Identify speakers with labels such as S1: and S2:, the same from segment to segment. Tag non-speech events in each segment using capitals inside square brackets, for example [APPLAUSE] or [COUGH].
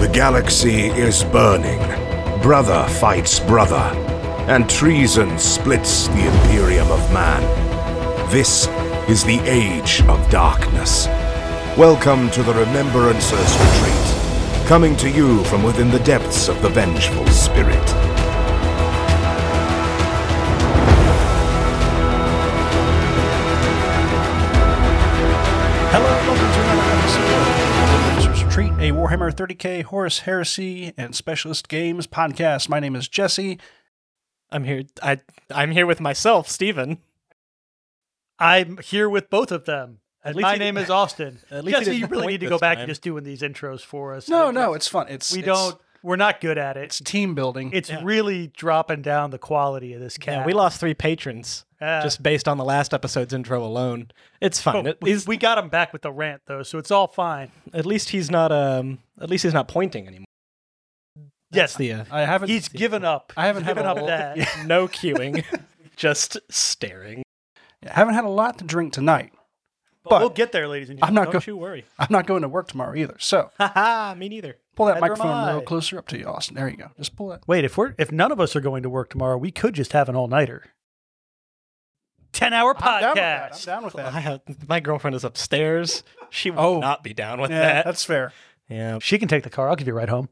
S1: The galaxy is burning. Brother fights brother, and treason splits the Imperium of Man. This is the Age of Darkness. Welcome to the Remembrancers Retreat, coming to you from within the depths of the Vengeful Spirit.
S2: Hello, and welcome to another episode of Losers Retreat, a Warhammer 30k Horus Heresy and Specialist Games podcast. My name is Jesse.
S3: I'm here. I I'm here with myself, Steven.
S4: I'm here with both of them.
S3: At
S4: And
S3: least
S4: my
S3: he-
S4: name
S2: [LAUGHS]
S4: is Austin.
S3: at least he
S4: Jesse, you
S3: didn't
S4: really
S3: point
S4: need to
S3: this
S4: go back
S3: time.
S4: and just doing these intros for us.
S2: No,
S4: It-
S2: no, it's fun. It's
S4: we
S2: it's-
S4: don't. We're not good at it.
S2: It's team building.
S4: It's
S3: yeah.
S4: really dropping down the quality of this cat.
S3: Yeah, we lost three patrons
S4: Uh,
S3: just based on the last episode's intro alone. It's fine.
S4: but
S3: At,
S4: we,
S3: least-
S4: we got him back with the rant though, so it's all fine.
S3: at least he's not um. At least he's not pointing anymore.
S4: Yes,
S3: The uh,
S2: I haven't.
S4: he's given up.
S2: I haven't
S4: He's
S2: had
S4: given
S2: a
S4: up
S2: whole- [LAUGHS]
S3: [LAUGHS]
S4: that.
S3: no queuing, just staring.
S2: haven't had a lot to drink tonight.
S4: But we'll get there, ladies and
S2: I'm
S4: gentlemen.
S2: not
S3: Don't
S2: going.
S3: you worry.
S2: I'm not going to work tomorrow either. So
S3: Haha, me neither.
S2: pull that
S4: Neither am
S2: microphone a little
S4: I.
S2: closer up to you, Austin. There you go. Just pull it.
S4: Wait, if we're if none of us are going to work tomorrow, we could just have an all nighter. Ten hour
S2: I'm down with that. I'm
S4: podcast.
S2: down with that.
S3: I have, my girlfriend is upstairs. She will
S2: Oh.
S3: not be down with
S2: Yeah,
S3: that.
S2: that's fair.
S3: yeah.
S4: She can take the car. I'll give you a ride home.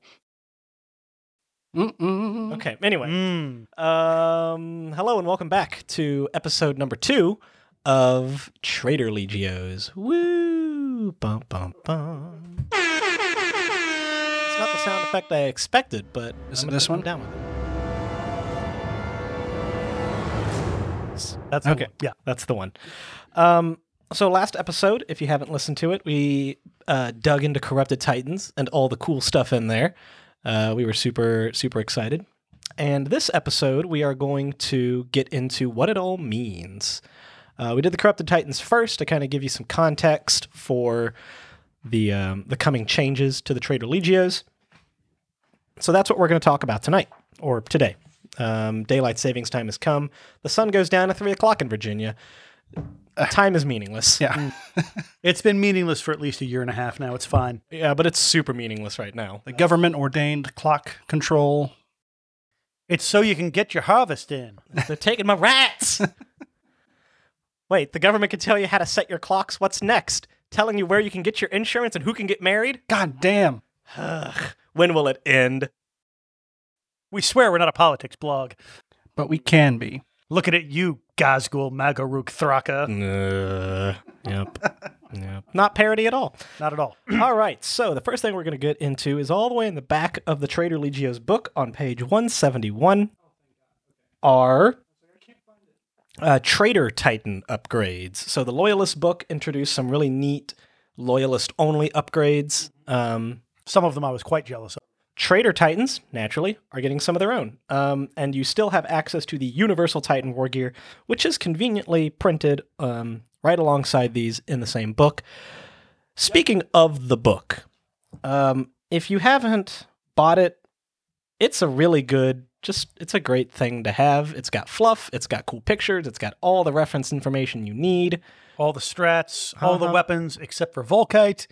S2: Mm-mm.
S3: Okay. Anyway.
S4: Mm.
S3: Um, hello and welcome back to episode number two of Trader Legios. Woo! Bum, bum, bum. It's not the sound effect I expected, but
S2: Is
S3: I'm
S2: it this
S3: gonna
S2: one?
S3: Down with it.
S4: That's the
S3: Okay.
S4: one. Yeah.
S3: That's the one. Um, so last episode, if you haven't listened to it, we uh, dug into Corrupted Titans and all the cool stuff in there. Uh, we were super super excited. And this episode, we are going to get into what it all means. Uh, we did the Corrupted Titans first to kind of give you some context for the um, the coming changes to the Trader Legios. So that's what we're going to talk about tonight or today. Um, daylight savings time has come. The sun goes down at three o'clock in Virginia. Time is [LAUGHS] meaningless.
S2: Yeah,
S4: It's been meaningless for at least a year and a half now. It's fine.
S3: Yeah, but it's super meaningless right now.
S2: the government ordained clock control.
S4: It's so you can get your harvest in.
S3: They're taking my rats. [LAUGHS] Wait, the government can tell you how to set your clocks. What's next? Telling you where you can get your insurance and who can get married?
S2: God damn.
S3: Ugh, when will it end?
S4: We swear we're not a politics blog.
S2: But we can be.
S4: Looking at you, Gazgul Magaruk Thraka.
S3: yep. yep. Not parody at all. [CLEARS THROAT]
S4: Not at all. [CLEARS THROAT]
S3: all right. So the first thing we're going to get into is all the way in the back of the Trader Legio's book on page 171 are uh, Trader Titan upgrades. So the Loyalist book introduced some really neat Loyalist only upgrades. Um,
S4: Some of them I was quite jealous of.
S3: Trader Titans, naturally, are getting some of their own. Um, and you still have access to the Universal Titan War Gear, which is conveniently printed um, right alongside these in the same book. Speaking of the book, um, if you haven't bought it, it's a really good, just, it's a great thing to have. It's got fluff, it's got cool pictures, it's got all the reference information you need.
S4: All the strats, all the
S3: Uh-huh.
S4: weapons except for Volkite,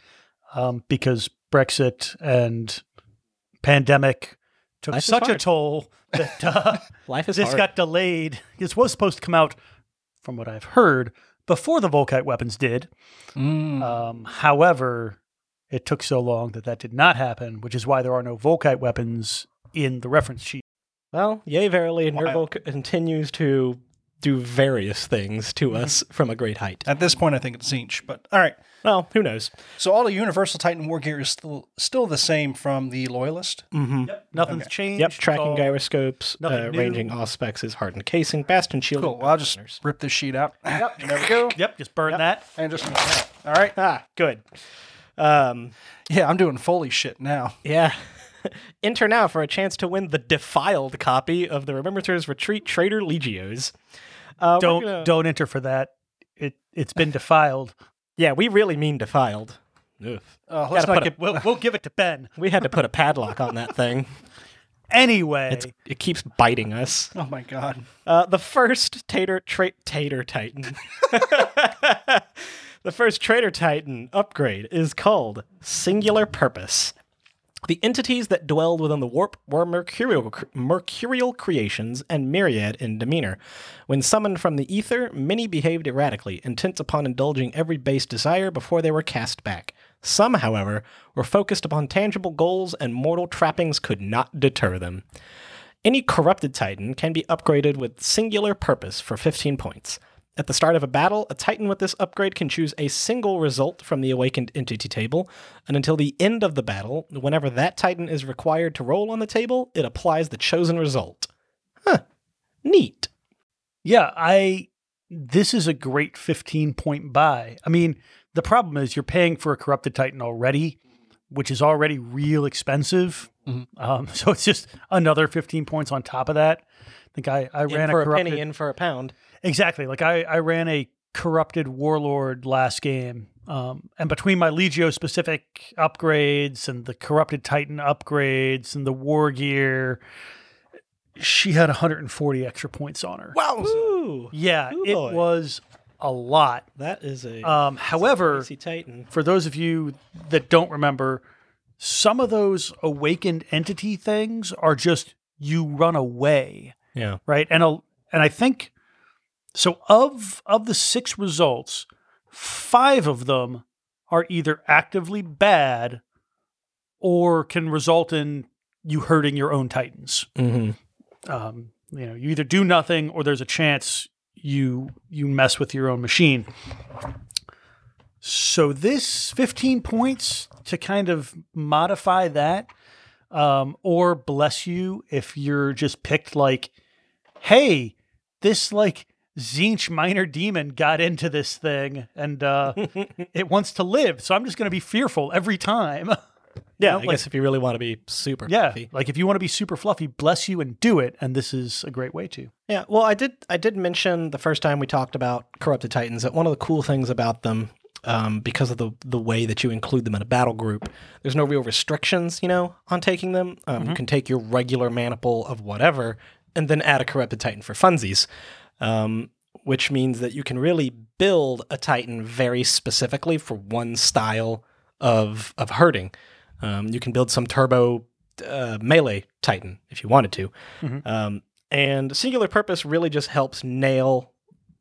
S4: um, because Brexit and pandemic took
S3: Life is
S4: such a
S3: hard. [LAUGHS]
S4: toll that uh,
S3: Life is
S4: this
S3: hard.
S4: got delayed. This was supposed to come out, from what I've heard, before the Volkite weapons did.
S2: Mm.
S4: Um, however, it took so long that that did not happen, which is why there are no Volkite weapons in the reference sheet.
S3: Well, yea, verily,
S2: Wild.
S3: Nervo c- continues to do various things to us from a great height.
S2: At this point, I think it's Zinch, but all right.
S3: Well, who knows?
S2: So all the Universal Titan War gear is still still the same from the Loyalist.
S3: Mm-hmm. Yep,
S4: Nothing's changed. it's
S3: tracking
S4: all-
S3: gyroscopes,
S4: nothing
S3: uh,
S4: new.
S3: ranging aspects is hardened casing, bastion shield.
S2: Cool. Well, I'll just rip this sheet out. Yep. [LAUGHS] there we go.
S4: Yep, just burn that.
S3: Uh,
S2: And just all right.
S3: Ah, good. Um,
S2: Yeah, I'm doing Foley shit now.
S3: yeah. [LAUGHS] Enter now for a chance to win the defiled copy of the Remembrancers Retreat Trader Legios. Uh, we're
S4: Don't
S3: gonna-
S4: don't enter for that. It it's been defiled.
S3: Yeah, we really mean defiled. Ugh.
S2: Uh, let's
S3: Gotta
S2: not
S3: put
S2: get.
S3: [LAUGHS]
S4: We'll we'll give it to Ben
S3: We had to put a padlock on that thing.
S4: anyway.
S3: It's, it keeps biting us.
S2: [LAUGHS] Oh my god.
S3: Uh, the first Tater tra- Tater Titan. [LAUGHS] the first Trader Titan upgrade is called Singular Purpose. The entities that dwelled within the warp were mercurial, mercurial creations and myriad in demeanor. When summoned from the ether, many behaved erratically, intent upon indulging every base desire before they were cast back. Some, however, were focused upon tangible goals, and mortal trappings could not deter them. Any corrupted Titan can be upgraded with singular purpose for 15 points. At the start of a battle, a Titan with this upgrade can choose a single result from the Awakened Entity table, and until the end of the battle, whenever that Titan is required to roll on the table, it applies the chosen result. Huh. Neat.
S4: Yeah, I this is a great 15 point buy. I mean, the problem is you're paying for a corrupted titan already, which is already real expensive.
S2: Mhm.
S3: Mm-hmm.
S4: Um, [LAUGHS] so it's just another 15 points on top of that. I think I, I
S3: in
S4: ran
S3: for
S4: a
S3: a
S4: corrupted
S3: penny, in for a pound.
S4: Exactly. Like I, I ran a corrupted warlord last game. Um, and between my Legio specific upgrades and the corrupted Titan upgrades and the war gear, she had 140 extra points on her.
S2: Wow.
S3: Ooh,
S4: Yeah,
S3: Ooh,
S4: it
S3: boy.
S4: was a lot.
S3: that is a
S4: Um, however,
S3: crazy Titan.
S4: for those of you that don't remember, some of those awakened entity things are just you run away
S3: Yeah.
S4: right? And a, and I think so of of the six results, five of them are either actively bad or can result in you hurting your own titans.
S3: Mm-hmm.
S4: Um, you know, you either do nothing or there's a chance you you mess with your own machine. So this 15 points to kind of modify that um, or bless you if you're just picked like hey, this like Zinch minor demon got into this thing and uh, it wants to live. So I'm just going to be fearful every time. [LAUGHS]
S3: Yeah,
S4: know,
S3: I
S4: like-
S3: guess if you really want to be super
S4: yeah.
S3: fluffy.
S4: Like if you want to be super fluffy, bless you and do it. And this is a great way to.
S3: Yeah, well, I did. I did mention the first time we talked about corrupted titans that one of the cool things about them, um, because of the the way that you include them in a battle group, there's no real restrictions, you know, on taking them. Um, You can take your regular maniple of whatever, and then add a corrupted titan for funsies, um, which means that you can really build a titan very specifically for one style of of herding. Um, you can build some turbo uh, melee titan if you wanted to. Um, and singular purpose really just helps nail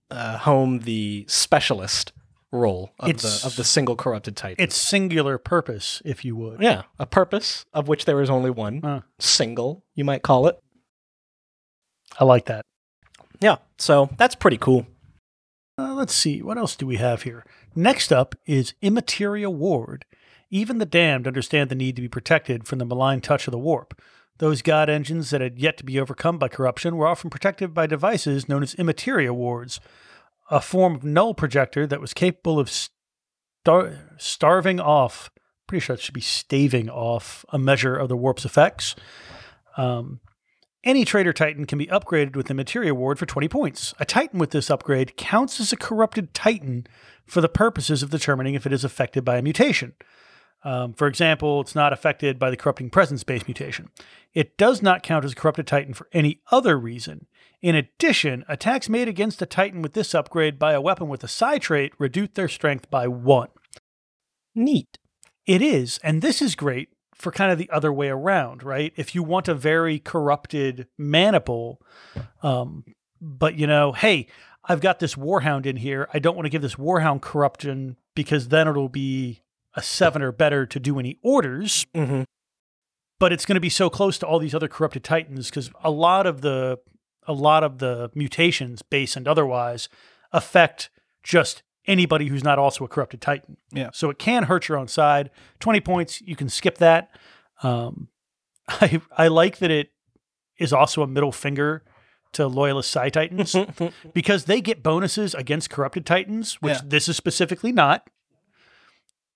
S3: uh, home the specialist role of
S4: It's-
S3: the of the single corrupted titan.
S4: It's singular purpose, if you would.
S3: yeah, a purpose of which there is only one
S4: Huh.
S3: single, you might call it.
S4: I like that.
S3: Yeah, so that's pretty cool.
S4: Uh, let's see, what else do we have here? Next up is Immaterial Ward. Even the damned understand the need to be protected from the malign touch of the warp. Those god engines that had yet to be overcome by corruption were often protected by devices known as Immaterial Wards, a form of null projector that was capable of star- starving off, pretty sure it should be staving off, a measure of the warp's effects. Um, any Trader Titan can be upgraded with the Materia Ward for 20 points. A Titan with this upgrade counts as a corrupted Titan for the purposes of determining if it is affected by a mutation. Um, for example, it's not affected by the corrupting presence based mutation. It does not count as a corrupted Titan for any other reason. In addition, attacks made against a Titan with this upgrade by a weapon with a psi trait reduce their strength by one.
S3: Neat.
S4: It is, and this is great for kind of the other way around, right? If you want a very corrupted maniple, um, but you know, hey, I've got this warhound in here. I don't want to give this warhound corruption because then it'll be a seven or better to do any orders.
S3: Mm-hmm.
S4: But it's going to be so close to all these other corrupted titans because a lot of the a lot of the mutations, base and otherwise, affect just anybody who's not also a corrupted titan.
S2: Yeah.
S4: So it can hurt your own side. Twenty points, you can skip that. Um, [LAUGHS] I I like that it is also a middle finger to loyalist
S2: [LAUGHS]
S4: Psy Titans because they get bonuses against corrupted Titans, which
S2: Yeah.
S4: this is specifically not.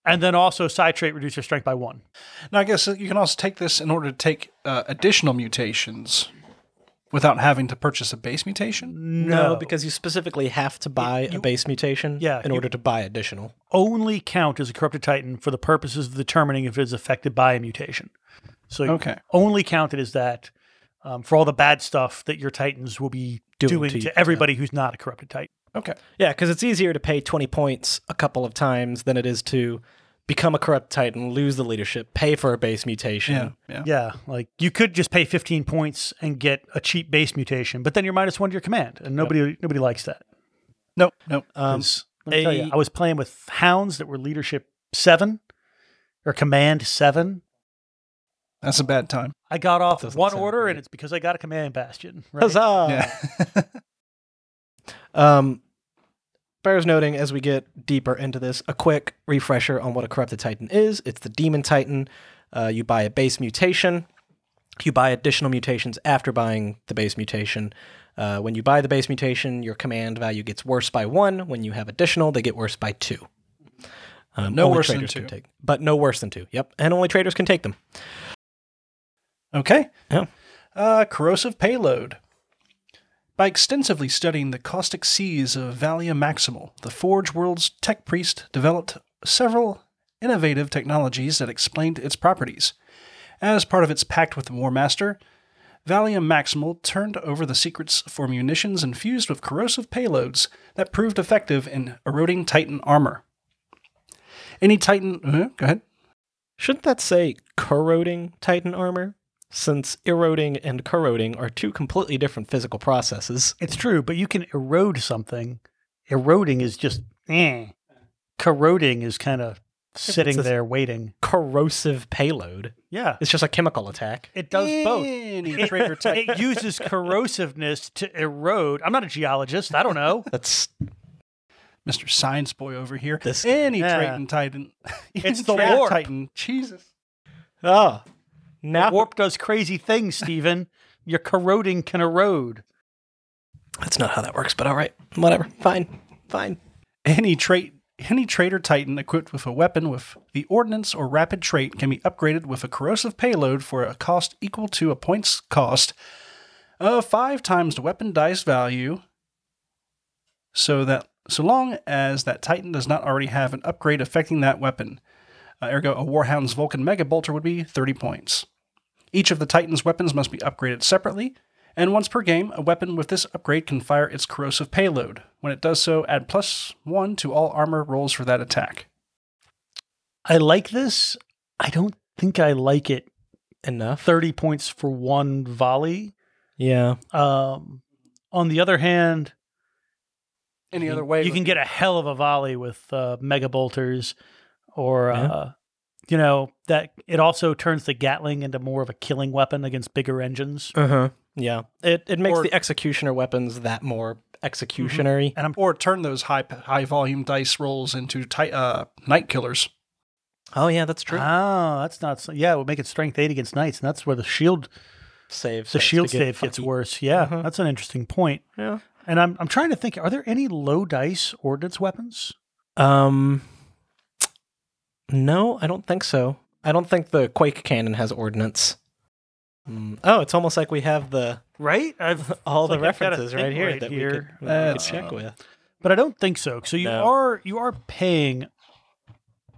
S4: And then also Psy trait reduce your strength by one.
S2: Now, I guess that you can also take this in order to take uh, additional mutations without having to purchase a base mutation.
S3: No, because you specifically have to buy a base mutation
S4: Yeah,
S3: in
S4: you-
S3: order to buy additional.
S4: only count as a corrupted titan for the purposes of determining if it is affected by a mutation. So you
S2: Okay.
S4: only count it as that um, for all the bad stuff that your titans will be
S3: Doing
S4: doing,
S3: to
S4: to,
S3: you,
S4: everybody who's not a corrupted titan.
S2: Okay.
S3: Yeah, because it's easier to pay 20 points a couple of times than it is to become a corrupt titan, lose the leadership, pay for a base mutation.
S2: Yeah, yeah.
S4: Yeah, like you could just pay 15 points and get a cheap base mutation, but then you're minus one to your command, and nobody nobody likes that.
S2: Nope, nope.
S3: Um,
S4: 'Cause let me tell you,
S3: a-
S4: I was playing with hounds that were leadership seven or command seven.
S2: That's a bad time.
S4: I got off
S3: Doesn't
S4: one
S3: sound
S4: order,
S3: great.
S4: and it's because I got a command bastion. Right?
S3: [LAUGHS] Huzzah!
S2: Yeah.
S3: Um, bears noting as we get deeper into this, a quick refresher on what a corrupted titan is. It's the demon titan. Uh, you buy a base mutation. You buy additional mutations after buying the base mutation. Uh, when you buy the base mutation, your command value gets worse by one. When you have additional, they get worse by two. Um,
S2: No
S3: only
S2: worse than
S3: traders
S2: two.
S3: Can take, but no worse than two. Yep, and only traders can take them.
S2: [LAUGHS] Okay.
S3: Yeah.
S2: Uh, corrosive payload. By extensively studying the caustic seas of Valia Maximal, the Forge World's tech priest developed several innovative technologies that explained its properties. As part of its pact with the War Master, Valia Maximal turned over the secrets for munitions infused with corrosive payloads that proved effective in eroding Titan armor. Any Titan. uh, go ahead.
S3: Shouldn't that say corroding Titan armor? Since eroding and corroding are two completely different physical processes.
S4: It's true, but you can erode something. Eroding is just eh. Corroding is kind of sitting
S3: a-
S4: there waiting.
S3: Corrosive payload.
S4: Yeah,
S3: It's just a chemical attack.
S4: it does
S2: Eh.
S4: both.
S2: Any
S4: It, [LAUGHS]
S2: trigger type.
S4: it uses corrosiveness to erode. I'm not a geologist. I don't know.
S3: That's
S2: Mr. Science Boy over here.
S3: This-
S2: Any
S4: Yeah.
S2: Triton Titan. [LAUGHS]
S4: It's the
S2: Triton
S4: warp.
S2: Titan. Jesus.
S3: oh, now
S4: Warp does crazy things, Steven. Your corroding can erode.
S3: that's not how that works. But all right, whatever. Fine, fine.
S2: Any trait any trader titan equipped with a weapon with the ordnance or rapid trait can be upgraded with a corrosive payload for a cost equal to a point's cost of five times the weapon dice value so that so long as that titan does not already have an upgrade affecting that weapon. Uh, ergo, a Warhound's Vulcan Mega Bolter would be 30 points. Each of the Titan's weapons must be upgraded separately, and once per game, a weapon with this upgrade can fire its corrosive payload. When it does so, add plus one to all armor rolls for that attack.
S4: I like this. I don't think I like it.
S3: Enough.
S4: 30 points for one volley.
S3: Yeah.
S4: Um, on the other hand,
S2: Any
S4: you-
S2: other way
S4: you can get a hell of a volley with uh, mega bolters, or
S3: Yeah.
S4: uh, you know that it also turns the Gatling into more of a killing weapon against bigger engines.
S3: Uh huh. Yeah. It it makes
S4: Uh-huh. Or-
S3: the executioner weapons that more executionary.
S2: or turn those high high volume dice rolls into ti- uh, night killers.
S4: Mm-hmm.
S3: Oh yeah, that's true.
S4: Oh, that's not so. Yeah, it would make it strength eight against knights, and that's where the shield
S3: save
S4: the
S3: starts to
S4: shield
S3: get
S4: save gets
S3: funky.
S4: worse. Yeah,
S3: Uh-huh.
S4: that's an interesting point.
S3: Yeah.
S4: And I'm I'm trying to think. Are there any low dice ordnance weapons?
S3: Um, no, I don't think so. I don't think the quake cannon has ordnance. Mm, Oh, it's almost like we have the [LAUGHS]
S4: Right. I've
S3: all
S4: It's
S3: the
S4: like I've got a
S3: references
S4: thing
S3: right here
S4: right
S3: that we
S4: here.
S3: could, uh, we could
S2: That's-
S3: check with.
S4: [LAUGHS] but I don't think so. So you
S3: No.
S4: are you are paying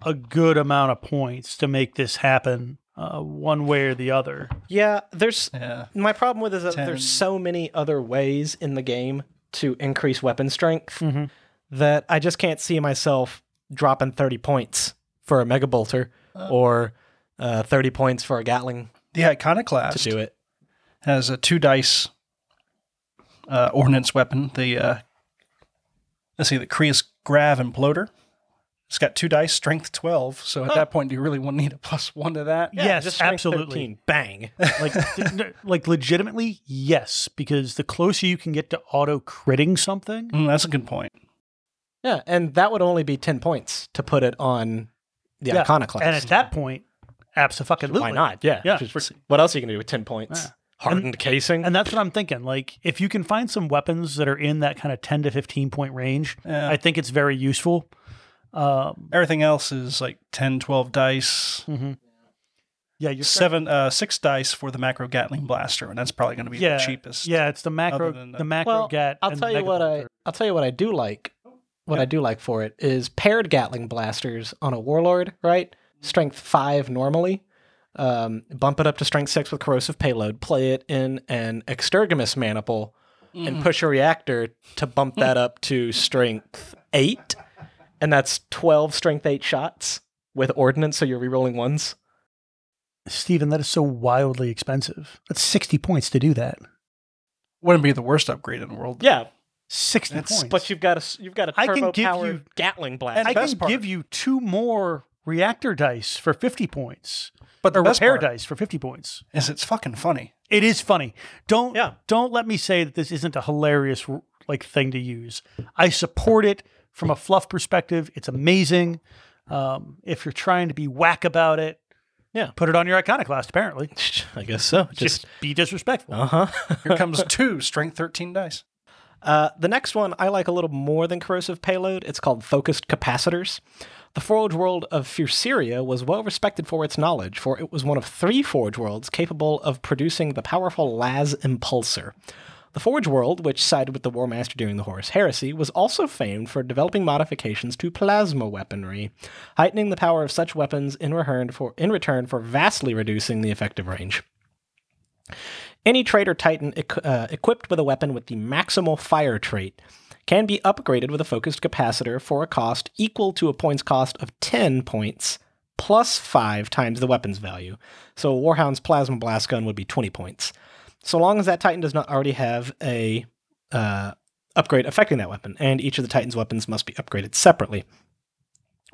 S4: a good amount of points to make this happen, uh, one way or the other.
S3: Yeah, there's
S2: Yeah.
S3: my problem with is that
S2: Ten.
S3: there's so many other ways in the game to increase weapon strength
S4: Mhm.
S3: that I just can't see myself dropping 30 points for a mega bolter or uh, 30 points for a gatling
S2: The
S3: to
S2: iconoclast
S3: do it.
S2: has a two dice uh, ordnance weapon. The uh, let's see, the Creus Grav Imploder. It's got two dice, strength twelve. So at that point, do you really want to need a plus one to that?
S4: Yeah. Yes,
S3: strength
S4: absolutely.
S3: bang. [LAUGHS]
S4: Like, [LAUGHS] th- like legitimately, yes, because the closer you can get to auto critting something,
S2: Mm, that's a good point.
S3: Yeah, and that would only be ten points to put it on the
S4: Yeah,
S3: iconoclast.
S4: and at that point, absolutely,
S3: why not? Yeah,
S4: Yeah.
S3: Just- what else are you gonna do with ten points?
S4: Yeah.
S3: Hardened casing.
S4: And that's what I'm thinking. Like, if you can find some weapons that are in that kind of 10 to 15 point range,
S2: Yeah.
S4: I think it's very useful. Um,
S2: Everything else is like 10, 12 dice,
S4: Mm-hmm. yeah, you're
S2: seven, uh, six dice for the macro Gatling blaster, and that's probably going to be
S4: yeah,
S2: the cheapest.
S4: Yeah, it's the macro,
S2: Other than
S4: the
S2: that.
S4: macro
S3: well,
S4: gat.
S3: I'll
S4: and
S3: tell you
S4: mega
S3: what I
S4: bolter.
S3: I'll tell you what I do like. What I do like for it is paired Gatling blasters on a warlord, right? Strength five normally. Um, bump it up to strength six with corrosive payload. Play it in an extergamus maniple, and push a reactor to bump that up to strength eight, and that's twelve strength eight shots. with ordnance, so you're rerolling ones.
S4: Steven, that is so wildly expensive. That's 60 points to do that.
S2: Wouldn't be the worst upgrade in the world.
S3: Yeah,
S4: 60
S2: That's-
S4: points.
S3: but you've got a s- you've got a
S4: I can
S3: turbo
S4: give
S3: powered
S4: you-
S3: Gatling blast.
S2: And
S4: I
S2: best
S4: can
S2: part-
S4: give you two more reactor dice for 50 points,
S2: But the
S4: or
S2: best
S4: repair
S2: part
S4: dice for 50 points.
S2: is it's fucking funny.
S4: It is funny. Don't
S3: Yeah.
S4: don't let me say that this isn't a hilarious like thing to use. I support it from a fluff perspective. It's amazing. Um, if you're trying to be whack about it,
S3: Yeah.
S4: put it on your iconoclast. Apparently,
S3: [LAUGHS] I guess so. [LAUGHS]
S4: just,
S3: Just
S4: be disrespectful.
S2: Uh-huh.
S3: uh huh.
S2: Here
S4: [LAUGHS]
S2: comes two strength 13 dice.
S3: Uh, the next one I like a little more than corrosive payload. It's called focused capacitors. The forge world of Furceria was well respected for its knowledge, for it was one of three forge worlds capable of producing the powerful Las Impulsor. The forge world, which sided with the War Master during the Horus Heresy, was also famed for developing modifications to plasma weaponry, heightening the power of such weapons in return for, in return for vastly reducing the effective range. Any trader titan equ- uh, equipped with a weapon with the maximal fire trait can be upgraded with a focused capacitor for a cost equal to a points cost of 10 points plus 5 times the weapon's value. So a Warhound's plasma blast gun would be 20 points. So long as that titan does not already have a uh, upgrade affecting that weapon, and each of the titan's weapons must be upgraded separately.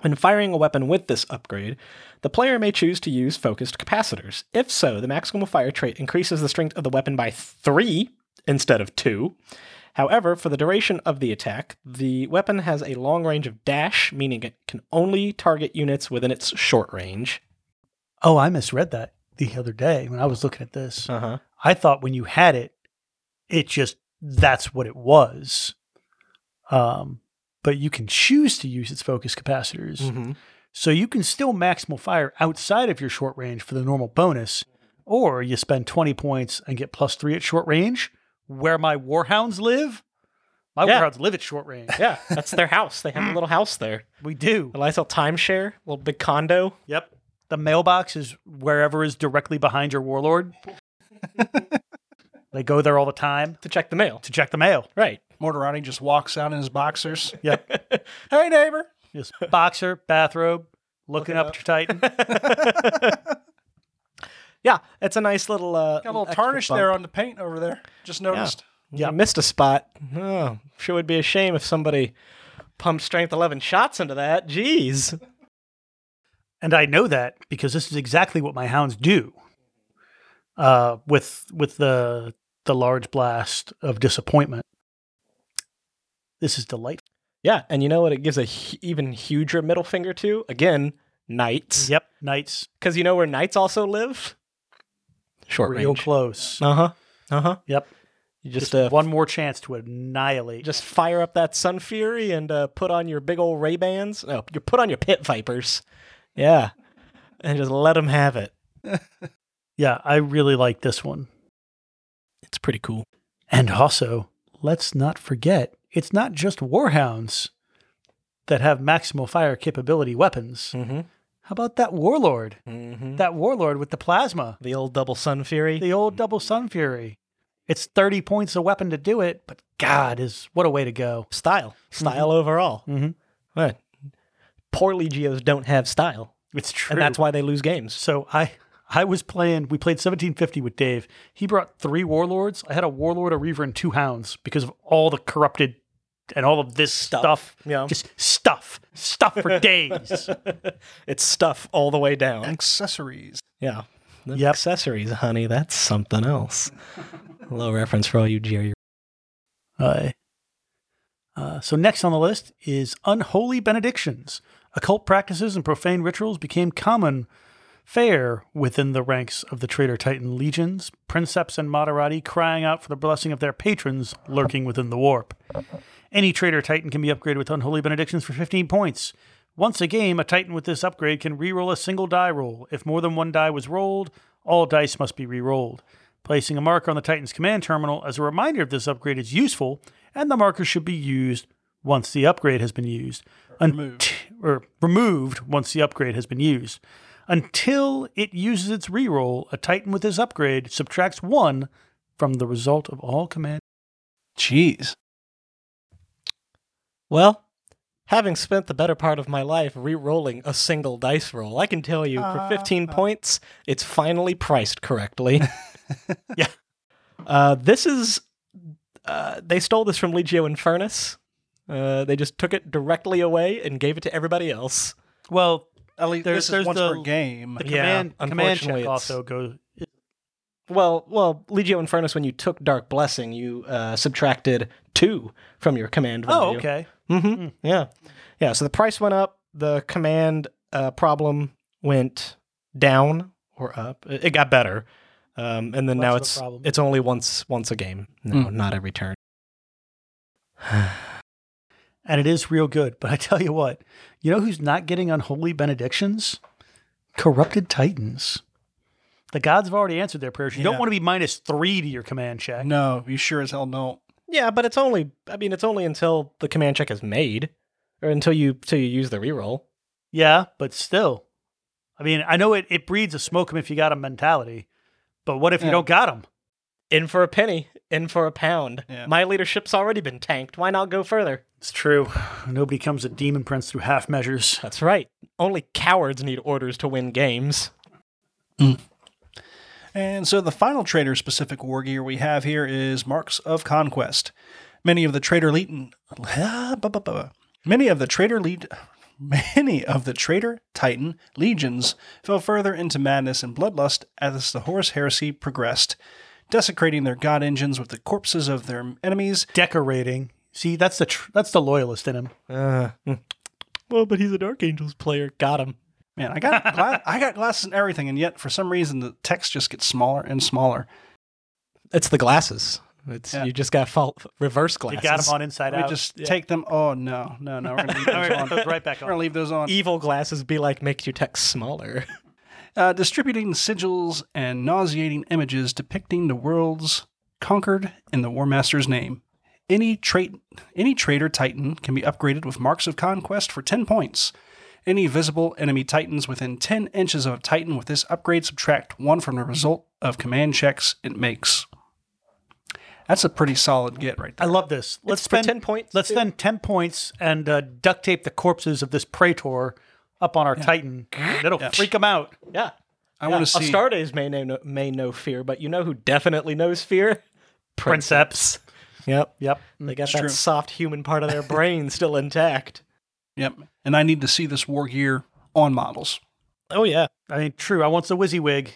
S3: When firing a weapon with this upgrade, the player may choose to use focused capacitors. If so, the maximum fire trait increases the strength of the weapon by three instead of two. However, for the duration of the attack, the weapon has a long range of dash, meaning it can only target units within its short range.
S4: Oh, I misread that the other day when I was looking at this.
S3: Uh
S2: Uh-huh.
S3: huh.
S4: I thought when you had it, it just that's what it was. Um, but you can choose to use its focus capacitors. So you can still maximal fire outside of your short range for the normal bonus, or you spend 20 points and get plus three at short range, where my warhounds live. My
S3: Yeah.
S4: warhounds live at short range.
S3: Yeah, that's their house. They have a little house there.
S4: We do.
S3: The Lysol timeshare, little big condo.
S4: Yep. The mailbox is wherever is directly behind your warlord. they go there all the time
S3: to check the mail.
S4: to check the mail.
S3: Right. [LAUGHS]
S2: Mortarati just walks out in his boxers.
S4: [LAUGHS] Yep.
S2: Hey, neighbor.
S4: Just boxer, bathrobe, looking up at your [LAUGHS] Titan.
S3: Yeah, it's a nice little uh,
S2: Got a little
S3: extra
S2: tarnish
S3: bump.
S2: there on the paint over there. Just noticed.
S3: Yeah, missed a spot. Oh, sure would be a shame if somebody pumped strength 11 shots into that. Jeez.
S4: and I know that because this is exactly what my hounds do. Uh, with with the the large blast of disappointment. This is delightful.
S3: Yeah, and you know what it gives a hu- even huger middle finger to? Again, knights.
S4: Yep, knights
S3: Because you know where knights also live? Short
S4: real
S3: range.
S4: close.
S3: Uh-huh. Uh-huh.
S4: Yep,
S3: You
S4: just,
S3: just, uh,
S4: one more chance to annihilate.
S3: just fire up that Sun Fury and uh, put on your big old Ray Bans. No, you put on your Pit Vipers. Yeah. And just let them have it.
S4: yeah, I really like this one.
S3: It's pretty cool.
S4: And also, let's not forget, it's not just warhounds that have maximal fire capability weapons.
S3: Mm-hmm.
S4: How about that warlord?
S3: Mm-hmm.
S4: That warlord with the plasma.
S3: The old double Sun Fury.
S4: the old double sun fury. It's 30 points a weapon to do it, but God is what a way to go.
S3: style, style overall.
S4: Mhm.
S3: But poorly Geos don't have style,
S4: It's true.
S3: and that's why they lose games.
S4: So I I was playing, we played 1750 with Dave. He brought three warlords. I had a warlord, a reaver, and two hounds because of all the corrupted and all of this stuff.
S3: Yeah,
S4: Just stuff. Stuff for [LAUGHS] days.
S3: it's stuff all the way down.
S2: Accessories.
S3: Yeah, the
S4: Yep.
S3: accessories, honey, that's something else. [LAUGHS] Low reference for all you Jerry.
S4: Aye. Uh, so next on the list is unholy benedictions. Occult practices and profane rituals became common fare within the ranks of the traitor titan legions, princeps and moderati crying out for the blessing of their patrons lurking within the warp. Any traitor titan can be upgraded with unholy benedictions for 15 points. Once a game, a titan with this upgrade can reroll a single die roll. If more than one die was rolled, all dice must be rerolled. Placing a marker on the titan's command terminal as a reminder of this upgrade is useful, and the marker should be used once the upgrade has been used. Removed. or removed once the upgrade has been used. Until it uses its reroll, a titan with this upgrade subtracts one from the result of all command.
S2: Jeez.
S3: Well, Having spent the better part of my life re-rolling a single dice roll, I can tell you
S4: Ah.
S3: for 15 points, it's finally priced
S4: [LAUGHS]
S3: correctly.
S4: Yeah.
S3: Uh, this is uh, they stole this from Legio Infernus. Uh, they just took it directly away and gave it to everybody else.
S4: Well,
S2: At least
S4: There's-
S2: this is
S4: there's
S2: once
S4: the-
S2: per game.
S4: the
S3: Yeah,
S4: command command
S3: unfortunately,
S4: check
S3: it's-
S4: also goes.
S3: Well, well, Legio Infernus. When you took Dark Blessing, you uh, subtracted two from your command value.
S4: Oh, okay.
S3: Mm-hmm. Yeah. Yeah. So the price went up. The command uh, problem went down or up. It it got better. Um, and then
S4: Less
S3: now
S4: of a
S3: it's
S4: problem.
S3: it's only once once a game. No, not every turn.
S4: and it is real good. But I [LAUGHS] tell you what, you know who's not getting unholy benedictions? Corrupted titans. The gods have already answered their prayers. You
S2: Yeah.
S4: don't want to be minus three to your command check.
S2: No, you sure as hell don't.
S3: Yeah, but it's only I mean it's only until the command check is made or until you till you use the reroll.
S4: Yeah, but still, I mean, I know it, it breeds a smoke 'em if you got 'em mentality, but what if
S2: Yeah.
S4: you don't got 'em?
S3: In for a penny, in for a pound.
S2: Yeah.
S3: My leadership's already been tanked. Why not go further?
S4: It's true. Nobody comes at demon prince through half measures.
S3: That's right. Only cowards need orders to win games.
S2: And so the final trader specific war gear we have here is Marks of Conquest. Many of the trader [LAUGHS] elite many of the trader lead [LAUGHS] many of the traitor titan legions fell further into madness and bloodlust as the horse heresy progressed, desecrating their god engines with the corpses of their enemies.
S4: Decorating. See, that's the tr- that's the loyalist in him.
S3: Uh, well, but he's an Archangels player. Got him.
S2: Man, I
S4: [LAUGHS]
S2: got gla- I got glasses and everything, and yet for some reason the text just gets smaller and smaller.
S3: It's the glasses. It's
S2: Yeah.
S3: you just got fault reverse
S4: You
S3: glasses.
S4: got him on inside
S2: We
S4: out.
S2: just take them. Oh no, no, no! We're gonna
S4: [LAUGHS]
S2: leave
S4: All
S2: those
S4: right,
S2: on.
S4: right back
S2: We're gonna
S4: on.
S2: leave those on.
S3: Evil glasses be like make your text [LAUGHS] smaller.
S2: uh, distributing sigils and nauseating images depicting the worlds conquered in the War Master's name. Any trait, any traitor titan can be upgraded with marks of conquest for ten points. Any visible enemy titans within ten inches of a titan with this upgrade subtract one from the result of command checks it makes. That's a pretty solid get right
S4: I
S2: there.
S4: love this. Let's
S3: for
S4: spend
S3: 10 points,
S4: Let's
S3: too.
S4: spend ten points and uh, duct tape the corpses of this praetor up on our titan. That'll freak him out.
S3: yeah.
S2: I want to see.
S3: Astartes may know may know fear, but you know who definitely knows [LAUGHS] fear?
S4: Princeps.
S3: Yep.
S4: Yep.
S3: They got
S2: It's
S3: that
S2: true.
S3: soft human
S2: [LAUGHS]
S3: part of their brain still intact.
S2: Yep, and I need to see this war gear on models.
S3: Oh yeah.
S4: Mm. I mean, true. I want the WYSIWYG.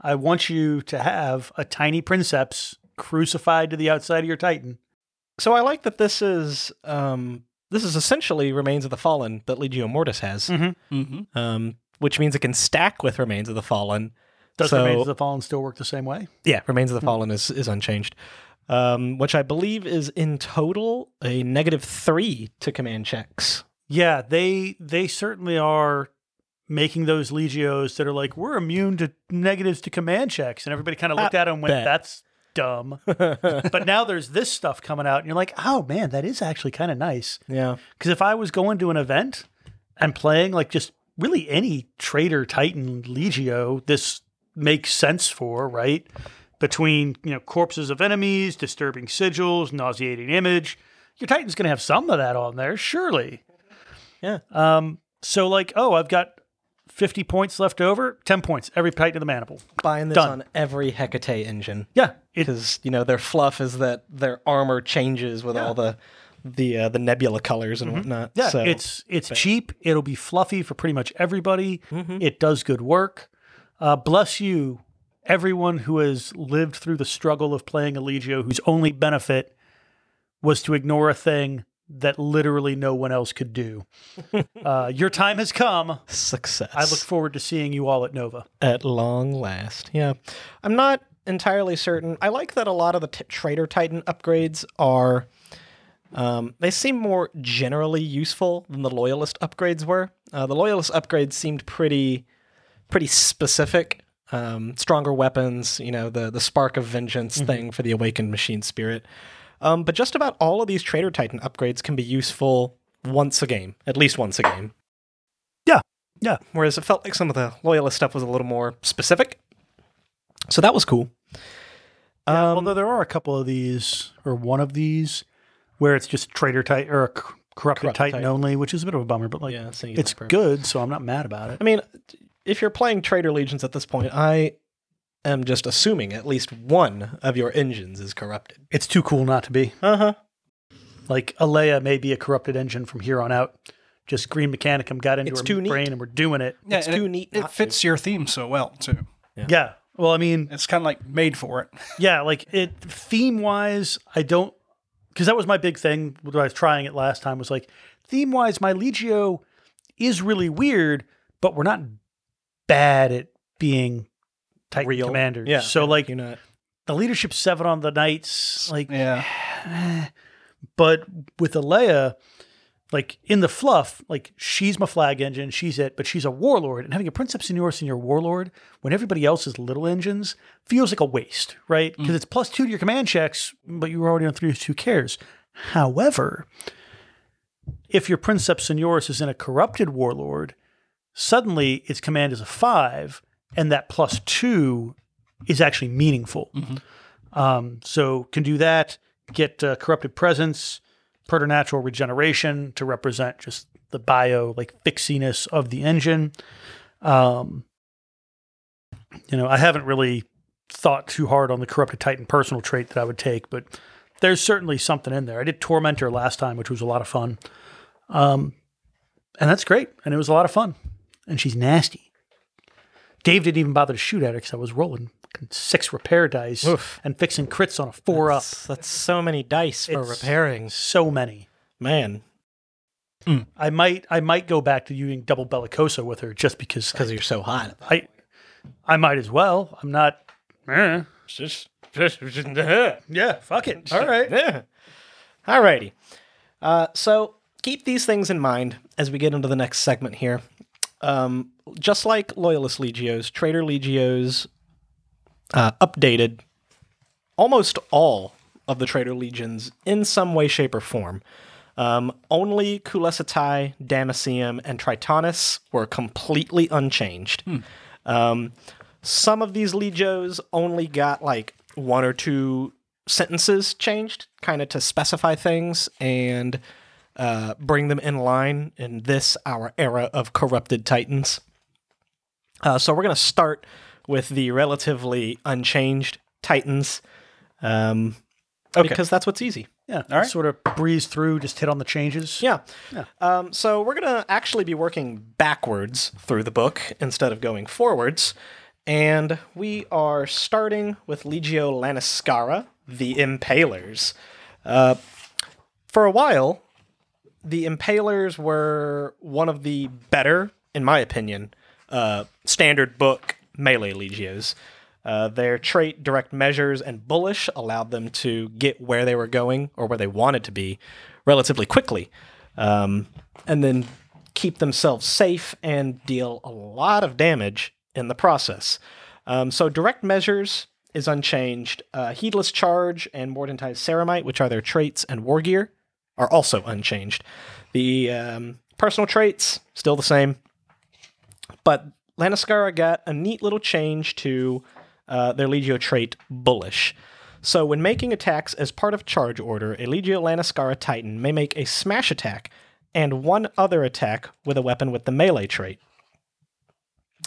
S4: I want you to have a tiny princeps crucified to the outside of your titan.
S3: So I like that this is um this is essentially Remains of the Fallen that Legio Mortis has.
S2: Mm-hmm.
S3: Um which means it can stack with Remains of the Fallen.
S4: Does
S3: So-
S4: Remains of the Fallen still work the same way?
S3: Yeah, Remains of the Fallen is, is unchanged, um, which I believe is in total a negative three to command checks.
S4: Yeah, they they certainly are making those legios that are like we're immune to negatives to command checks, and everybody kind of looked at him and went,
S3: bet.
S4: "That's dumb." but now there's this stuff coming out, and you're like, "Oh man, that is actually kind of nice."
S3: Yeah.
S4: Because if I was going to an event and playing like just really any Trader Titan Legio, this makes sense for, right? Between, you know, corpses of enemies, disturbing sigils, nauseating image. Your Titan's going to have some of that on there, surely.
S3: Yeah.
S4: Um, so, like, oh, I've got 50 points left over, 10 points, every Titan of the Maniple.
S3: Buying this
S4: Done.
S3: on every Hecate engine.
S4: Yeah. It,
S3: Because, you know, their fluff is that their armor changes with all the the uh, the nebula colors and whatnot.
S4: Mm-hmm. Yeah,
S3: so
S4: it's it's cheap. It'll be fluffy for pretty much everybody. It does good work. Uh, bless you, everyone who has lived through the struggle of playing a Legio, whose only benefit was to ignore a thing that literally no one else could do. [LAUGHS] uh, your time has come.
S3: success.
S4: I [LAUGHS] look forward to seeing you all at Nova.
S3: at long last. Yeah. I'm not entirely certain. I like that a lot of the t- Trader Titan upgrades are. Um, they seem more generally useful than the Loyalist upgrades were. Uh, the Loyalist upgrades seemed pretty, pretty specific. Um, stronger weapons, you know, the the spark of vengeance thing for the awakened machine spirit. Um, but just about all of these Trader Titan upgrades can be useful once a game, at least once a game.
S4: Yeah, yeah.
S3: Whereas it felt like some of the loyalist stuff was a little more specific. So that was cool. Um,
S4: um, Although there are a couple of these, or one of these, where it's just Trader Titan or a c- Corrupted,
S3: Corrupted
S4: Titan,
S3: Titan.
S4: only, which is a bit of a bummer, but like
S3: yeah, it's,
S4: it's good, so I'm not mad about it.
S3: I mean, if you're playing Trader Legions at this point, I am just assuming at least one of your engines is corrupted.
S4: It's too cool not to be.
S3: Uh huh.
S4: Like Alea may be a corrupted engine from here on out. Just Green Mechanicum got into
S3: It's
S4: her
S3: too neat.
S4: brain, and we're doing it.
S2: Yeah,
S3: It's
S2: and
S3: too
S2: it,
S3: neat
S2: It
S3: not
S2: fits your theme so well too.
S4: Yeah. Well, I mean,
S2: It's kind of like made for it.
S4: yeah, like it theme wise, I don't because that was my big thing when I was trying it last time was like theme wise, my Legio is really weird, but we're not bad at being Titan
S3: Real.
S4: commanders.
S3: Yeah.
S4: So like
S3: You're not.
S4: the leadership seven on the knights, like
S2: Yeah.
S4: but with Alea, like in the fluff, like she's my flag engine, she's it, but she's a warlord, and having a Princeps Senioris in your warlord when everybody else is little engines feels like a waste, right? Because it's plus two to your command checks, but you were already on three, who cares? However, if your Princeps Senioris is in a corrupted warlord, suddenly its command is a five, and that plus two is actually meaningful. Um, so can do that. Get uh, corrupted presence, preternatural regeneration to represent just the bio like fixiness of the engine. Um, you know, I haven't really thought too hard on the corrupted titan personal trait that I would take, but there's certainly something in there. I did tormentor last time, which was a lot of fun. Um, and that's great, and it was a lot of fun. And she's nasty. Dave didn't even bother to shoot at her because I was rolling six repair dice
S3: Oof.
S4: and fixing crits on a four up.
S3: That's, that's so many dice for
S4: It's-
S3: repairing.
S4: So many.
S3: Man,
S4: I might I might go back to using double bellicosa with her just because
S3: because you're so hot.
S4: I I might as well. I'm not eh.
S3: Just.
S4: Yeah, fuck it. All right.
S3: Alrighty. Uh, so keep these things in mind as we get into the next segment here. Um, just like Loyalist Legios, Trader Legios uh, updated almost all of the Trader Legions in some way, shape, or form. Um, only Kulesitai, Damasium, and Tritonus were completely unchanged.
S4: Hmm.
S3: Um, some of these legios only got like one or two sentences changed, kind of to specify things and uh, bring them in line in this our era of corrupted titans. Uh, so we're gonna start with the relatively unchanged titans, um, because that's what's easy.
S4: Yeah. All right. Sort of breeze through, just hit on the changes.
S3: Yeah. Um, so we're going to actually be working backwards through the book instead of going forwards. And we are starting with Legio Laniscara, the Impalers. Uh, for a while, the Impalers were one of the better, in my opinion, uh, standard book melee legios. Uh, their trait, direct measures, and bullish allowed them to get where they were going or where they wanted to be relatively quickly, um, and then keep themselves safe and deal a lot of damage in the process. Um, so, direct measures is unchanged. Uh, Heedless Charge and Mordantai's Ceramite, which are their traits, and War Gear are also unchanged. The um, personal traits still the same, but Lanascara got a neat little change to uh, their Legio trait Bullish. So when making attacks as part of charge order, a Legio Lanascara Titan may make a smash attack and one other attack with a weapon with the melee trait.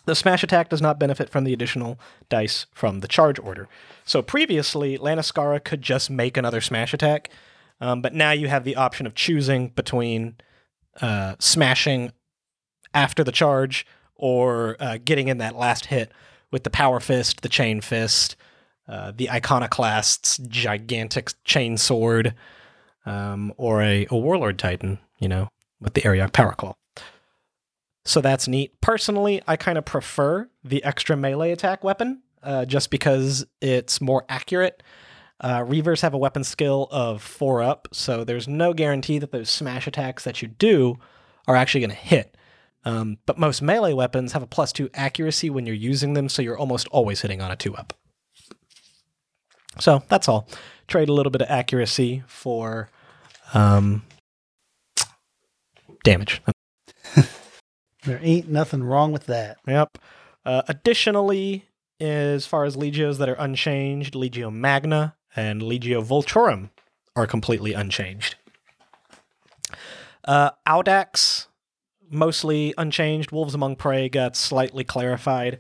S3: The smash attack does not benefit from the additional dice from the charge order. So previously, Lanascara could just make another smash attack, um, but now you have the option of choosing between uh, smashing after the charge or uh, getting in that last hit with the power fist, the chain fist, uh, the iconoclast's gigantic chain sword, um, or a, a warlord titan, you know, with the Ariok power claw. So that's neat. Personally, I kind of prefer the extra melee attack weapon uh, just because it's more accurate. Uh, Reavers have a weapon skill of four up, so there's no guarantee that those smash attacks that you do are actually going to hit. Um, but most melee weapons have a plus two accuracy when you're using them, so you're almost always hitting on a two up. So that's all. Trade a little bit of accuracy for um, damage.
S4: There ain't nothing wrong with that.
S3: Yep. Uh, additionally, as far as legios that are unchanged, Legio Magna and Legio Voltorum are completely unchanged. Uh, Uh, Audax, mostly unchanged. Wolves Among Prey got slightly clarified.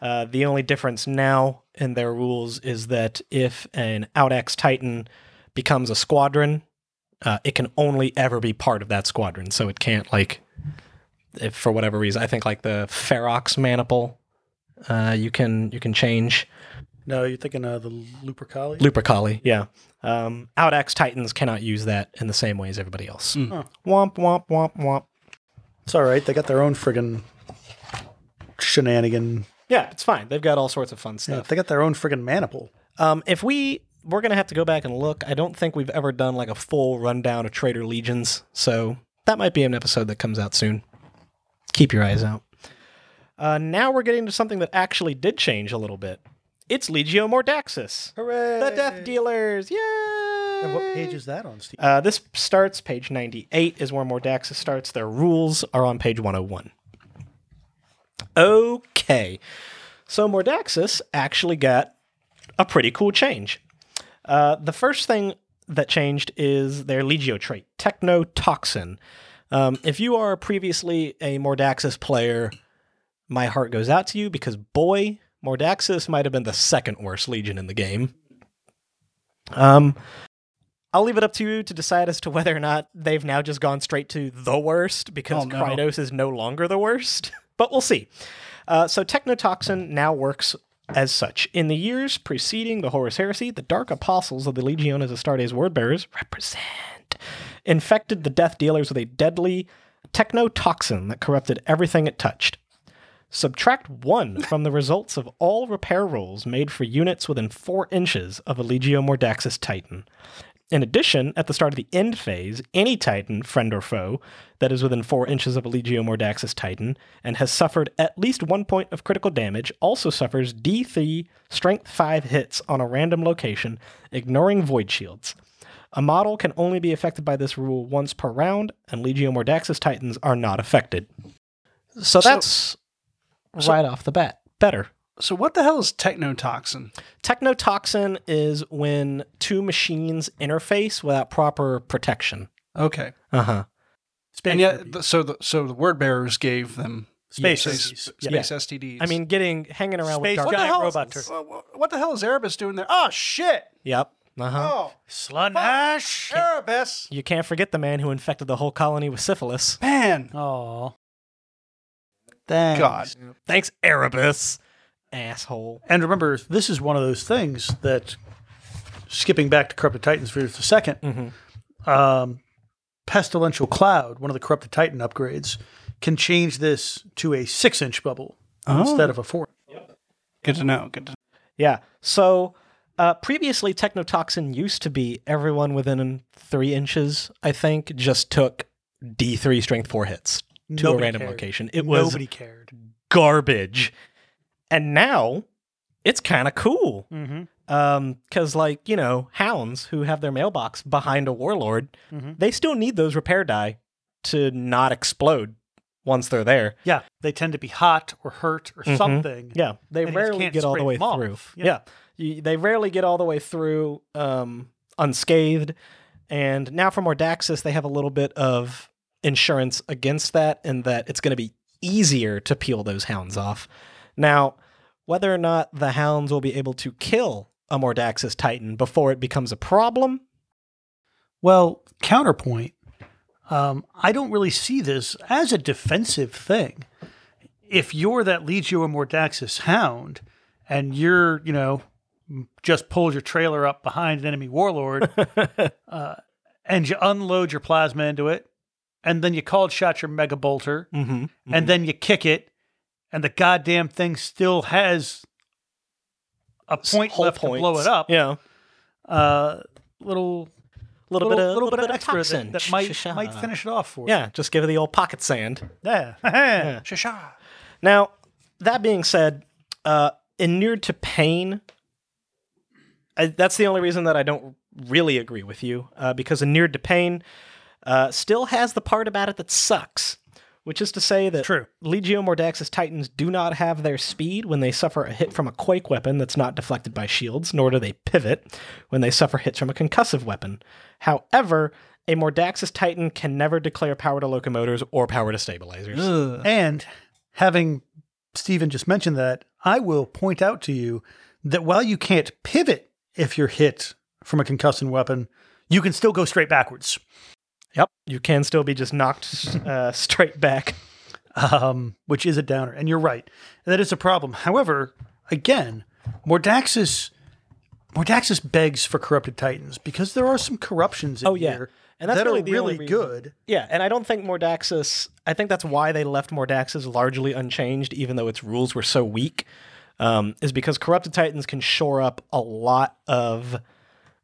S3: Uh, the only difference now in their rules is that if an Audax Titan becomes a squadron, uh, it can only ever be part of that squadron. So it can't, like, if for whatever reason, I think like the Ferox Maniple, uh, you can you can change.
S4: No, you're thinking of the Lupercali?
S3: Lupercali, yeah. Um, Audax Titans cannot use that in the same way as everybody else.
S4: Huh.
S3: Womp womp womp womp.
S4: it's all right. They got their own friggin' shenanigan.
S3: Yeah, it's fine. They've got all sorts of fun
S4: Yeah,
S3: stuff.
S4: they got their own friggin' maniple.
S3: Um, if we we're gonna have to go back and look, I don't think we've ever done like a full rundown of Trader Legions, so that might be an episode that comes out soon. Keep your eyes out. Uh, now we're getting to something that actually did change a little bit. It's Legio Mordaxus,
S4: Hooray!
S3: the Death Dealers. Yay!
S4: And what page is that on, Steve?
S3: Uh, this starts page 98 is where Mordaxus starts. Their rules are on page 101. Okay. So Mordaxus actually got a pretty cool change. Uh, the first thing that changed is their Legio trait, Technotoxin. Um, if you are previously a Mordaxus player, my heart goes out to you because boy, Mordaxus might have been the second worst Legion in the game. Um, I'll leave it up to you to decide as to whether or not they've now just gone straight to the worst because
S2: Oh, no.
S3: Krynos is no longer the worst. [LAUGHS] but we'll see. Uh, so Technotoxin now works as such. In the years preceding the Horus Heresy, the Dark Apostles of the Legiones Astartes word bearers represent infected the Death Dealers with a deadly technotoxin that corrupted everything it touched. Subtract one from the results of all repair rolls made for units within four inches of a Legio Mordaxus Titan. In addition, at the start of the end phase, any Titan, friend or foe, that is within four inches of a Legio Mordaxus Titan and has suffered at least one point of critical damage also suffers D3 Strength 5 hits on a random location, ignoring void shields. A model can only be affected by this rule once per round, and Legio Mordaxus Titans are not affected. So that's right off the bat. Better.
S2: So what the hell is technotoxin?
S3: Technotoxin is when two machines interface without proper protection.
S2: Okay.
S3: Uh huh.
S4: Space
S2: And yet,
S4: herpes.
S2: th- so the so the word bearers gave them
S4: space
S2: space,
S4: herpes.
S2: space
S4: Yeah.
S2: STDs.
S3: I mean, getting hanging around with
S4: Space
S3: dark.
S2: what the
S4: giant
S2: hell?
S4: robot
S2: is,
S4: turkey.
S2: wha- wha- what the hell is Erebus doing there? Oh shit!
S3: Yep. Uh huh.
S2: Oh,
S4: Slanash.
S2: Erebus.
S3: You can't forget the man who infected the whole colony with syphilis.
S2: Man,
S4: Oh,
S2: God.
S3: Thanks, Erebus. Asshole.
S4: And remember, this is one of those things that, skipping back to Corrupted Titans for just a 2nd
S3: Mm-hmm.
S4: um, Pestilential Cloud, one of the Corrupted Titan upgrades, can change this to a six inch bubble
S3: Oh.
S4: instead of a four.
S2: Good to know. Good to know.
S3: Yeah. So uh, previously, technotoxin used to be everyone within three inches. I think just took D three strength four hits to
S4: Nobody
S3: a random
S4: cared.
S3: location. It was
S4: Nobody cared.
S3: garbage, and now it's kind of cool.
S4: Mm-hmm.
S3: Um, cause like, you know, hounds who have their mailbox behind a warlord,
S4: Mhm.
S3: they still need those repair die to not explode once they're there.
S4: Yeah, they tend to be hot or hurt or
S3: Mhm.
S4: something.
S3: Yeah. They
S4: And you just
S3: rarely
S4: can't
S3: get all the
S4: spray
S3: way
S4: them off.
S3: through.
S4: Yeah.
S3: Yeah. You, they rarely get all the way through, um, unscathed. And now for Mordaxus, they have a little bit of insurance against that and that it's going to be easier to peel those hounds off. Now, whether or not the hounds will be able to kill a Mordaxus Titan before it becomes a problem,
S4: Well, counterpoint. Um, I don't really see this as a defensive thing. If you're that Legio Mordaxus hound, and you're, you know, m- just pulled your trailer up behind an
S3: [LAUGHS]
S4: enemy warlord, uh, and you unload your plasma into it, and then you called shot your mega bolter,
S3: Mm-hmm.
S4: and then you kick it, and the goddamn thing still has a point left to blow it up.
S3: Yeah.
S4: Uh, little
S3: Little,
S4: little,
S3: bit of
S4: little bit of extra
S3: toxin
S4: that, that might might finish it off for you.
S3: Yeah, just give it the old pocket sand.
S4: Yeah. [LAUGHS]
S2: Shasha.
S3: Now, that being said, uh, inured to pain. I, that's the only reason that I don't really agree with you, uh, because inured to pain uh, still has the part about it that sucks, which is to say that
S4: True.
S3: Legio Mordaxus Titans do not have their speed when they suffer a hit from a quake weapon that's not deflected by shields, nor do they pivot when they suffer hits from a concussive weapon. However, A Mordaxus Titan can never declare power to locomotors or power to stabilizers.
S4: And having Steven just mentioned that, I will point out to you that while you can't pivot if you're hit from a concussion weapon, you can still go straight backwards.
S3: Yep, you can still be just [LAUGHS] knocked uh, straight back.
S4: um, which is a downer. And you're right, that is a problem. However, again, Mordaxus, Mordaxus begs for corrupted titans because there are some corruptions in
S3: Oh, yeah.
S4: here
S3: And that's
S4: that
S3: really
S4: are
S3: the only
S4: really
S3: reason.
S4: good.
S3: Yeah, and I don't think Mordaxus. I think that's why they left Mordaxus largely unchanged, even though its rules were so weak, um, is because corrupted titans can shore up a lot of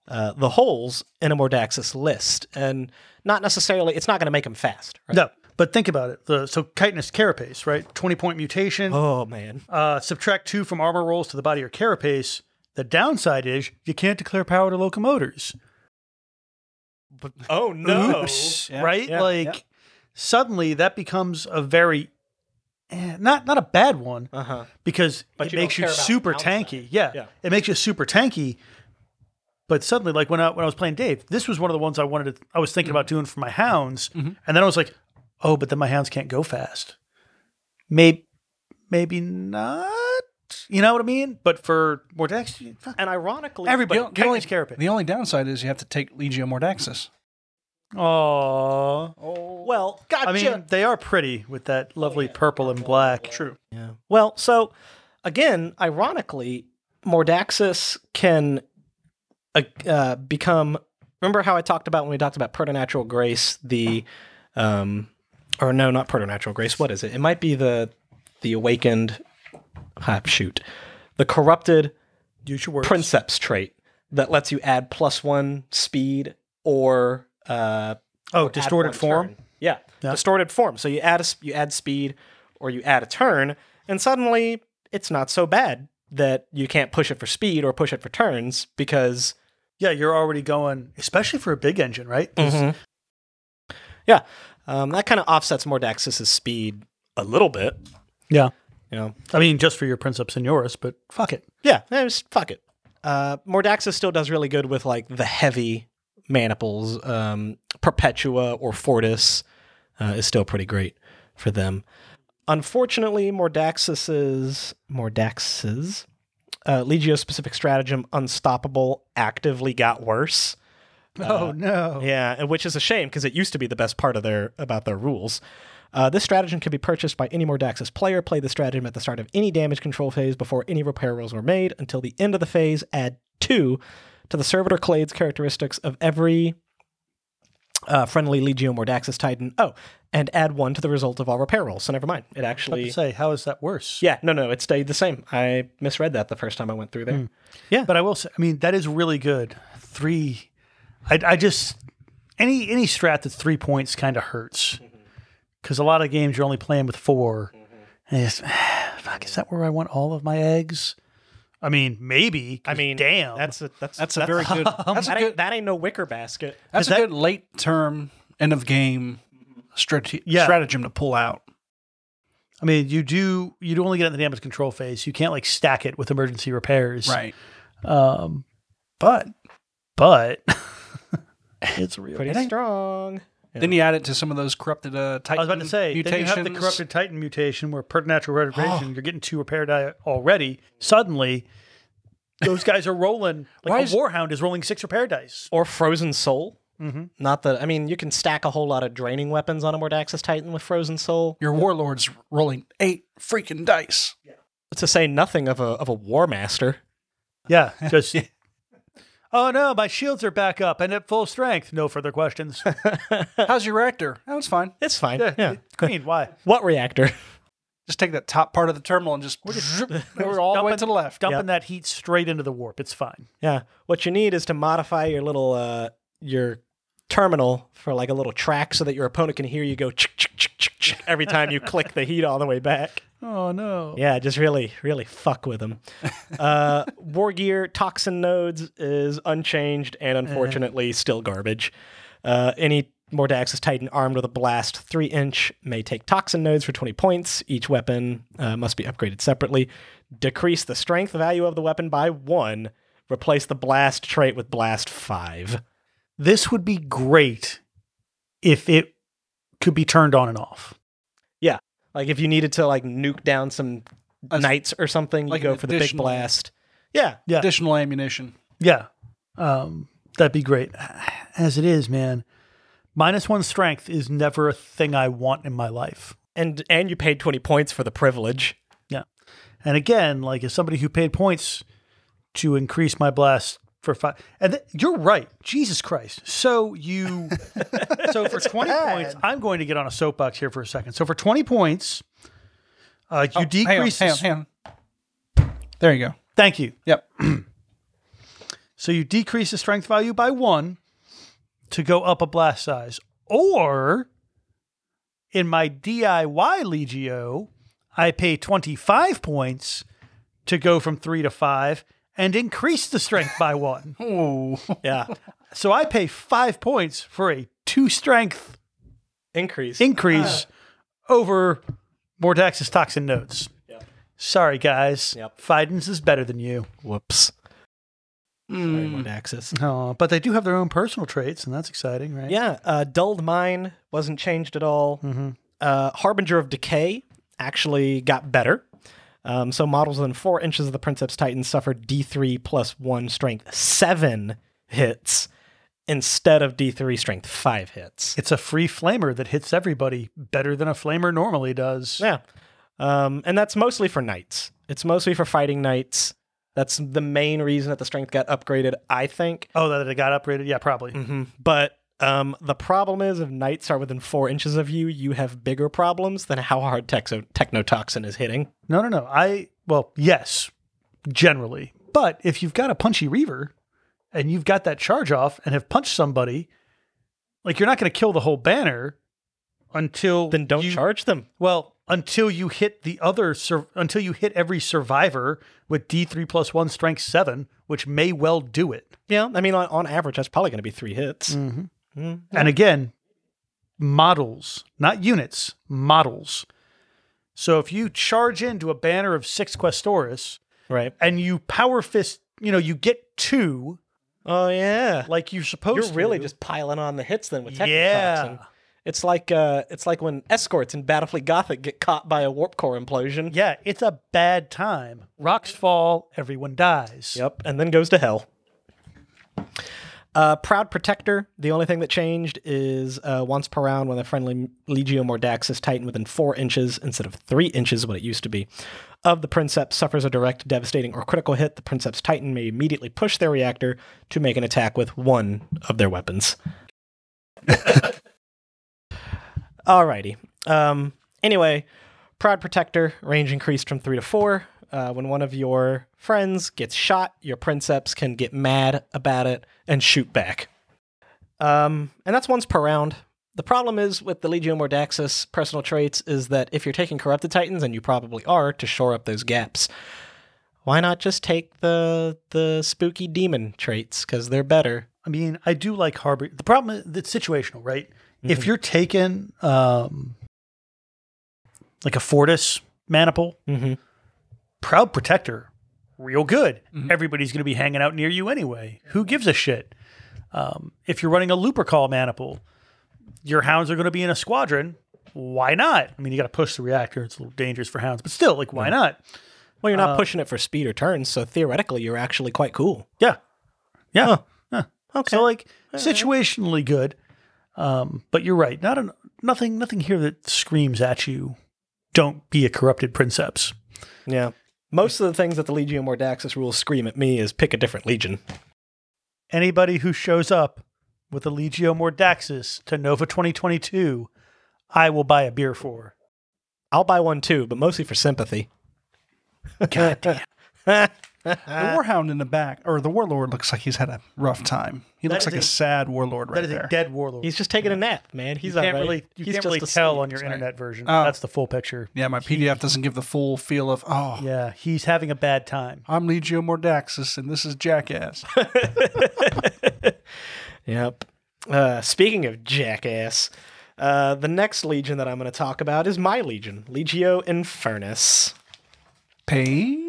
S3: uh, the holes in a Mordaxus list, and not necessarily. It's not going to make them fast. Right?
S4: No, but think about it. The, so chitinous carapace, right? Twenty point mutation.
S3: Oh man.
S4: Uh, subtract two from armor rolls to the body or carapace. The downside is you can't declare power to locomotors.
S3: Oh no.
S4: Oops,
S2: Yeah,
S4: right?
S2: yeah,
S4: like
S2: yeah.
S4: suddenly that becomes a very eh, not not a bad one
S3: Uh huh.
S4: because
S3: But
S4: it
S3: you
S4: makes
S3: don't
S4: you
S3: care about
S4: super
S3: downside.
S4: tanky. Yeah,
S3: Yeah.
S4: it makes you super tanky. But suddenly, like when I when I was playing Dave, this was one of the ones I wanted to. I was thinking
S3: Mm-hmm.
S4: about doing for my hounds, and then I was like, oh, but then my hounds can't go fast. Maybe maybe not. You know what I mean? But for Mordax, fuck,
S3: And ironically,
S4: everybody
S2: The only-
S4: Caitlyn's carapace.
S2: The only downside is you have to take Legio Mordaxus.
S4: Aww.
S3: well, gotcha. Oh,
S4: I mean, they are pretty with that lovely purple and black. True.
S3: Yeah. Well, so again, ironically, Mordaxus can uh, uh, become. Remember how I talked about when we talked about preternatural grace, the, um, or no, not preternatural grace. What is it? It might be the the awakened. Ah, shoot, the corrupted
S4: Use your words.
S3: princeps trait that lets you add plus one speed or uh,
S4: Oh,
S3: add
S4: distorted
S3: one
S4: form.
S3: turn. Yeah. distorted form. So you add a sp- you add speed or you add a turn, and suddenly it's not so bad that you can't push it for speed or push it for turns because
S4: Yeah, you're already going, especially for a big engine, right? 'Cause
S3: Mm-hmm. yeah, um, that kind of offsets Mordaxus's speed a little bit.
S4: Yeah.
S3: You know,
S4: I mean, just for your Princeps Senioris, but fuck it.
S3: yeah, eh, just fuck it. Uh, Mordaxus still does really good with like the heavy maniples. Um, Perpetua or Fortis uh, is still pretty great for them. Unfortunately, Mordaxus's Mordaxus uh, Legio specific stratagem Unstoppable actively got worse.
S2: Uh,
S4: oh no.
S3: Yeah, and which is a shame because it used to be the best part of their about their rules. Uh, this stratagem can be purchased by any Mordaxus player. Play the stratagem at the start of any damage control phase before any repair rolls were made until the end of the phase. Add two to the servitor clades characteristics of every uh, friendly Legio Mordaxus Titan. Oh, and add one to the result of all repair rolls. So never mind. It actually.
S4: Say, how is that worse?
S3: Yeah, no, no, it stayed the same. I misread that the first time I went through there.
S2: Hmm.
S4: But I will say, I mean, that is really good. Three. I, I just any any strat that's three points kind of
S3: Mm-hmm.
S4: hurts because a lot of games you're only playing with 4 And it's, [SIGHS] fuck, is that where I want all of my eggs? I mean, maybe. 'cause
S3: I mean,
S4: damn,
S3: that's a that's
S2: That's a very
S3: [LAUGHS]
S2: good. That's a
S3: that, ain't,
S2: good.
S3: that ain't no wicker basket.
S2: That's a good late term end of game strate-
S4: Yeah.
S2: stratagem to pull out.
S4: I mean, you do you do only get it in the damage control phase. You can't like stack it with emergency repairs.
S2: Right.
S4: Um, but but it's real.
S3: Pretty
S4: It ain't-
S3: strong.
S2: Then you add it to some of those corrupted uh, Titan
S4: I was about to say then you
S2: mutations.
S4: have the corrupted titan mutation where
S2: [GASPS]
S4: preternatural retribution. You're getting two repair die already. Suddenly,
S2: [LAUGHS]
S4: those guys are rolling. Like
S2: Why
S4: a
S2: is-
S4: warhound is rolling six
S2: [LAUGHS]
S4: repair dice.
S3: or Frozen Soul. Not that I mean, you can stack a whole lot of draining weapons on a Mordaxus Titan with Frozen Soul.
S2: Your warlords rolling eight freaking dice.
S3: To say nothing of a of a War Master.
S4: Yeah, [LAUGHS] just. Oh no, my shields are back up and at full strength. No
S2: [LAUGHS]
S4: further questions.
S2: How's your reactor? That was fine.
S3: It's fine.
S4: Yeah,
S3: Yeah.
S4: [LAUGHS] Queen, why?
S3: What reactor? [LAUGHS]
S2: Just take that top part of the terminal and just [LAUGHS]
S4: [LAUGHS]
S2: we're all the way
S4: dumping-
S2: to the left.
S4: Dumping that heat straight into the warp. It's fine.
S3: Yeah. What you need is to modify your little uh your terminal for like a little track so that your opponent can hear you go chick, chick, chick, chick, chick every time you [LAUGHS] click the heat all the way back.
S4: Oh no.
S3: Yeah, just really, really fuck
S2: [LAUGHS]
S3: with them. Uh, War gear toxin nodes is unchanged and
S2: Uh-huh.
S3: unfortunately still garbage. Uh, any Mordaxus Titan armed with a blast three inch may take toxin nodes for twenty points. Each weapon uh, must be upgraded separately. Decrease the strength value of the weapon by one. Replace the blast trait with blast five.
S4: This would be great if it could be turned on and off.
S3: Like if you needed to like nuke down some
S2: As-
S3: knights or something,
S2: like
S3: you go
S2: an
S3: for the big
S2: additional-
S3: blast. Yeah,
S4: Yeah.
S2: Additional ammunition. Oh,
S4: Yeah. Um, that'd be great. [SIGHS] As it is, man, minus one strength is never a thing I want in my life.
S3: and and you paid twenty points for the privilege.
S4: And again, like as somebody who paid points to increase my blast for five, and th- you're right, Jesus Christ.
S2: [LAUGHS]
S4: So you, so for twenty points, I'm going to get on a soapbox here for a second. So for twenty points, uh,
S2: Oh,
S4: you
S2: Hang on,
S4: decrease.
S2: Hang on, hang on. There you go.
S4: Thank you.
S2: Yep.
S4: So you decrease the strength value by one to go up a blast size. Or in my DIY Legio, I pay 25 points to go from three to five and increase the strength
S3: [LAUGHS]
S4: by one.
S2: Oh,
S3: Yeah,
S4: So I pay five points for a two strength
S3: increase.
S4: increase over Mordax's toxin notes.
S3: Ah. Yep.
S4: Sorry, guys.
S3: Yep.
S4: Fidens is better than you.
S3: Whoops. Sorry,
S2: Mm.
S3: one axis.
S4: Oh, but they do have their own personal traits, and that's exciting, right?
S3: Yeah, uh, dulled mine wasn't changed at all. Uh, Harbinger of decay actually got better. Um, so models within four inches of the Princeps Titan suffered D3 plus one strength seven hits instead of D3 strength five hits.
S4: It's a free flamer that hits everybody better than a flamer normally does.
S3: Yeah. Um, and that's mostly for knights. It's mostly for fighting knights. That's the main reason that the strength got upgraded, I think.
S4: Oh, that it got upgraded? Yeah, probably.
S3: hmm But um, the problem is, if knights are within four inches of you, you have bigger problems than how hard texo- technotoxin is hitting.
S4: No, no, no. I, well, yes, generally. But if you've got a punchy Reaver and you've got that charge off and have punched somebody, like you're not going to kill the whole banner until.
S3: Then don't
S4: you-
S3: charge them.
S4: Well, until you hit the other, sur- until you hit every survivor with D3 plus one strength seven, which may well do it.
S3: Yeah, I mean, on, on average, that's probably going to be three hits. Mm.
S4: And again, models, not units, models. So if you charge into a banner of six Questoris
S3: Right.
S4: and you power fist, you know, you get two
S3: Oh yeah.
S4: like you're supposed
S3: You're
S4: to.
S3: really just piling on the hits then with technotoxin.
S4: Yeah.
S3: It's like uh, it's like when escorts in Battlefleet Gothic get caught by a warp core implosion.
S4: Yeah, it's a bad time. Rocks fall, everyone dies.
S3: Yep, and then goes to hell. Uh, Proud Protector. The only thing that changed is uh, once per round when the friendly Legio Mordaxis Titan within four inches instead of three inches, what it used to be, of the Princeps suffers a direct, devastating, or critical hit, the Princeps Titan may immediately push their reactor to make an attack with one of their weapons. Alrighty. Um, anyway, Proud Protector, range increased from 3 to 4. Uh, when one of your friends gets shot, your Princeps can get mad about it and shoot back. Um, and that's once per round. The problem is with the Legio Mordaxis personal traits is that if you're taking Corrupted Titans, and you probably are to shore up those gaps, why not just take the the spooky demon traits because they're better?
S4: I mean, I do like Harbor. The problem is it's situational, right? If
S3: Mm-hmm.
S4: you're taking um like a Fortis maniple,
S3: Mm-hmm.
S4: proud protector, real good. Everybody's going to be hanging out near you anyway. Who gives a shit? Um, if you're running a Lupercal maniple, your hounds are going to be in a squadron. Why not? I mean, you got to push the reactor. It's a little dangerous for hounds, but still, like, why not?
S3: Well, you're not pushing it for speed or turns, so theoretically, you're actually quite cool.
S4: Yeah, yeah. Huh.
S3: Okay.
S4: So, like, situationally good. Um, but you're right. Not an, nothing. Nothing here that screams at you. Don't be a corrupted princeps.
S3: Yeah. Most of the things that the Legio Mordaxis rules scream at me is pick a different legion.
S4: anybody who shows up with a Legio Mordaxis to Nova 2022, I will buy a beer for.
S3: I'll buy one too, but mostly for sympathy.
S2: the warhound in the back, or the warlord, looks like he's had a rough time. He looks
S4: is
S2: like a,
S4: a-
S2: sad warlord right
S4: that is
S2: there.
S4: a dead warlord.
S3: He's just taking a nap, man. He's
S4: you can't
S3: alright.
S4: really, you
S3: He's just
S4: can't really tell
S3: asleep.
S4: on your
S3: Sorry.
S4: internet version.
S2: Oh.
S4: That's the full picture.
S2: yeah, my PDF doesn't give the full feel of oh,
S4: Yeah, he's having a bad time.
S2: I'm Legio Mordaxis and this is
S4: [LAUGHS]
S2: Jackass.
S3: Yep. Uh, speaking of jackass, uh, the next legion that I'm going to talk about is my legion, Legio Infernus.
S2: Page.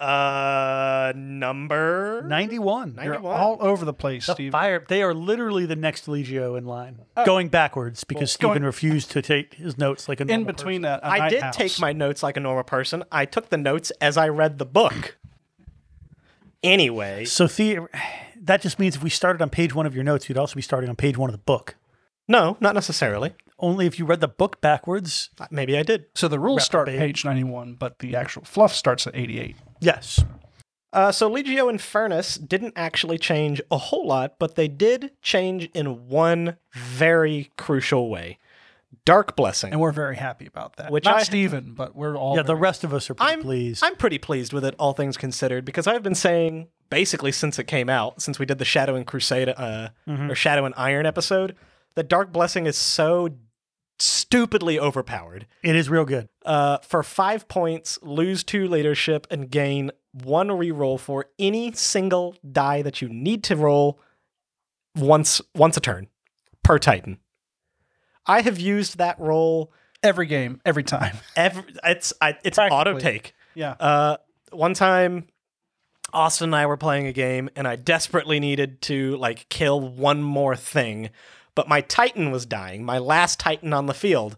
S3: Uh, number
S4: 91.
S2: You're
S3: 91.
S2: all over the place,
S4: The
S2: Steve. Oh.
S4: fire. They are literally the next Legio in line, going backwards because
S2: going-
S4: Stephen refused to take his notes like a
S2: In
S4: normal
S2: between
S4: person.
S2: that, a
S3: I
S2: night
S3: did
S2: house.
S3: take my notes like a normal person. I took the notes as I read the book. Anyway,
S4: So the, that just means if we started on page one of your notes, you'd also be starting on page one of the book.
S3: no, not necessarily.
S4: Only if you read the book backwards.
S3: Maybe I did.
S2: So the rules start page 91, but the actual fluff starts at 88.
S4: Yes.
S3: Uh, so Legio Infernus didn't actually change a whole lot, but they did change in one very crucial way: Dark Blessing.
S2: And we're very happy about that.
S3: Which
S2: Not
S3: I-
S2: Steven, but we're all.
S4: Yeah, the
S2: very-
S4: rest of us are pretty
S3: I'm
S4: pleased.
S3: I'm pretty pleased with it, all things considered, because I've been saying basically since it came out, since we did the Shadow and Crusade uh, or Shadow and Iron episode, that Dark Blessing is so stupidly overpowered.
S4: It is real good.
S3: Uh, for five points, lose two leadership and gain one reroll for any single die that you need to roll once once a turn per Titan. I have used that roll
S2: every game, every time. [LAUGHS]
S3: every. It's I, it's auto take.
S2: Yeah.
S3: Uh, one time, Austin and I were playing a game, and I desperately needed to like kill one more thing, but my Titan was dying, my last Titan on the field.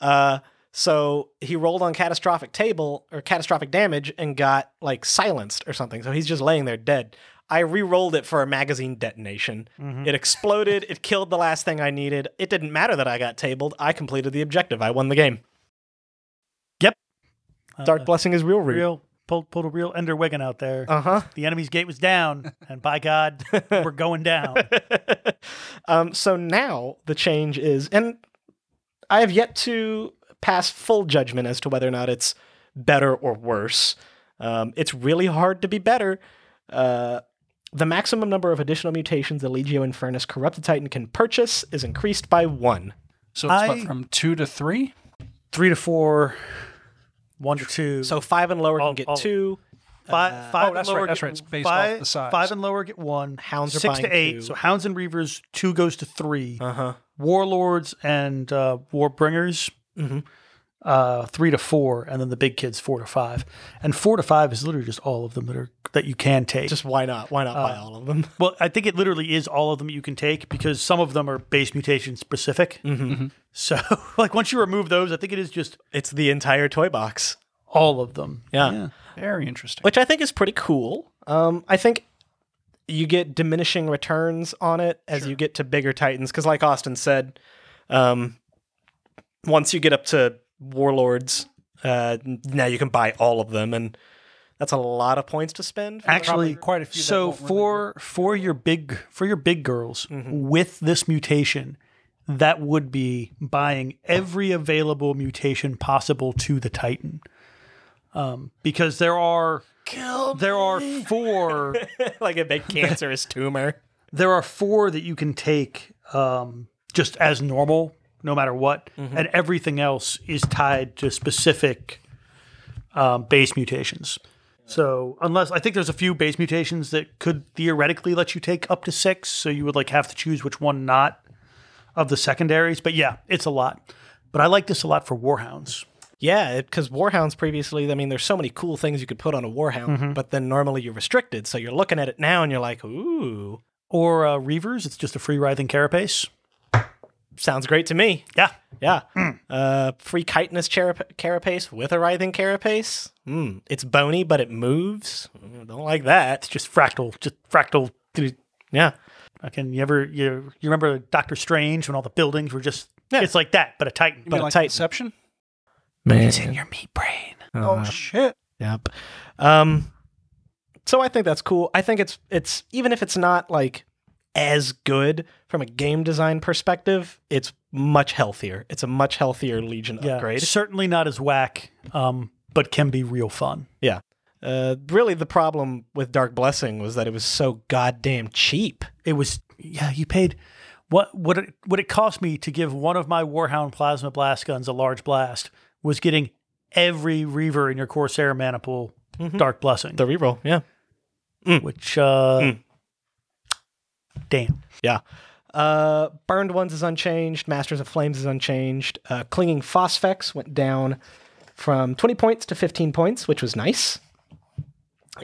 S3: Uh, so he rolled on catastrophic table or catastrophic damage and got like silenced or something. So he's just laying there dead. I re-rolled it for a magazine detonation. It exploded. it killed the last thing I needed. It didn't matter that I got tabled. I completed the objective. I won the game. Dark
S4: Uh,
S3: blessing is real, real.
S4: real pulled pulled a real Ender Wiggin out there.
S3: Uh huh.
S4: the enemy's gate was down, and by God, we're going down.
S3: [LAUGHS] um, so now the change is, and I have yet to pass full judgment as to whether or not it's better or worse. Um, it's really hard to be better. Uh, the maximum number of additional mutations the Legio Infernus Corrupted Titan can purchase is increased by one.
S2: So it's what,
S4: I-
S2: from two to three?
S4: Three to four, one to two.
S3: So uh, five and lower
S4: All-
S3: can get
S4: all-
S3: two.
S4: five, five
S2: oh, that's
S4: and
S2: right,
S4: lower
S2: that's
S4: get-
S2: right, it's based
S4: five,
S2: off the size.
S4: Five and lower get one.
S3: Hounds are
S4: six
S3: buying
S4: to eight.
S3: two.
S4: So hounds and reavers, two goes to 3
S3: Uh-huh.
S4: Warlords and uh, warbringers,
S3: Mm-hmm.
S4: uh, three to four, and then the big kids four to five. And four to five is literally just all of them that are that you can take.
S3: Just why not? Why not buy all of them? [LAUGHS]
S4: Well, I think it literally is all of them you can take because some of them are base mutation specific.
S2: Mm-hmm.
S4: So, [LAUGHS] like once you remove those, I think it is just
S3: It's the entire toy box.
S4: all of them.
S3: yeah.
S2: Very interesting.
S3: which I think is pretty cool. Um, I think you get diminishing returns on it as you get to bigger titans, because like Austin said, um, once you get up to warlords, uh, n- now you can buy all of them, and that's a lot of points to spend. [LAUGHS] for the-
S4: Actually,
S2: quite a few that
S4: So
S2: won't really Mm-hmm.
S4: for for your big for your big girls with this mutation, that would be buying every available mutation possible to the Titan, um, because there are there are
S2: [LAUGHS]
S4: four
S3: like a big cancerous tumor.
S4: there are four that you can take um, just as normal, no matter what, and everything else is tied to specific um, base mutations. So unless I think there's a few base mutations that could theoretically let you take up to six, so you would like have to choose which one not of the secondaries. But yeah, it's a lot. But I like this a lot for warhounds.
S3: Yeah, because warhounds previously, I mean, there's so many cool things you could put on a warhound, but then normally you're restricted. So you're looking at it now, and you're like, "Ooh,
S4: Or uh, Reavers, it's just a free writhing carapace.
S3: sounds great to me."
S4: Yeah.
S3: Yeah.
S4: Mm.
S3: Uh, free chitinous charap- carapace with a writhing carapace. Mm, it's bony, but it moves. Mm, don't like that.
S4: It's just fractal, just fractal
S3: Yeah.
S4: Can you ever you you remember Doctor Strange when all the buildings were just
S3: Yeah.
S4: it's like that, but a Titan.
S2: You
S4: But
S2: mean like
S3: Titan.
S2: Inception?
S3: Man.
S4: your meat brain.
S2: Oh, shit.
S3: Yep. Um, so I think that's cool. I think it's it's even if it's not like as good from a game design perspective, it's much healthier. It's a much healthier Legion
S4: Yeah,
S3: upgrade.
S4: certainly not as whack, um, but can be real fun.
S3: Yeah. Uh, really, the problem with Dark Blessing was that it was so goddamn cheap.
S4: It was yeah, you paid what what it, what it cost me to give one of my Warhound plasma blast guns a large blast was getting every Reaver in your Corsair maniple Dark Blessing,
S3: Mm-hmm. The reroll, yeah. Mm.
S4: which uh, damn.
S3: Yeah. Uh, Burned Ones is unchanged. Masters of Flames is unchanged. Uh, Clinging Phosphex went down from 20 points to 15 points, which was nice.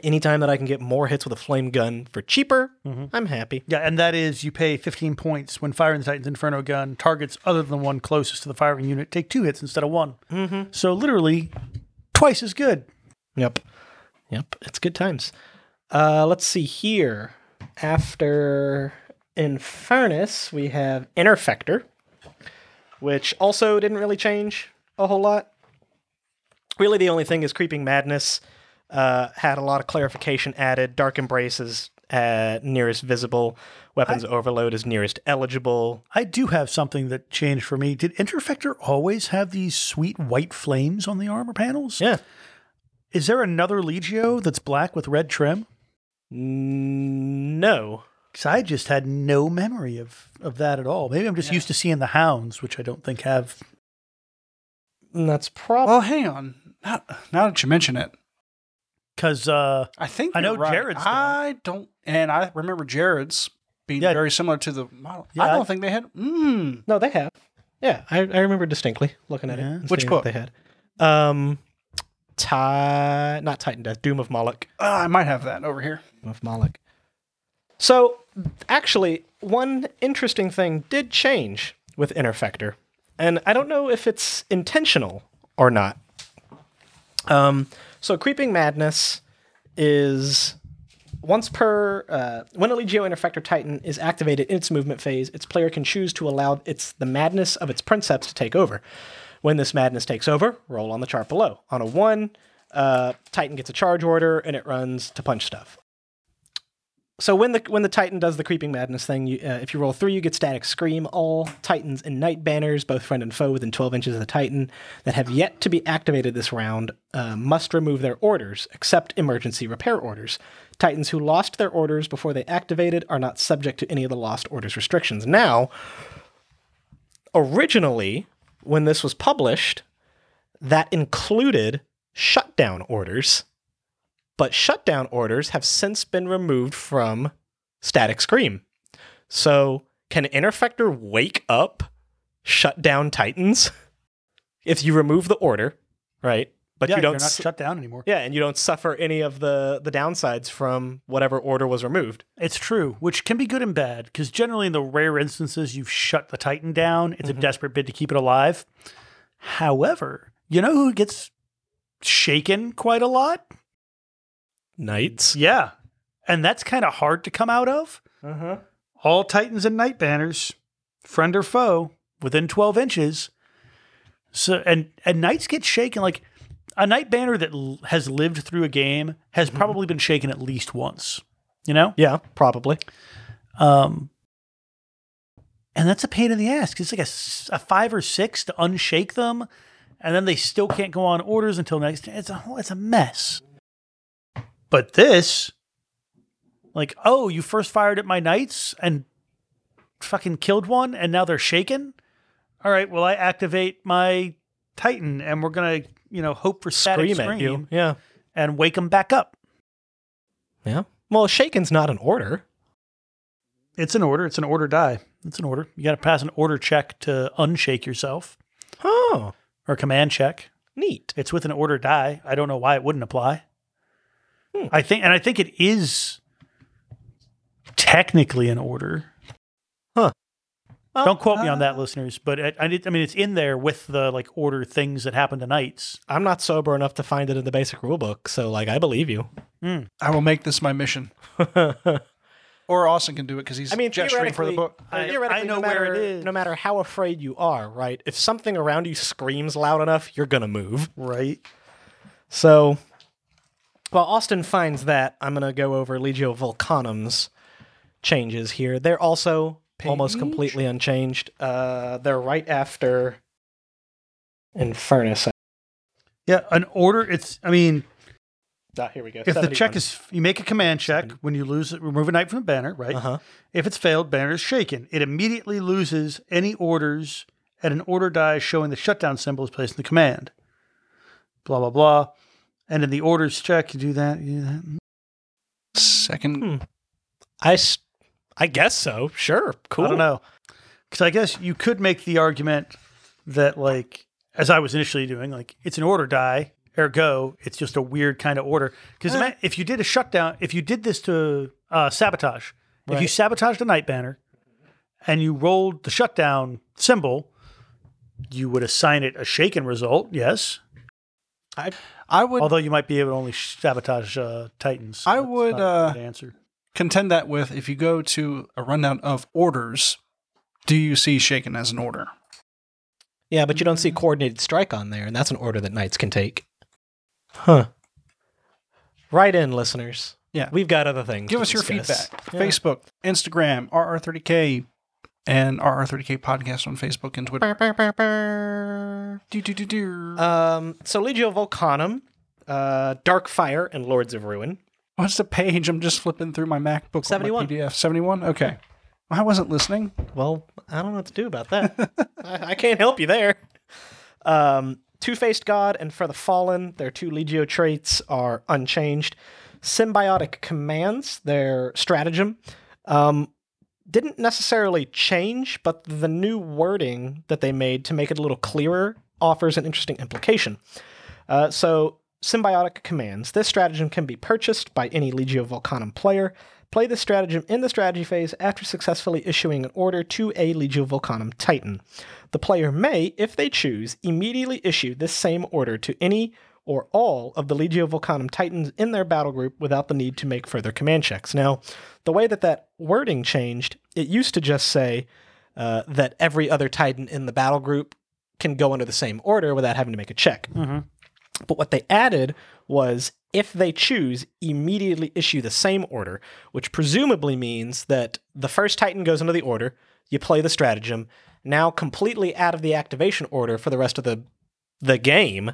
S3: Anytime that I can get more hits with a flame gun for cheaper, I'm happy.
S4: Yeah, and that is you pay 15 points when firing the Titan's Inferno gun. Targets other than one closest to the firing unit take two hits instead of one. Mm-hmm. So literally twice as good.
S3: Yep. Yep. It's good times. Uh, let's see here. After Infernus, we have Interfector, which also didn't really change a whole lot. Really, the only thing is Creeping Madness uh, had a lot of clarification added. Dark Embrace is uh, nearest visible. Weapons Overload is nearest eligible.
S4: I do have something that changed for me. Did Interfector always have these sweet white flames on the armor panels?
S3: Yeah.
S4: Is there another Legio that's black with red trim?
S3: N- No.
S4: Because I just had no memory of, of that at all. Maybe I'm just used to seeing the hounds, which I don't think have.
S3: That's probably.
S2: Oh, hang on. Now, now that you mention it,
S4: Because uh,
S2: I think
S4: I
S2: you're
S4: know
S2: right.
S4: Jared's don't.
S2: I don't, and I remember Jared's being
S4: Yeah.
S2: very similar to the model.
S4: Yeah,
S2: I don't
S4: I-
S2: think they had. Mm,
S3: No, they have. Yeah, I, I remember distinctly looking at it. and
S2: Which
S3: seeing what
S2: book?
S3: they had? Um, Ti- not Titan Death, Doom of Moloch.
S2: uh, I might have that over here.
S3: of Moloch. So, actually, one interesting thing did change with Interfector, and I don't know if it's intentional or not. Um, so, Creeping Madness is once per uh, when a Legio Interfector Titan is activated in its movement phase, its player can choose to allow its the madness of its princeps to take over. When this madness takes over, roll on the chart below. On a one, uh, Titan gets a charge order and it runs to punch stuff so when the when the Titan does the creeping madness thing, you, uh, if you roll three, you get static scream. All Titans and Night banners, both friend and foe, within twelve inches of the Titan that have yet to be activated this round uh, must remove their orders, except emergency repair orders. Titans who lost their orders before they activated are not subject to any of the lost orders restrictions. Now, originally, when this was published, that included shutdown orders but shutdown orders have since been removed from Static Scream. So, can Interfector wake up shut down Titans if you remove the order, right? But
S4: yeah,
S3: you don't
S4: are not
S3: s-
S4: shut down anymore.
S3: Yeah, and you don't suffer any of the the downsides from whatever order was removed.
S4: It's true, which can be good and bad, because generally in the rare instances you've shut the Titan down, it's a desperate bid to keep it alive. However, you know who gets shaken quite a lot?
S3: Knights.
S4: Yeah. And that's kind of hard to come out of. All Titans and Night Banners, friend or foe, within 12 inches. So and and Knights get shaken like a Night Banner that l- has lived through a game has probably been shaken at least once. You know?
S3: Yeah, probably.
S4: Um, and that's a pain in the ass 'cause it's like a s- a, five or six to unshake them, and then they still can't go on orders until next. It's a whole, it's a mess. But this, like, oh, you first fired at my knights and fucking killed one, and now they're shaken. All right, well, I activate my Titan, and we're gonna, you know, hope for static
S3: Scream
S4: scream,
S3: at you. Yeah.
S4: and wake them back up.
S3: Yeah. Well, shaken's not an order.
S4: It's an order. It's an order die. It's an order. You got to pass an order check to unshake yourself
S3: Oh,
S4: or command check.
S3: neat.
S4: It's with an order die. I don't know why it wouldn't apply.
S3: Hmm.
S4: I think, and I think it is technically an order.
S3: Well,
S4: don't quote me on that,
S3: uh,
S4: listeners. But I, I, did- I mean, it's in there with the like order things that happen to knights.
S3: I'm not sober enough to find it in the basic rulebook, so like I believe you.
S2: I will make this my
S3: [LAUGHS]
S2: mission. Or Austin can do it because he's
S3: I mean,
S2: gesturing for the
S3: theoretically-
S2: book.
S4: I-
S3: theoretically,
S4: I know
S3: no matter,
S4: where it is.
S3: No matter how afraid you are, right? If something around you screams loud enough, you're gonna move.
S4: Right.
S3: So, while Austin finds that, I'm gonna go over Legio Volcanum's changes here. They're also almost
S2: Page?
S3: completely unchanged. Uh, they're right after Infernus.
S4: Yeah, an order. It's. I mean,
S3: Ah, here we go.
S4: if the check is, you make a command check when you lose, remove a knight from the banner, right?
S3: uh
S5: Uh-huh.
S3: huh,
S4: If it's failed, banner is shaken. It immediately loses any orders and an order die showing the shutdown symbol is placed in the command. Blah blah blah. And in the orders check, you do that. You do that.
S2: Second.
S3: Hmm. I s- I guess so. Sure, cool.
S4: I don't know, because I guess you could make the argument that like, as I was initially doing, like it's an order die, Ergo, it's just a weird kind of order. Because if you did a shutdown, if you did this to uh, sabotage, if you sabotaged a night banner and you rolled the shutdown symbol, you would assign it a shaken result, yes.
S2: I would
S4: Although you might be able to only sabotage uh, Titans.
S2: I
S4: That's
S2: would,
S4: not a
S2: uh,
S4: good answer.
S2: contend that with if you go to a rundown of orders, do you see shaken as an order?
S5: Yeah, but you don't
S3: Mm.
S5: see coordinated strike on there, and that's an order that knights can take. Huh.
S3: Right in, listeners.
S2: Yeah.
S3: We've got other things.
S2: Give
S3: to
S2: us your
S3: discuss.
S2: feedback.
S3: Yeah.
S2: Facebook, Instagram, RR30K, and RR30K podcast on Facebook and Twitter. Do, do, do, do.
S3: Um, so Legio Volcanum, uh, Dark Fire, and Lords of Ruin.
S2: What's the page? I'm just flipping through my MacBook. on my
S3: 71.
S2: PDF. 71? Okay. I wasn't listening.
S3: Well, I don't know what to do about that. I, I can't help you there. Um, Two Faced God and For the Fallen, their two Legio traits are unchanged. Symbiotic Commands, their stratagem, um, didn't necessarily change, but the new wording that they made to make it a little clearer offers an interesting implication. Uh, so, symbiotic commands. This stratagem can be purchased by any Legio Volcanum player. Play this stratagem in the strategy phase after successfully issuing an order to a Legio Volcanum Titan. The player may, if they choose, immediately issue this same order to any or all of the Legio Volcanum Titans in their battle group without the need to make further command checks. Now, the way that that wording changed, it used to just say uh, that every other Titan in the battle group can go under the same order without having to make a check. But what they added was if they choose, immediately issue the same order, which presumably means that the first Titan goes into the order, you play the stratagem, now completely out of the activation order for the rest of the the game,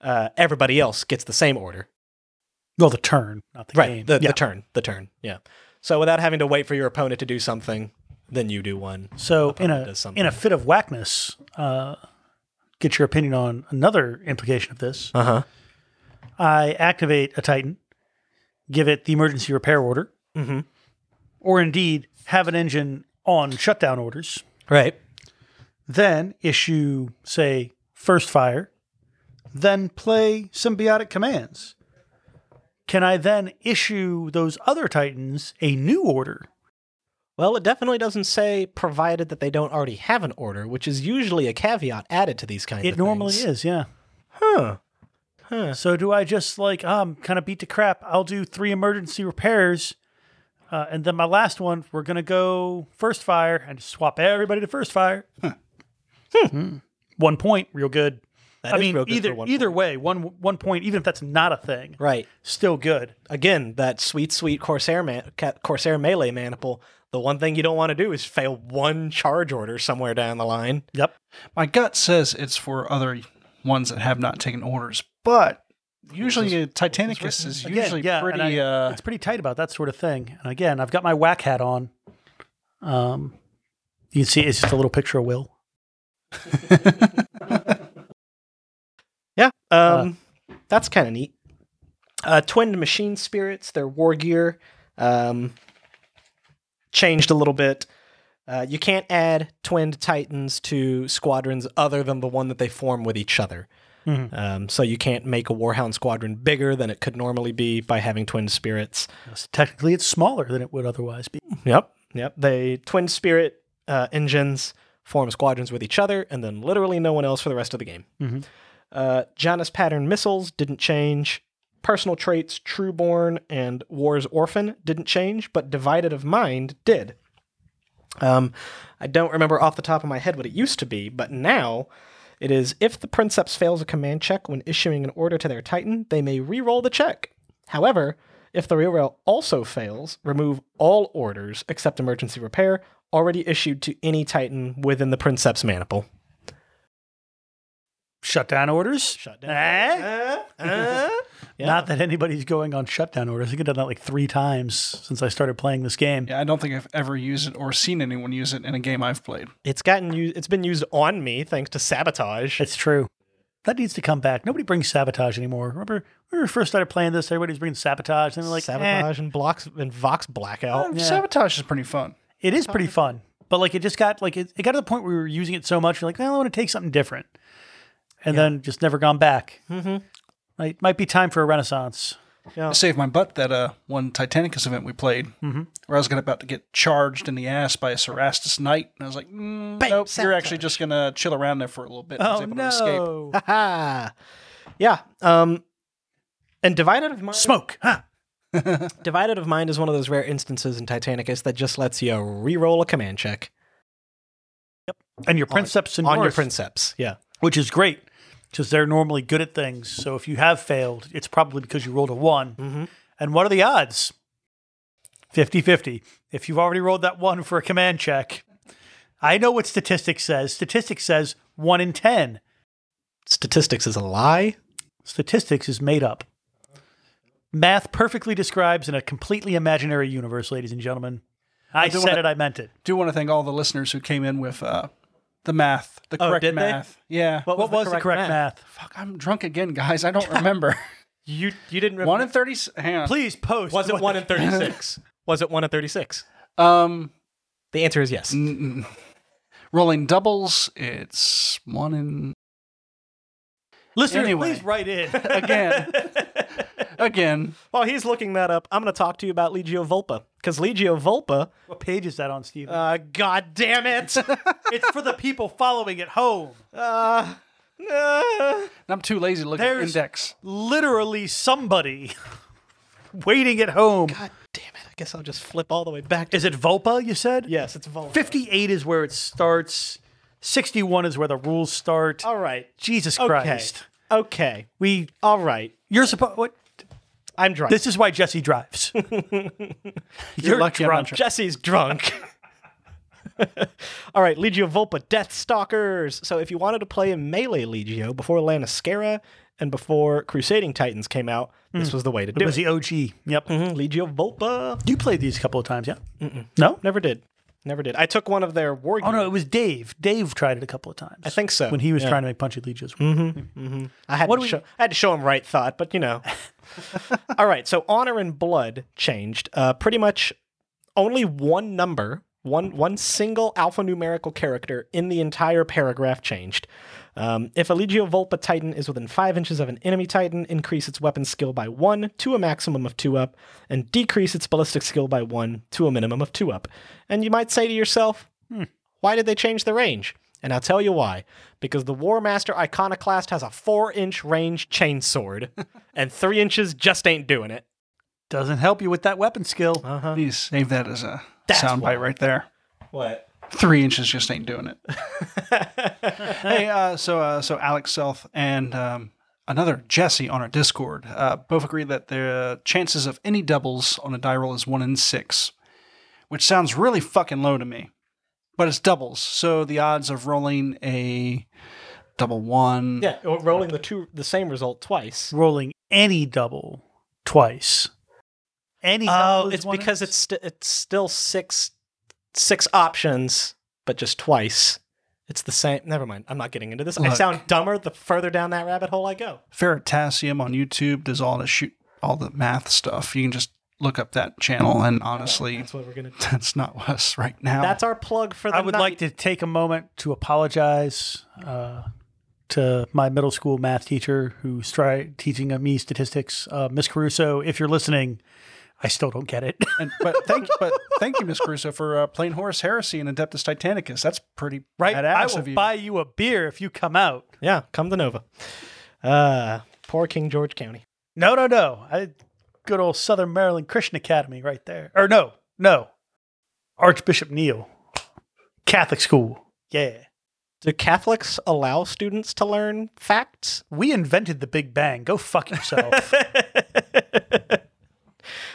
S3: uh, everybody else gets the same order.
S4: Well, the turn, not the game.
S3: Right. The,
S4: Yeah.
S3: the turn. The turn. Yeah. So without having to wait for your opponent to do something, then you do one.
S4: So in
S3: opponent
S4: a
S3: does something.
S4: in a fit of whackness, uh, get your opinion on another implication of this.
S3: Uh huh.
S4: I activate a Titan, give it the emergency repair order,
S3: Mm-hmm.
S4: or indeed have an engine on shutdown orders.
S3: Right.
S4: Then issue, say, first fire. Then play symbiotic commands. Can I then issue those other Titans a new order?
S3: Well, it definitely doesn't say provided that they don't already have an order, which is usually a caveat added to these kinds of
S4: It normally
S3: things.
S4: is, yeah.
S3: Huh. Huh.
S4: So do I just like um kind of beat the crap? I'll do three emergency repairs, uh, and then my last one we're gonna go first fire and swap everybody to first fire. Hmm. One point, real good.
S3: That
S4: I
S3: is
S4: mean,
S3: real good
S4: either
S3: for one
S4: either way, one one point, even if that's not a thing,
S3: Right.
S4: still good.
S3: Again, that sweet, sweet Corsair man- Ca- Corsair melee maniple. The one thing you don't want to do is fail one charge order somewhere down the line.
S4: Yep.
S2: My gut says it's for other ones that have not taken orders, but usually uh, Titanicus is
S4: Again,
S2: usually
S4: yeah, and
S2: pretty.
S4: I-
S2: uh,
S4: it's pretty tight about that sort of thing. And again, I've got my whack hat on. Um, you can see it's just a little picture of Will.
S3: Yeah. Um, that's kind of neat. Uh, twinned machine spirits, their war gear um, changed a little bit. Uh, you can't add twinned titans to squadrons other than the one that they form with each other. Um, so you can't make a warhound squadron bigger than it could normally be by having twin spirits.
S4: So technically, it's smaller than it would otherwise be.
S3: Yep. Yep. They twin spirit uh, engines form squadrons with each other, and then literally no one else for the rest of the game.
S4: Mhm.
S3: Uh, Janus pattern missiles didn't change. Personal traits, Trueborn and War's Orphan, didn't change, but Divided of Mind did. Um, I don't remember off the top of my head what it used to be, but now it is if the Princeps fails a command check when issuing an order to their Titan, they may re-roll the check. However, if the reroll also fails, remove all orders except emergency repair already issued to any Titan within the Princeps maniple.
S4: Shutdown orders.
S3: Shutdown.
S4: Eh?
S3: Yeah.
S4: Not that anybody's going on shutdown orders. I think I've done that like three times since I started playing this game.
S2: yeah, I don't think I've ever used it or seen anyone use it in a game I've played.
S3: It's gotten used. It's been used on me thanks to sabotage.
S4: It's true. That needs to come back. Nobody brings sabotage anymore. Remember when we first started playing this, everybody was bringing sabotage, and they're like, "Eh, sabotage.
S3: sabotage and blocks and Vox blackout. [LAUGHS]
S2: Uh, Sabotage is pretty fun.
S4: it is pretty fun. But like, it just got like it, it got to the point where we were
S3: Mm-hmm.
S4: using it so much, we're like, well, I want to take something different, and then just never gone back. Might, might be time for a renaissance.
S2: I saved my butt that uh, one Titanicus event we played, where I was gonna about to get charged in the ass by a Serastus knight, and I was like, mm, "Nope, you're actually just gonna chill around there for a little bit."
S4: Oh,
S3: Oh,
S2: and I was able to escape.
S3: Ha! yeah. Um, and divided of mind.
S4: Smoke. Huh.
S3: Divided of Mind is one of those rare instances in Titanicus that just lets you re-roll a command check
S4: And your princeps and
S3: on your
S4: yours,
S3: princeps. Yeah.
S4: which is great because they're normally good at things. So if you have failed, it's probably because you rolled a one. And what are the odds? 50 50. If you've already rolled that one for a command check, I know what statistics says. Statistics says one in 10.
S3: Statistics is a lie.
S4: Statistics is made up. Math perfectly describes in a completely imaginary universe, ladies and gentlemen. I,
S2: do
S4: said
S2: wanna-
S4: it, I meant it.
S2: Do want to thank all the listeners who came in with uh, the math, the
S3: Oh,
S2: correct
S3: did they?
S2: math. Yeah.
S4: What was the correct math?
S2: Fuck, I'm drunk again, guys. I don't
S4: [LAUGHS]
S2: remember.
S3: You you didn't remember.
S2: one in thirty. s- Hang on.
S4: Please post.
S3: was it
S4: what
S3: one
S4: the-
S3: in thirty [LAUGHS] six? was it one in Mm. thirty six?
S2: Um,
S3: The answer is yes.
S2: rolling doubles. It's one in
S4: Listeners,
S2: Anyway.
S4: please write in. [LAUGHS]
S2: again, again.
S3: While he's looking that up, I'm going to talk to you about Legio Vulpa because Legio Vulpa.
S4: what page is that on, Steve?
S3: Uh, [LAUGHS] God damn it!
S4: it's for the people following at home.
S3: uh, uh,
S2: I'm too lazy to look at
S4: There's-
S2: index.
S4: Literally somebody [LAUGHS] waiting at home.
S3: God damn it! I guess I'll just flip all the way back. To-
S4: Is it Volpa, you said?
S3: yes, it's Vulpa.
S4: 58 is where it starts. 61 is where the rules start.
S3: All right.
S4: Jesus
S3: Okay.
S4: Christ.
S3: Okay.
S4: We
S3: All right.
S4: you're supposed what
S3: I'm drunk.
S4: this is why
S3: [LAUGHS]
S4: Jesse drives. you're,
S2: lucky I'm not
S4: drunk.
S2: drunk.
S3: Jesse's drunk. [LAUGHS] All right, Legio Volpa, Death Stalkers. So if you wanted to play in Melee Legio before Lanniscara and before Crusading Titans came out, this was the way to do
S4: It
S3: it.
S4: was the OG. Yep.
S3: Mhm, Legio Volpa.
S4: You played these a couple of times, yeah? No?
S3: Never did. Never did. I took one of their war
S4: Oh
S3: gear-
S4: no, it was Dave. Dave tried it a couple of times.
S3: I think so.
S4: when he was trying to make Punchy Legios. work.
S3: I had,
S4: What
S3: to
S4: do we-
S3: show, I had to show him right thought, but you
S4: [LAUGHS]
S3: know. All right, so honor and blood changed. Uh, pretty much only one number, one one single alphanumerical character in the entire paragraph changed. Um, if a Legio Volpa Titan is within five inches of an enemy Titan, increase its weapon skill by one to a maximum of two up, and decrease its ballistic skill by one to a minimum of two up. And you might say to yourself, why did they change the range? And I'll tell you why. Because the War Master Iconoclast has a four inch range [LAUGHS] chainsword, and three inches just ain't doing it.
S4: Doesn't help you with that weapon skill.
S2: Please Uh-huh. save that as a
S3: That's why.
S2: soundbite right there.
S3: What?
S2: Three inches just ain't doing it. [LAUGHS] hey, uh, so uh, so Alex Self and um, another Jesse on our Discord uh, both agree that the chances of any doubles on a die roll is one in six, which sounds really fucking low to me. But it's doubles, so the odds of rolling a double one.
S3: [LAUGHS] Yeah, or rolling the two the same result twice.
S4: rolling any double twice. Any
S3: Oh,
S4: double is
S3: it's
S4: one
S3: because
S4: inch?
S3: it's st- it's still six six options, but just twice. It's the same. Never mind. I'm not getting into this. I
S2: Look.
S3: sound dumber the further down that rabbit hole I go.
S2: Ferritasium on YouTube does all the shoot all the math stuff. You can just look up that channel, and honestly, [LAUGHS]
S3: That's what we're gonna.
S2: that's not us right now.
S3: That's our plug for the.
S4: I would like to take a moment to apologize uh, to my middle school math teacher who's try teaching me statistics, uh, Miss Caruso. If you're listening, I still don't get it. [LAUGHS]
S2: And, but thank but thank you, Miss Crusoe, for uh, playing Horace Heresy and Adeptus Titanicus. That's pretty
S4: right? I
S2: badass
S4: will
S2: of you.
S4: buy you a beer if you come out.
S3: Yeah, come to Nova. Uh, poor King George County.
S4: No, no, no. I good old Southern Maryland Christian Academy right there. Or no, no, Archbishop Neal, Catholic school. Yeah.
S3: Do Catholics allow students to learn facts?
S4: We invented the Big Bang. Go fuck yourself.
S3: [LAUGHS]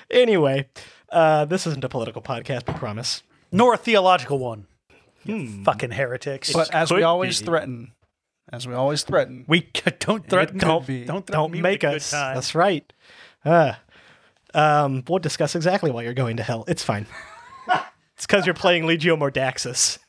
S3: Anyway, uh, this isn't a political podcast, I promise.
S4: Nor a theological one. You fucking heretics.
S2: but as we
S3: Hmm. could
S2: always
S3: be.
S2: threaten, as we always threaten,
S4: we don't threaten.
S2: could
S4: Don't,
S2: be.
S4: don't threaten
S3: Don't
S4: me
S3: make
S4: with a good
S3: us.
S4: time.
S3: That's right. Uh, um, we'll discuss exactly why you're going to hell. It's
S4: [LAUGHS]
S3: fine. it's because you're playing Legio Mordaxus.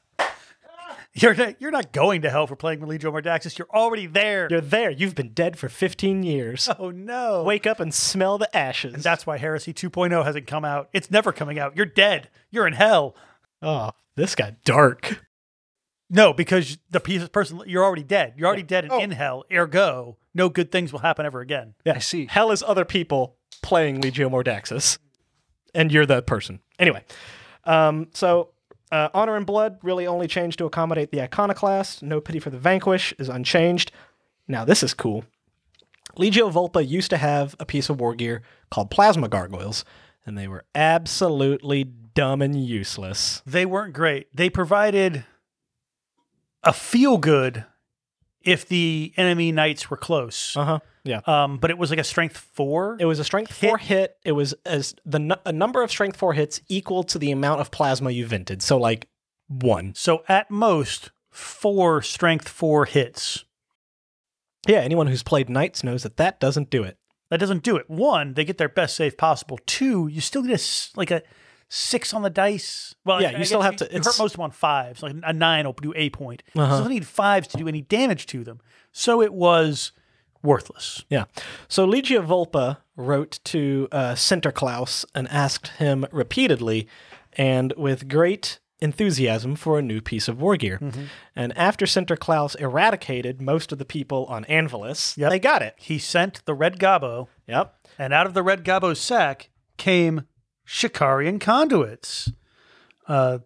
S4: You're not, you're not going to hell for playing Religio Mordaxus. You're already there.
S3: You're there. You've been dead for 15 years.
S4: [LAUGHS] oh no.
S3: Wake up and smell the ashes. And
S4: That's why Heresy 2.0 hasn't come out. It's never coming out. You're dead. You're in hell.
S3: oh, this got dark.
S4: No, because the piece person you're already dead. You're already
S3: Oh.
S4: dead and in hell. Ergo, no good things will happen ever again.
S2: I see.
S3: Hell is other people playing Legio Mordaxus, and you're the person. Anyway, um, so uh, Honor and Blood really only changed to accommodate the iconoclast. No Pity for the Vanquish is unchanged. Now, this is cool. Legio Volpa used to have a piece of war gear called Plasma Gargoyles, and they were absolutely dumb and useless.
S4: They weren't great. They provided a feel good if the enemy knights were close.
S3: Uh huh. Yeah.
S4: Um, but it was like a strength four.
S3: It was a strength four hit. It was as the nu- a number of strength four hits equal to the amount of plasma you vented. So like one.
S4: so at most four strength four hits.
S3: Yeah. Anyone who's played knights knows that that doesn't do it.
S4: That doesn't do it. One, they get their best save possible. Two, you still get a s- like a six on the dice. Well,
S3: Yeah,
S4: I-
S3: you
S4: I
S3: still
S4: guess
S3: have to-
S4: You hurt
S3: it's-
S4: most of them on fives. Like a nine will do a point.
S3: Uh-huh.
S4: You still need fives to do any damage to them. So it was worthless.
S3: Yeah. So Legia Volpa wrote to uh, Sinterklaas and asked him repeatedly and with great enthusiasm for a new piece of war gear.
S4: Mm-hmm.
S3: And after Sinterklaas eradicated most of the people on Anvilus,
S4: Yep.
S3: they got it.
S4: He sent the red gobbo,
S3: Yep.
S4: and out of the red gobbo sack came Shikarian conduits. Uh,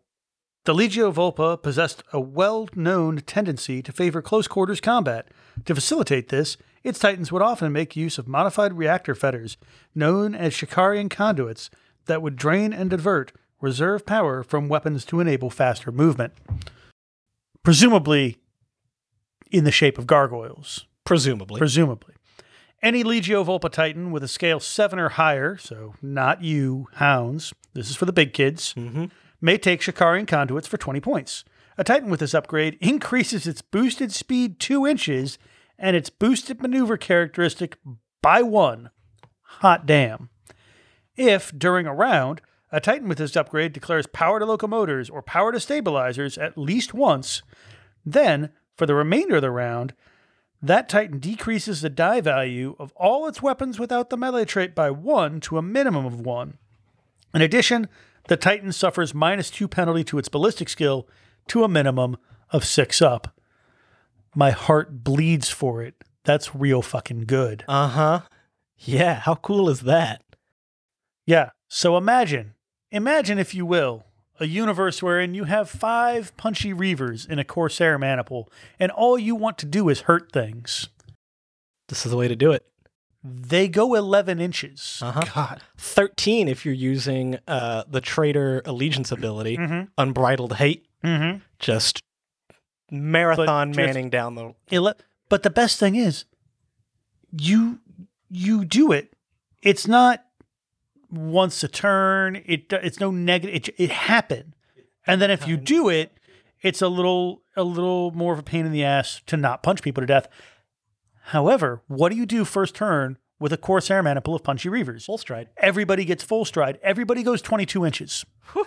S4: the Legio Volpa possessed a well known tendency to favor close quarters combat. To facilitate this, its titans would often make use of modified reactor fetters, known as Shikarian conduits, that would drain and divert reserve power from weapons to enable faster movement. Presumably in the shape of gargoyles.
S3: Presumably.
S4: Presumably. Any Legio Volpa Titan with a scale 7 or higher, so not you, hounds, this is for the big kids, may take Shikarian conduits for 20 points. A Titan with this upgrade increases its boosted speed 2 inches and its boosted maneuver characteristic by 1. Hot damn. If, during a round, a Titan with this upgrade declares power to locomotors or power to stabilizers at least once, then, for the remainder of the round, that Titan decreases the die value of all its weapons without the melee trait by one to a minimum of one. In addition, the Titan suffers minus two penalty to its ballistic skill to a minimum of six up. My heart bleeds for it. That's real fucking good.
S3: Uh huh. Yeah. How cool is that?
S4: Yeah. So imagine, imagine if you will, a universe wherein you have five punchy reavers in a Corsair maniple, and all you want to do is hurt things.
S3: This is the way to do it.
S4: They go 11 inches.
S3: Uh-huh.
S4: God.
S3: 13 if you're using uh, the traitor allegiance ability,
S4: Mhm.
S3: unbridled hate,
S4: Mm hmm.
S3: just marathon
S4: just-
S3: manning down the.
S4: ele- but the best thing is you you do it it's not once a turn it do- it's no negative it, it happened and then if you do it it's a little a little more of a pain in the ass to not punch people to death however what do you do first turn with a corsair maniple of punchy reavers
S3: Full stride.
S4: everybody gets full stride everybody goes 22 inches
S3: [LAUGHS]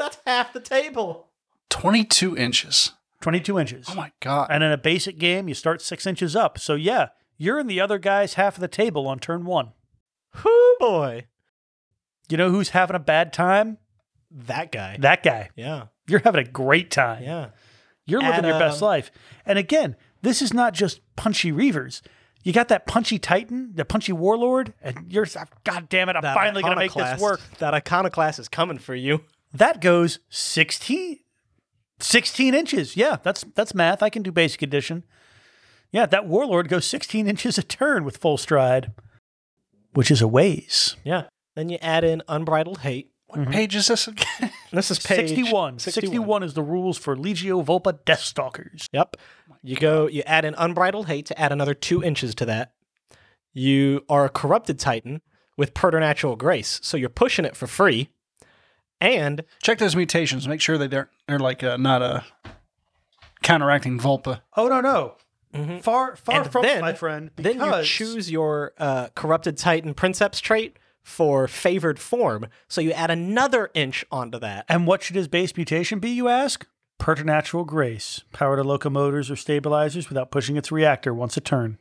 S3: That's half the table.
S2: 22 inches.
S4: 22 inches
S2: Oh my God.
S4: and in a basic game you start six inches up so yeah you're in the other guy's half of the table on turn one
S3: Whoo boy.
S4: You know who's having a bad time?
S3: That guy.
S4: That guy.
S3: yeah.
S4: You're having a great time.
S3: Yeah.
S4: You're living
S3: And,
S4: your best
S3: um,
S4: life. And again, this is not just punchy Reavers. You got that punchy Titan, the punchy Warlord, and you're, "Ah, God damn it, I'm
S3: That
S4: finally going to make this
S3: iconoclast-
S4: work.
S3: That iconoclast is coming for you.
S4: That goes 16, 16 inches. Yeah, that's that's math. I can do basic addition. Yeah, that Warlord goes 16 inches a turn with full stride, which is a ways.
S3: Yeah. Then you add in unbridled hate.
S2: What
S4: Mm-hmm.
S2: page is this again?
S3: This is page
S4: 61. 61 is the rules for Legio Volpa Deathstalkers.
S3: Yep. You go, you add an unbridled hate to add another two inches to that. You are a corrupted titan with preternatural grace, so you're pushing it for free. And
S2: Check those mutations. Make sure that they're, they're like uh, not uh, counteracting Volpa.
S4: Oh no no. Far far
S3: And
S4: from
S3: then-
S4: it, my friend.
S3: then you
S4: because
S3: choose your uh, corrupted titan princeps trait for favored form, so you add another inch onto that.
S4: And what should his base mutation be, you ask? Preternatural grace. Power to locomotors or stabilizers without pushing its reactor once a turn.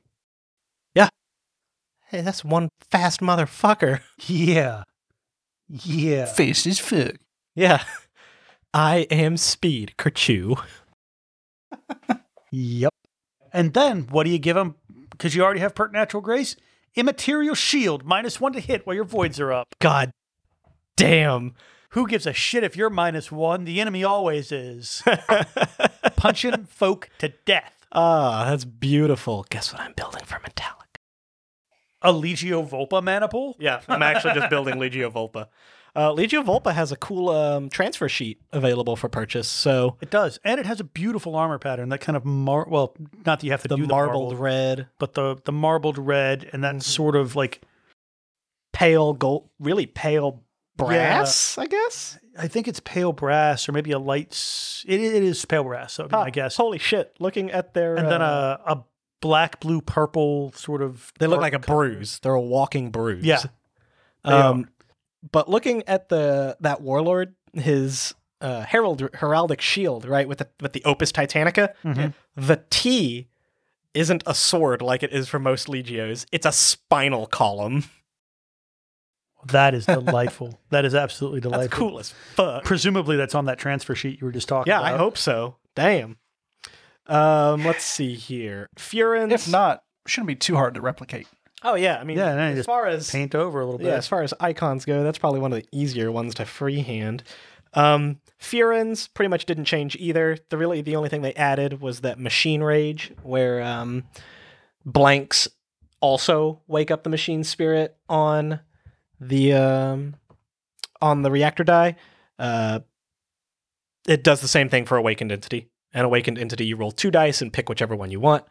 S3: Hey, that's one fast motherfucker. [LAUGHS]
S4: Yeah. Yeah.
S2: Face is fuck.
S3: Yeah. I am speed, Kerchoo.
S4: Yep. And then what do you give him? Because you already have Pert Natural Grace. Immaterial Shield, minus one to hit while your voids are up.
S3: God damn.
S4: Who gives a shit if you're minus one? The enemy
S3: [LAUGHS]
S4: always is. Punching folk to death.
S3: Ah, that's beautiful. Guess what I'm building for Metallic?
S4: A Legio Volpa maniple?
S3: Yeah, I'm actually just building Legio Volpa. [LAUGHS] Uh, Legio Volpa has a cool um, transfer sheet available for purchase. So
S4: It does. And it has a beautiful armor pattern that kind of, mar- well, not that you have to
S3: the
S4: do the
S3: marbled
S4: marbled,
S3: red, Mm-hmm.
S4: but the, the marbled red and that sort of like,
S3: pale gold, really pale brass, I guess.
S4: I think it's pale brass or maybe a light, s- it, it is pale brass, so
S3: Huh,
S4: I guess.
S3: Holy shit! Looking at their
S4: and then
S3: uh,
S4: a, a black, blue, purple sort of.
S3: They look
S4: dark
S3: like a
S4: color.
S3: bruise. They're a walking bruise.
S4: Yeah, they
S3: Um, but looking at the that warlord, his uh, herald heraldic shield, right with the with the Opus Titanica,
S4: Mhm.
S3: the T isn't a sword like it is for most legios. It's a spinal column. [LAUGHS]
S4: That is delightful. that is absolutely
S3: That's
S4: delightful.
S3: cool as fuck.
S4: Presumably, that's on that transfer sheet you were just talking
S3: Yeah,
S4: about.
S3: I hope so. Damn. Um, let's see here. Furins.
S2: If not, shouldn't be too hard to replicate.
S3: oh yeah. I mean,
S4: Yeah, no, you
S3: as
S4: just
S3: far as
S4: Paint over a little bit.
S3: Yeah, as far as icons go, that's probably one of the easier ones to freehand. Um, Furins pretty much didn't change either. The really the only thing they added was that machine rage, where um, blanks also wake up the machine spirit on the um, on the reactor die. Uh, it does the same thing for awakened entity. An awakened entity, you roll two dice and pick whichever one you want,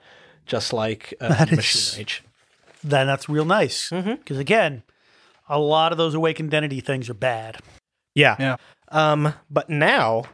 S3: just like uh,
S4: [LAUGHS] That is-
S3: machine rage.
S4: Then that's real nice. Because
S3: Mhm.
S4: again, a lot of those awakened identity things are bad.
S3: Yeah.
S2: Yeah.
S3: Um, but now,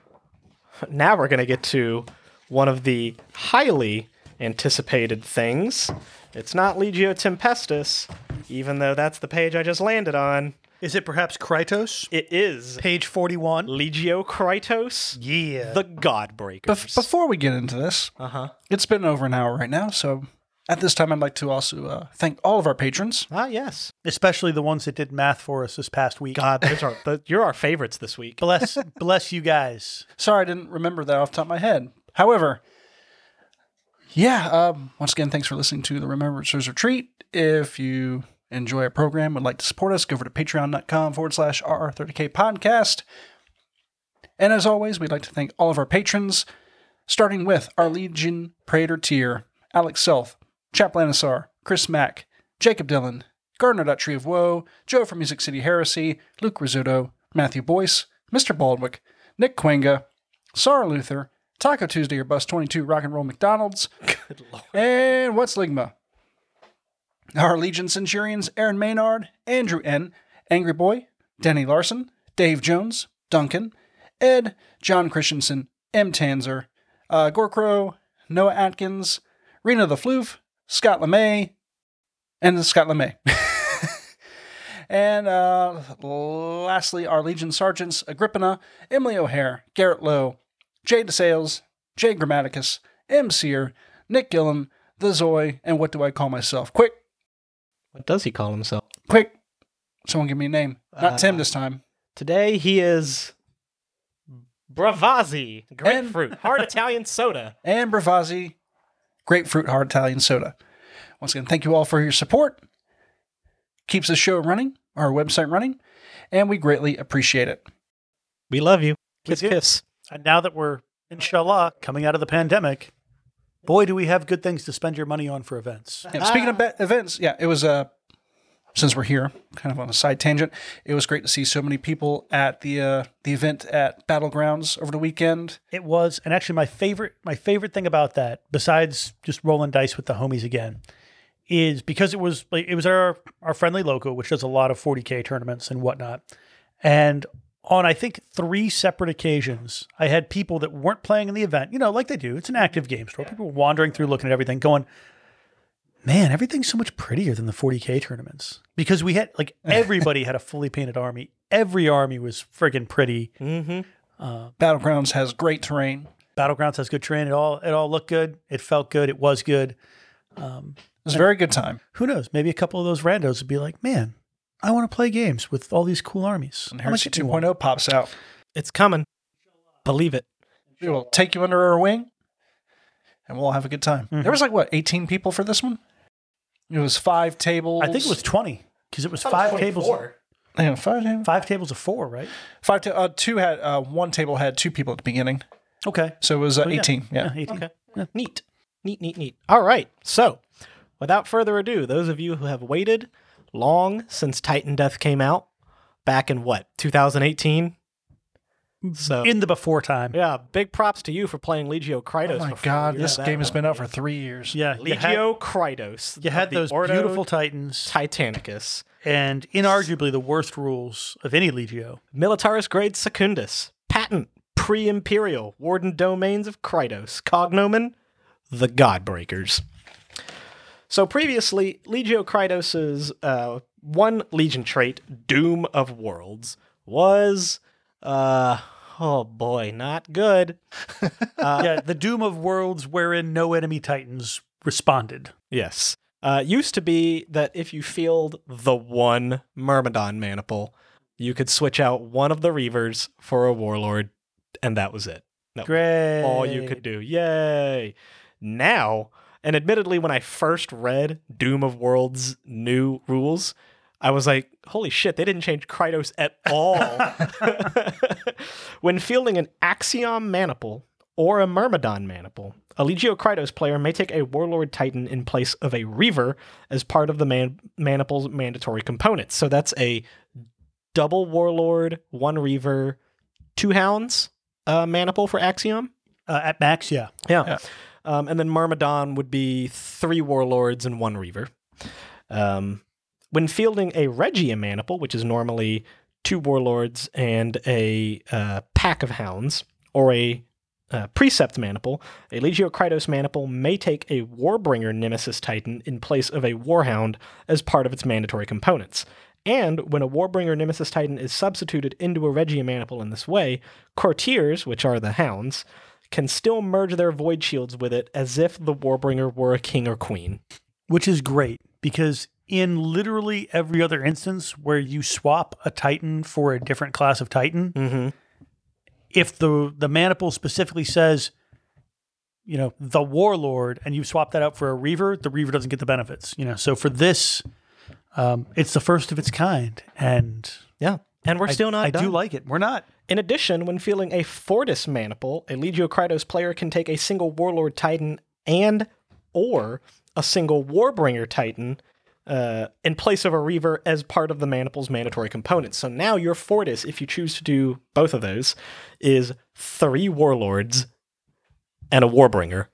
S3: now we're going to get to one of the highly anticipated things. It's not Legio Tempestus, even though that's the page I just landed on.
S4: Is it perhaps Krytos?
S3: It is
S4: Page 41.
S3: Legio Kratos,
S4: Yeah.
S3: the Godbreakers.
S2: Bef- before we get into this,
S3: uh
S4: Uh-huh.
S3: huh.
S2: it's been over an hour right now, so at this time, I'd like to also uh, thank all of our patrons.
S3: Ah, yes.
S4: Especially the ones that did math for us this past week.
S3: God, those are, th- you're our favorites this week.
S4: Bless, bless you guys.
S2: Sorry, I didn't remember that off the top of my head. However, yeah, um, once again, thanks for listening to the Remembrancers Retreat. If you enjoy our program, would like to support us, go over to patreon.com forward slash RR30K podcast. And as always, we'd like to thank all of our patrons, starting with our Legion Praetor tier, Alex Self, Chap Lannisar, Chris Mack, Jacob Dillon, Gardner.Tree of Woe, Joe from Music City Heresy, Luke Rizzuto, Matthew Boyce, Mr. Baldwick, Nick Quenga, Sarah Luther, Taco Tuesday or Bus 22 Rock and Roll McDonald's, and What's Ligma? Our Legion Centurions, Aaron Maynard, Andrew N., Angry Boy, Danny Larson, Dave Jones, Duncan, Ed, John Christensen, M. Tanzer, uh, Gorkrow, Noah Atkins, Rena the Floof, Scott LeMay, and Scott LeMay. [LAUGHS] and uh, lastly, our Legion Sergeants, Agrippina, Emily O'Hare, Garrett Lowe, Jay DeSales, Jay Grammaticus, M. Sear, Nick Gillen, The Zoy, and what do I call myself? Quick,
S3: What does he call himself?
S2: quick. Someone give me a name. Not Tim
S3: Uh,
S2: this time.
S3: Today he is Bravazzi, grapefruit, hard Italian soda.
S2: And Bravazzi, Grapefruit Hard Italian Soda. Once again, thank you all for your support. Keeps the show running, our website running, and we greatly appreciate it.
S3: We love you.
S4: We
S3: Kiss,
S4: do.
S3: kiss.
S4: And now that we're, inshallah, coming out of the pandemic, boy, do we have good things to spend your money on for events.
S2: Yeah, speaking of be- events, yeah, it was uh since we're here, kind of on a side tangent, it was great to see so many people at the uh, the event at Battlegrounds over the weekend.
S4: It was, and actually, my favorite my favorite thing about that, besides just rolling dice with the homies again, is because it was like it was our our friendly local, which does a lot of 40k tournaments and whatnot, and on I think three separate occasions, I had people that weren't playing in the event, you know, like they do. It's an active game store. People were wandering through, looking at everything, going, "Man, everything's so much prettier than the 40k tournaments." Because we had like everybody had a fully painted army. Every army was friggin' pretty.
S3: Mm-hmm.
S2: Battlegrounds has great terrain.
S4: Battlegrounds has good terrain. It all it all looked good. It felt good. It was good.
S2: It was a very good time.
S4: Who knows? Maybe a couple of those randos would be like, man, I want to play games with all these cool armies.
S2: And
S4: I'm gonna
S2: Heresy
S4: get me one."
S2: 2.0 pops out.
S3: It's coming. Believe it.
S2: We will take you under our wing and we'll all have a good time.
S4: Mm-hmm.
S2: There was like what, 18 people for this one? It was five
S3: oh
S2: tables.
S4: I think it was 20 because it was five tables.
S2: yeah, five tables.
S4: Five tables of four, right?
S2: Five ta- uh, two had uh, one table had two people at the beginning,
S4: Okay.
S2: so it was
S4: Oh,
S2: uh, 18. Yeah.
S4: 18.
S3: Okay. Neat. Neat, neat, neat. All right. So, without further ado, those of you who have waited long since Titan Death came out back in what, 2018? So,
S4: In the before time.
S3: yeah, big props to you for playing Legio Kratos.
S2: Oh my
S3: before
S2: god,
S3: you
S2: this
S3: had
S2: game
S3: that
S2: has been out for three years.
S4: Yeah.
S3: one.
S4: You had,
S3: Legio Kratos.
S4: you had
S3: of the
S4: those
S3: Ordo
S4: beautiful Titans
S3: Titanicus.
S4: and inarguably the worst rules of any Legio.
S3: Militaris Grade Secundus, Patent, Pre Imperial, Warden Domains of Kratos, Cognomen, The Godbreakers. So previously, Legio Kratos' uh, one legion trait, Doom of Worlds, was, uh, oh boy, not good. Uh,
S4: yeah. The doom of worlds wherein no enemy Titans responded.
S3: Yes. Uh, it used to be that if you field the one Myrmidon maniple, you could switch out one of the Reavers for a Warlord, and that was it. That
S4: Great.
S3: all you could do. Yay. Now, and admittedly, when I first read Doom of Worlds new rules, I was like, holy shit, they didn't change Kratos at all. [LAUGHS] when fielding an Axiom Maniple or a Myrmidon Maniple, a Legio Kratos player may take a Warlord Titan in place of a Reaver as part of the man- Maniple's mandatory components. So that's a double Warlord, one Reaver, two Hounds uh, Maniple for Axiom.
S4: Uh, at max, yeah.
S3: Yeah. Um, and then Myrmidon would be three warlords and one reaver. Um, when fielding a Regia Maniple, which is normally two warlords and a uh, pack of hounds, or a uh, Precept Maniple, a Legio Kratos Maniple may take a Warbringer Nemesis Titan in place of a Warhound as part of its mandatory components. And when a Warbringer Nemesis Titan is substituted into a Regia Maniple in this way, Courtiers, which are the hounds, can still merge their void shields with it as if the Warbringer were a king or queen.
S4: which is great because in literally every other instance where you swap a titan for a different class of titan
S3: Mm-hmm.
S4: if the the maniple specifically says you know the warlord and you swap that out for a reaver the reaver doesn't get the benefits you know so for this um, it's the first of its kind and
S3: Yeah. And we're
S4: I-
S3: still not
S4: i
S3: done.
S4: do like it we're not
S3: In addition, when feeling a Fortis Maniple, a Legio Kratos player can take a single Warlord Titan and or a single Warbringer Titan uh, in place of a Reaver as part of the Maniple's mandatory components. So now your Fortis, if you choose to do both of those, is three Warlords and a Warbringer.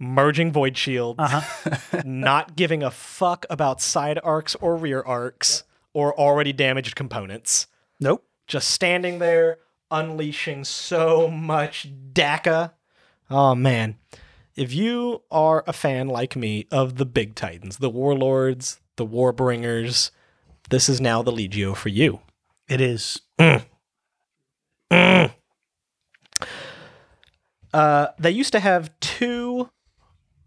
S3: Merging Void Shield, [LAUGHS] not giving a fuck about side arcs or rear arcs or already damaged components
S4: nope
S3: just standing there unleashing so much DACA. Oh man. If you are a fan like me of the big titans, the warlords, the warbringers, this is now the Legio for you.
S4: it is
S3: Uh, they used to have two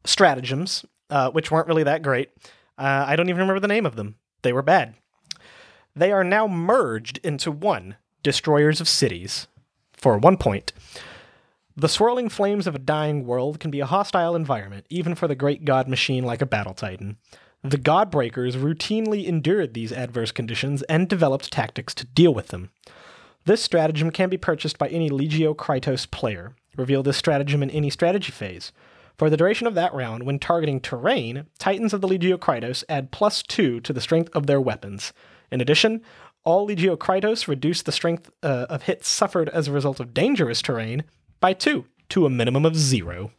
S3: stratagems, uh, which weren't really that great. Uh, I don't even remember the name of them. They were bad. They are now merged into one Destroyers of Cities for one point. The swirling flames of a dying world can be a hostile environment, even for the great god machine like a battle titan. The Godbreakers routinely endured these adverse conditions and developed tactics to deal with them. This stratagem can be purchased by any Legio Kratos player. Reveal this stratagem in any strategy phase. For the duration of that round, when targeting terrain, Titans of the Legio Kratos add plus two to the strength of their weapons. In addition, all Legio Kratos reduce the strength uh, of hits suffered as a result of dangerous terrain by two, to a minimum of zero.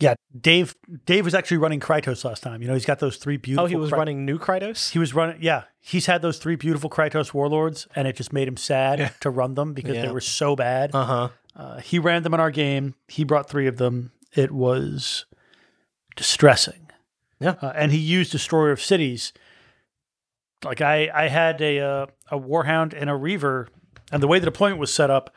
S4: yeah dave dave was actually running kratos last time you know he's got those three beautiful
S3: Oh, he was
S4: Kra-
S3: running new Kratos?
S4: He was running. Yeah, he's had those three beautiful Kratos warlords, and it just made him sad to run them because
S3: Yeah.
S4: they were so bad.
S3: Uh huh.
S4: Uh, he ran them in our game. He brought three of them. It was distressing.
S3: Yeah.
S4: Uh, and he used Destroyer of Cities. Like I, I had a uh, a Warhound and a Reaver, and the way the deployment was set up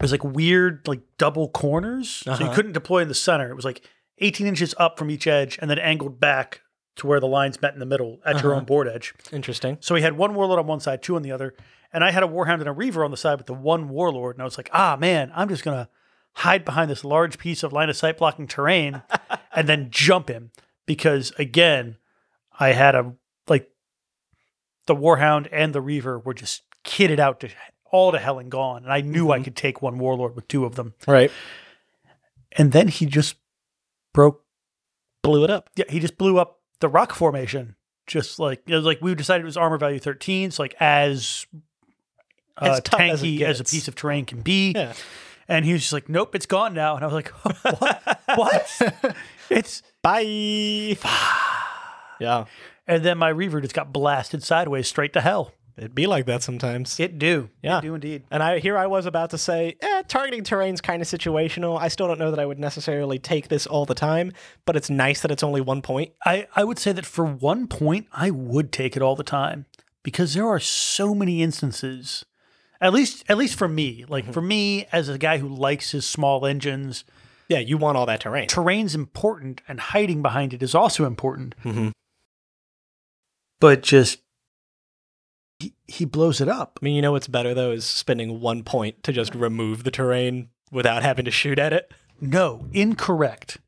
S4: was like weird, like double corners, so you couldn't deploy in the center. It was like 18 inches up from each edge, and then angled back to where the lines met in the middle at your own board edge.
S3: Interesting.
S4: So he had one warlord on one side, two on the other, and I had a warhound and a reaver on the side with the one warlord, and I was like, ah man, I'm just gonna hide behind this large piece of line of sight blocking terrain, and then jump him. Because again, I had a like the Warhound and the Reaver were just kitted out to all to hell and gone, and I knew I could take one Warlord with two of them.
S3: Right.
S4: And then he just broke
S3: Blew it up.
S4: yeah, he just blew up the rock formation. Just like it was like we decided it was armor value thirteen, so like as uh,
S3: As tough
S4: tanky
S3: as
S4: as,
S3: it
S4: a
S3: gets.
S4: piece of terrain can be.
S3: Yeah.
S4: And he was just like, "Nope, it's gone now." And I was like, [LAUGHS] "What? [LAUGHS] what? It's."
S3: Bye. yeah.
S4: And then my reaver just got blasted sideways straight to hell.
S3: It'd be like that sometimes.
S4: It do,
S3: Yeah.
S4: it do indeed.
S3: And I here I was about to say, eh, targeting terrain's kind of situational. I still don't know that I would necessarily take this all the time, but it's nice that it's only one point.
S4: I, I would say that for one point, I would take it all the time because there are so many instances, at least at least for me, like for me as a guy who likes his small engines,
S3: Yeah, you want all that terrain.
S4: terrain's important and hiding behind it is also important. But just he, he blows it up.
S3: I mean, you know what's better though is spending one point to just remove the terrain without having to shoot at it.
S4: No, incorrect.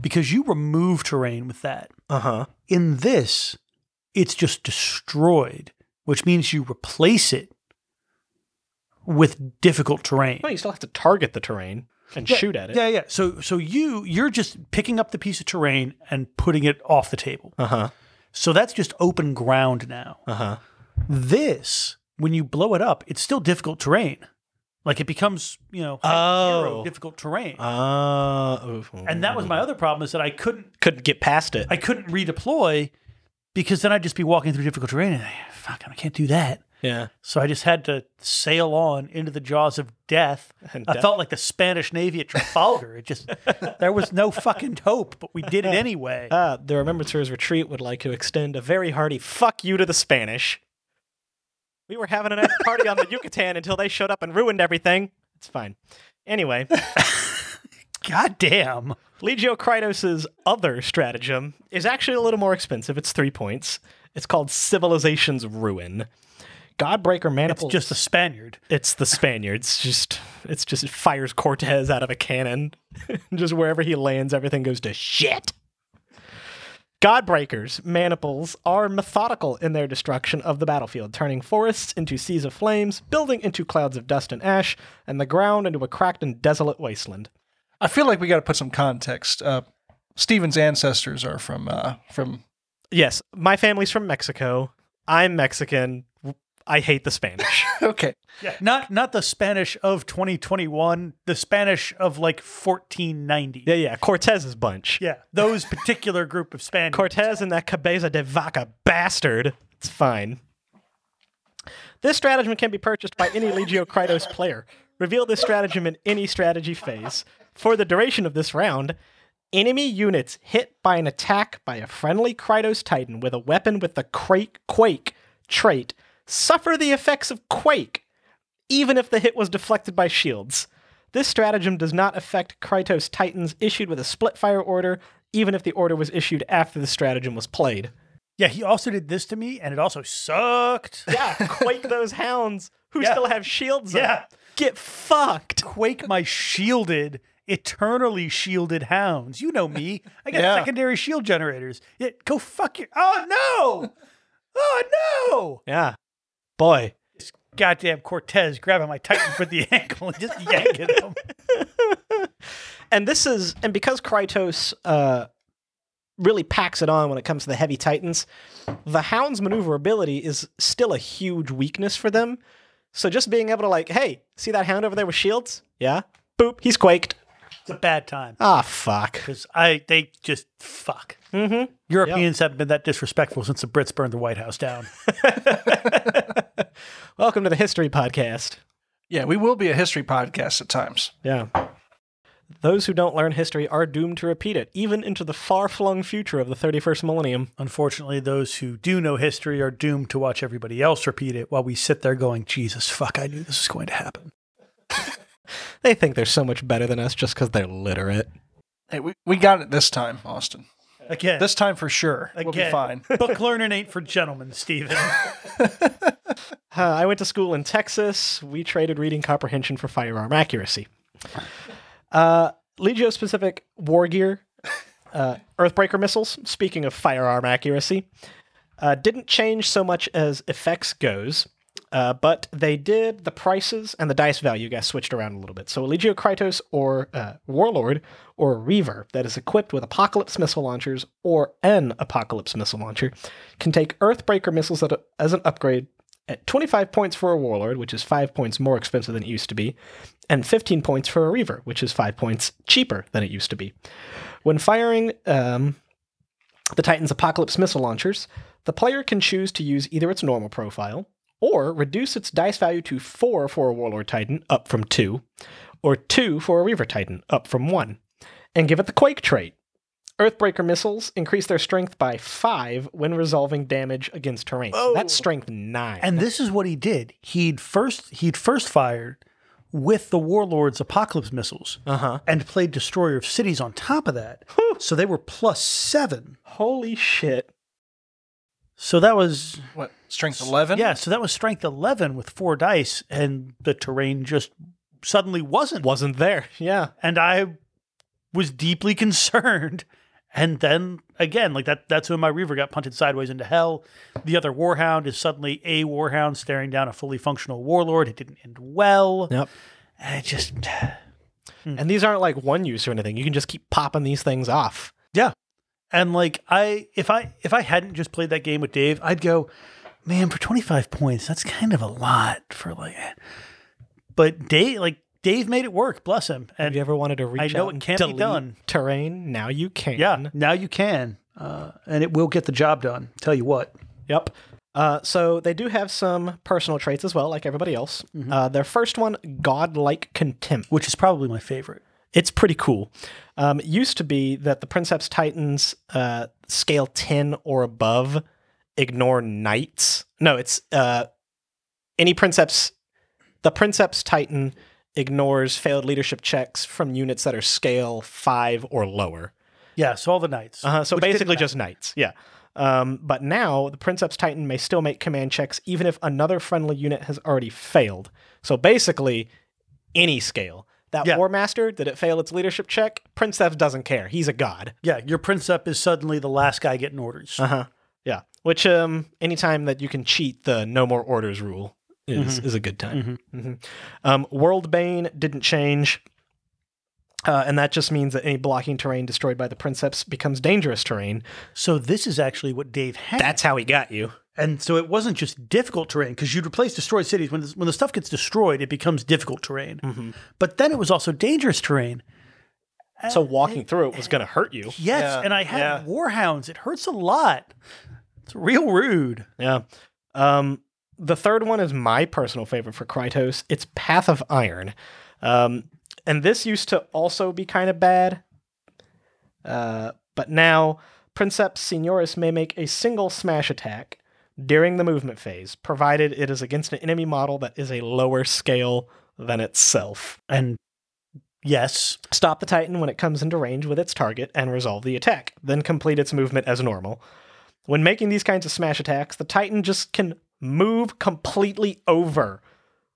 S4: Because you remove terrain with that.
S3: Uh
S4: Uh-huh.
S3: huh.
S4: In this, it's just destroyed, which means you replace it with difficult terrain.
S3: Well, you still have to target the terrain and shoot at it.
S4: Yeah, yeah. So so you you're just picking up the piece of terrain and putting it off the table.
S3: Uh huh.
S4: So that's just open ground now.
S3: Uh huh.
S4: this when you blow it up it's still difficult terrain like it becomes you know
S3: Oh.
S4: zero difficult terrain
S3: Uh,
S4: and that was my other problem is that i couldn't
S3: couldn't get past it.
S4: i couldn't redeploy because then i'd just be walking through difficult terrain and I, fuck i can't do that
S3: yeah.
S4: so i just had to sail on into the jaws of death
S3: [LAUGHS] And
S4: i
S3: death-
S4: felt like the spanish navy at trafalgar it just there was no fucking hope but we did
S3: [LAUGHS]
S4: it anyway
S3: Uh, the Remembrancer's Retreat would like to extend a very hearty fuck you to the Spanish. We were having a nice party
S4: [LAUGHS]
S3: on the Yucatan until they showed up and ruined everything. It's fine.
S4: [LAUGHS]
S3: Anyway,
S4: god damn
S3: Legio Kratos' other stratagem is actually a little more expensive. It's three points. It's called Civilization's Ruin. Godbreaker
S4: it's
S3: Manifold.
S4: just a spaniard
S3: it's the Spaniards. Just it's just it fires Cortez out of a cannon. [LAUGHS] just wherever he lands, everything goes to shit. Godbreakers, maniples, are methodical in their destruction of the battlefield, turning forests into seas of flames, building into clouds of dust and ash, and the ground into a cracked and desolate wasteland.
S2: I feel like we got to put some context. Uh, Stephen's ancestors are from uh, from [LAUGHS]
S3: Yes, my family's from Mexico. I'm Mexican. I hate the Spanish.
S2: okay.
S4: Yeah, not not the Spanish of 2021, the Spanish of like 1490.
S3: yeah, yeah, Cortez's bunch.
S4: Yeah, those particular group of Spaniards.
S3: Cortez and that cabeza de vaca bastard. It's fine. This stratagem can be purchased by any Legio Kratos player. Reveal this stratagem in any strategy phase. For the duration of this round, enemy units hit by an attack by a friendly Kratos Titan with a weapon with the Quake, quake trait suffer the effects of Quake, even if the hit was deflected by shields. This stratagem does not affect Kratos Titans issued with a split fire order, even if the order was issued after the stratagem was played.
S4: yeah, he also did this to me, and it also
S3: [LAUGHS]
S4: sucked.
S3: Yeah, quake those hounds who
S4: Yeah.
S3: still have shields
S4: Yeah.
S3: up. Get fucked.
S4: Quake my shielded, eternally shielded hounds. You know me. I got
S2: Yeah.
S4: secondary shield generators. Yeah, go fuck your. Oh no! Oh no!
S3: Yeah. Boy.
S4: Goddamn Cortez grabbing my Titan for the [LAUGHS] ankle and just yanking him.
S3: and this is and because Kratos uh, really packs it on when it comes to the heavy titans, the Hound's maneuverability is still a huge weakness for them. So just being able to like, hey, see that hound over there with shields? Yeah. Boop. He's quaked.
S4: It's a bad time
S3: Ah, fuck. [LAUGHS]
S4: because I they just fuck.
S3: Mm-hmm.
S4: Europeans haven't been that disrespectful since the Brits burned the White House
S2: [LAUGHS]
S4: down.
S3: Welcome to the history podcast.
S2: Yeah, we will be a history podcast at times.
S3: Yeah. Those who don't learn history are doomed to repeat it, even into the far flung future of the 31st millennium.
S4: Unfortunately, those who do know history are doomed to watch everybody else repeat it while we sit there going, Jesus, fuck, I knew this was going to happen.
S3: They think they're so much better than us just because they're literate.
S2: Hey, we, we got it this time, Austin.
S4: Again,
S2: This time for sure. We'll be
S4: Again. [LAUGHS]
S2: fine.
S4: book learning ain't for
S2: [LAUGHS]
S4: gentlemen, Stephen.
S3: Uh, I went to school in Texas. We traded reading comprehension for firearm accuracy. Uh, Legio specific war gear, uh, Earthbreaker missiles. Speaking of firearm accuracy, uh, didn't change so much as effects goes, uh, but they did the prices and the dice value got switched around a little bit. So Legio Kratos or uh, Warlord or Reaver that is equipped with Apocalypse missile launchers or an Apocalypse missile launcher can take Earthbreaker missiles at a- as an upgrade at 25 points for a Warlord, which is 5 points more expensive than it used to be, and 15 points for a Reaver, which is 5 points cheaper than it used to be. When firing um, the Titan's Apocalypse missile launchers, the player can choose to use either its normal profile, or reduce its dice value to 4 for a Warlord Titan, up from 2, or 2 for a Reaver Titan, up from 1, and give it the Quake trait. Earthbreaker missiles increase their strength by 5 when resolving damage against terrain. So that's strength 9.
S4: And this is what he did. He'd first he'd first fired with the warlord's apocalypse missiles
S6: Uh-huh.
S4: and played destroyer of cities on top of that. so they were plus seven.
S3: Holy shit.
S4: So that was
S2: What strength eleven?
S4: yeah. So that was strength eleven with four dice, and the terrain just suddenly wasn't.
S6: Wasn't there.
S3: Yeah.
S4: And I was deeply [LAUGHS] concerned. And then again, like that, that's when my Reaver got punted sideways into hell. The other Warhound is suddenly a Warhound staring down a fully functional Warlord. It didn't end well.
S3: Yep.
S4: I just, Hmm.
S3: And these aren't like one use or anything. You can just keep popping these things off.
S4: yeah. And like I, if I, if I hadn't just played that game with Dave, I'd go, man, for twenty five points, that's kind of a lot for like. But Dave, like Dave, made it work. Bless him.
S3: Have you
S4: And
S3: ever wanted to reach
S4: I know
S3: out
S4: it
S3: and
S4: can't be
S3: delete
S4: done.
S3: terrain? Now you can.
S4: yeah, now you can, uh, and it will get the job done. Tell you what.
S3: Yep. Uh, so they do have some personal traits as well, like everybody else.
S4: Mm-hmm.
S3: Uh, their first one, godlike contempt.
S4: which is probably my favorite.
S3: It's pretty cool. Um, it used to be that the Princeps Titans uh, scale 10 or above ignore knights. No, it's uh, any Princeps. The Princeps Titan ignores failed leadership checks from units that are scale 5 or lower.
S4: Yeah, so all the knights.
S3: Uh-huh, so
S4: Which didn't
S3: basically
S4: matter.
S3: just knights, yeah. Um, but now the Princeps Titan may still make command checks even if another friendly unit has already failed. So basically, any scale. That
S4: Yeah.
S3: War Master, did it fail its leadership check? Princeps doesn't care. He's a god.
S4: yeah, your princep is suddenly the last guy getting orders.
S3: Uh huh. Yeah. Which um, anytime that you can cheat the no more orders rule is
S4: Mm-hmm.
S3: is a good time. Mhm. Um, World Bane didn't change, uh, and that just means that any blocking terrain destroyed by the Princeps becomes dangerous terrain.
S4: So this is actually what Dave had,
S3: That's how he got you.
S4: and so it wasn't just difficult terrain because you'd replace destroyed cities when this, when the stuff gets destroyed, it becomes difficult terrain.
S2: Mm-hmm.
S4: But then it was also dangerous terrain.
S3: So walking through it was going to hurt you.
S4: Yes,
S2: Yeah,
S4: and I had
S2: yeah.
S4: warhounds. It hurts a lot. It's real rude.
S3: Yeah. Um, the third one is my personal favorite for Krytos. It's Path of Iron. Um, and this used to also be kind of bad. Uh, but now, Princeps Senioris may make a single smash attack during the movement phase, provided it is against an enemy model that is a lower scale than itself.
S4: And yes,
S3: Stop the Titan when it comes into range with its target and resolve the attack, then complete its movement as normal. When making these kinds of smash attacks, the Titan just can move completely over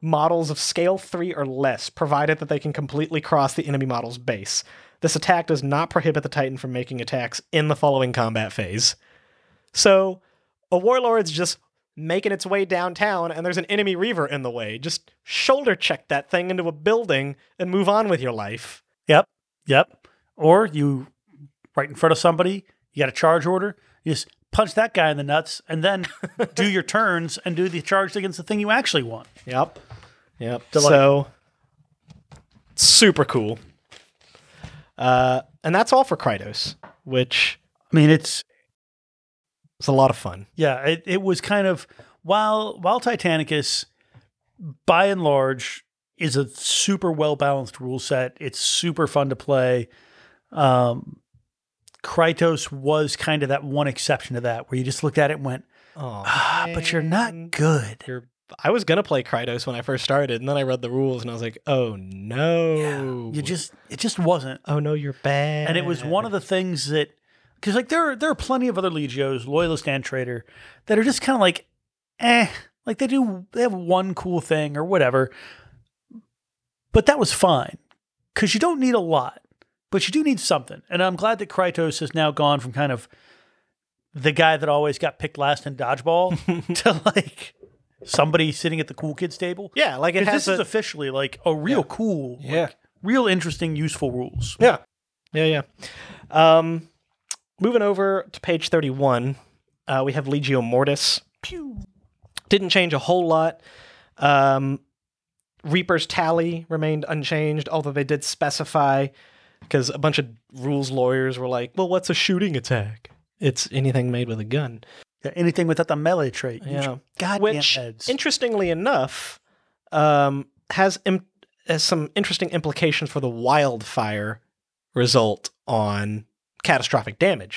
S3: models of scale 3 or less, provided that they can completely cross the enemy model's base. This attack does not prohibit the Titan from making attacks in the following combat phase. So, a Warlord's just making its way downtown and there's an enemy Reaver in the way. Just shoulder check that thing into a building and move on with your life.
S4: Yep. Yep. Or you right in front of somebody, you got a charge order, you just punch that guy in the nuts and
S2: [LAUGHS]
S4: then do your turns and do the charge against the thing you actually want.
S3: Yep. Yep.
S4: Delightful.
S3: So super cool. Uh, and that's all for Krydos, which
S4: I mean, it's
S3: is a lot of fun.
S4: yeah, it, it was kind of while while Titanicus by and large is a super well balanced rule set. It's super fun to play. Um Krytos was kind of that one exception to that where you just looked at it and went,
S3: Oh,
S4: ah, but you're not good.
S3: you're, I was gonna play Krydos when I first started, and then I read the rules, and I was like, "Oh no,
S4: You just it just wasn't.
S3: oh no, you're bad."
S4: and it was one of the things that because like there are there are plenty of other legios loyalist and traitor that are just kind of like eh like they do they have one cool thing or whatever but that was fine because you don't need a lot, but you do need something. And I'm glad that Krytos has now gone from kind of the guy that always got picked last
S3: [LAUGHS]
S4: in dodgeball to like somebody sitting at the cool kids table.
S3: Yeah, like it
S4: 'Cause
S3: has
S4: this is
S3: a,
S4: officially like a real cool,
S2: Yeah.
S4: real interesting, useful rules.
S2: yeah.
S3: yeah, yeah. Um, moving over to page thirty-one, uh, we have Legio Mortis. Didn't change a whole lot. Um, Reaper's tally remained unchanged, although they did specify because a bunch of rules lawyers were like, "Well, what's a shooting attack? It's anything made with a gun."
S4: Yeah, anything without the melee trait. you
S3: Yeah.
S4: Goddamn
S3: which
S4: heads.
S3: interestingly enough um, has Im- has some interesting implications for the wildfire result on catastrophic damage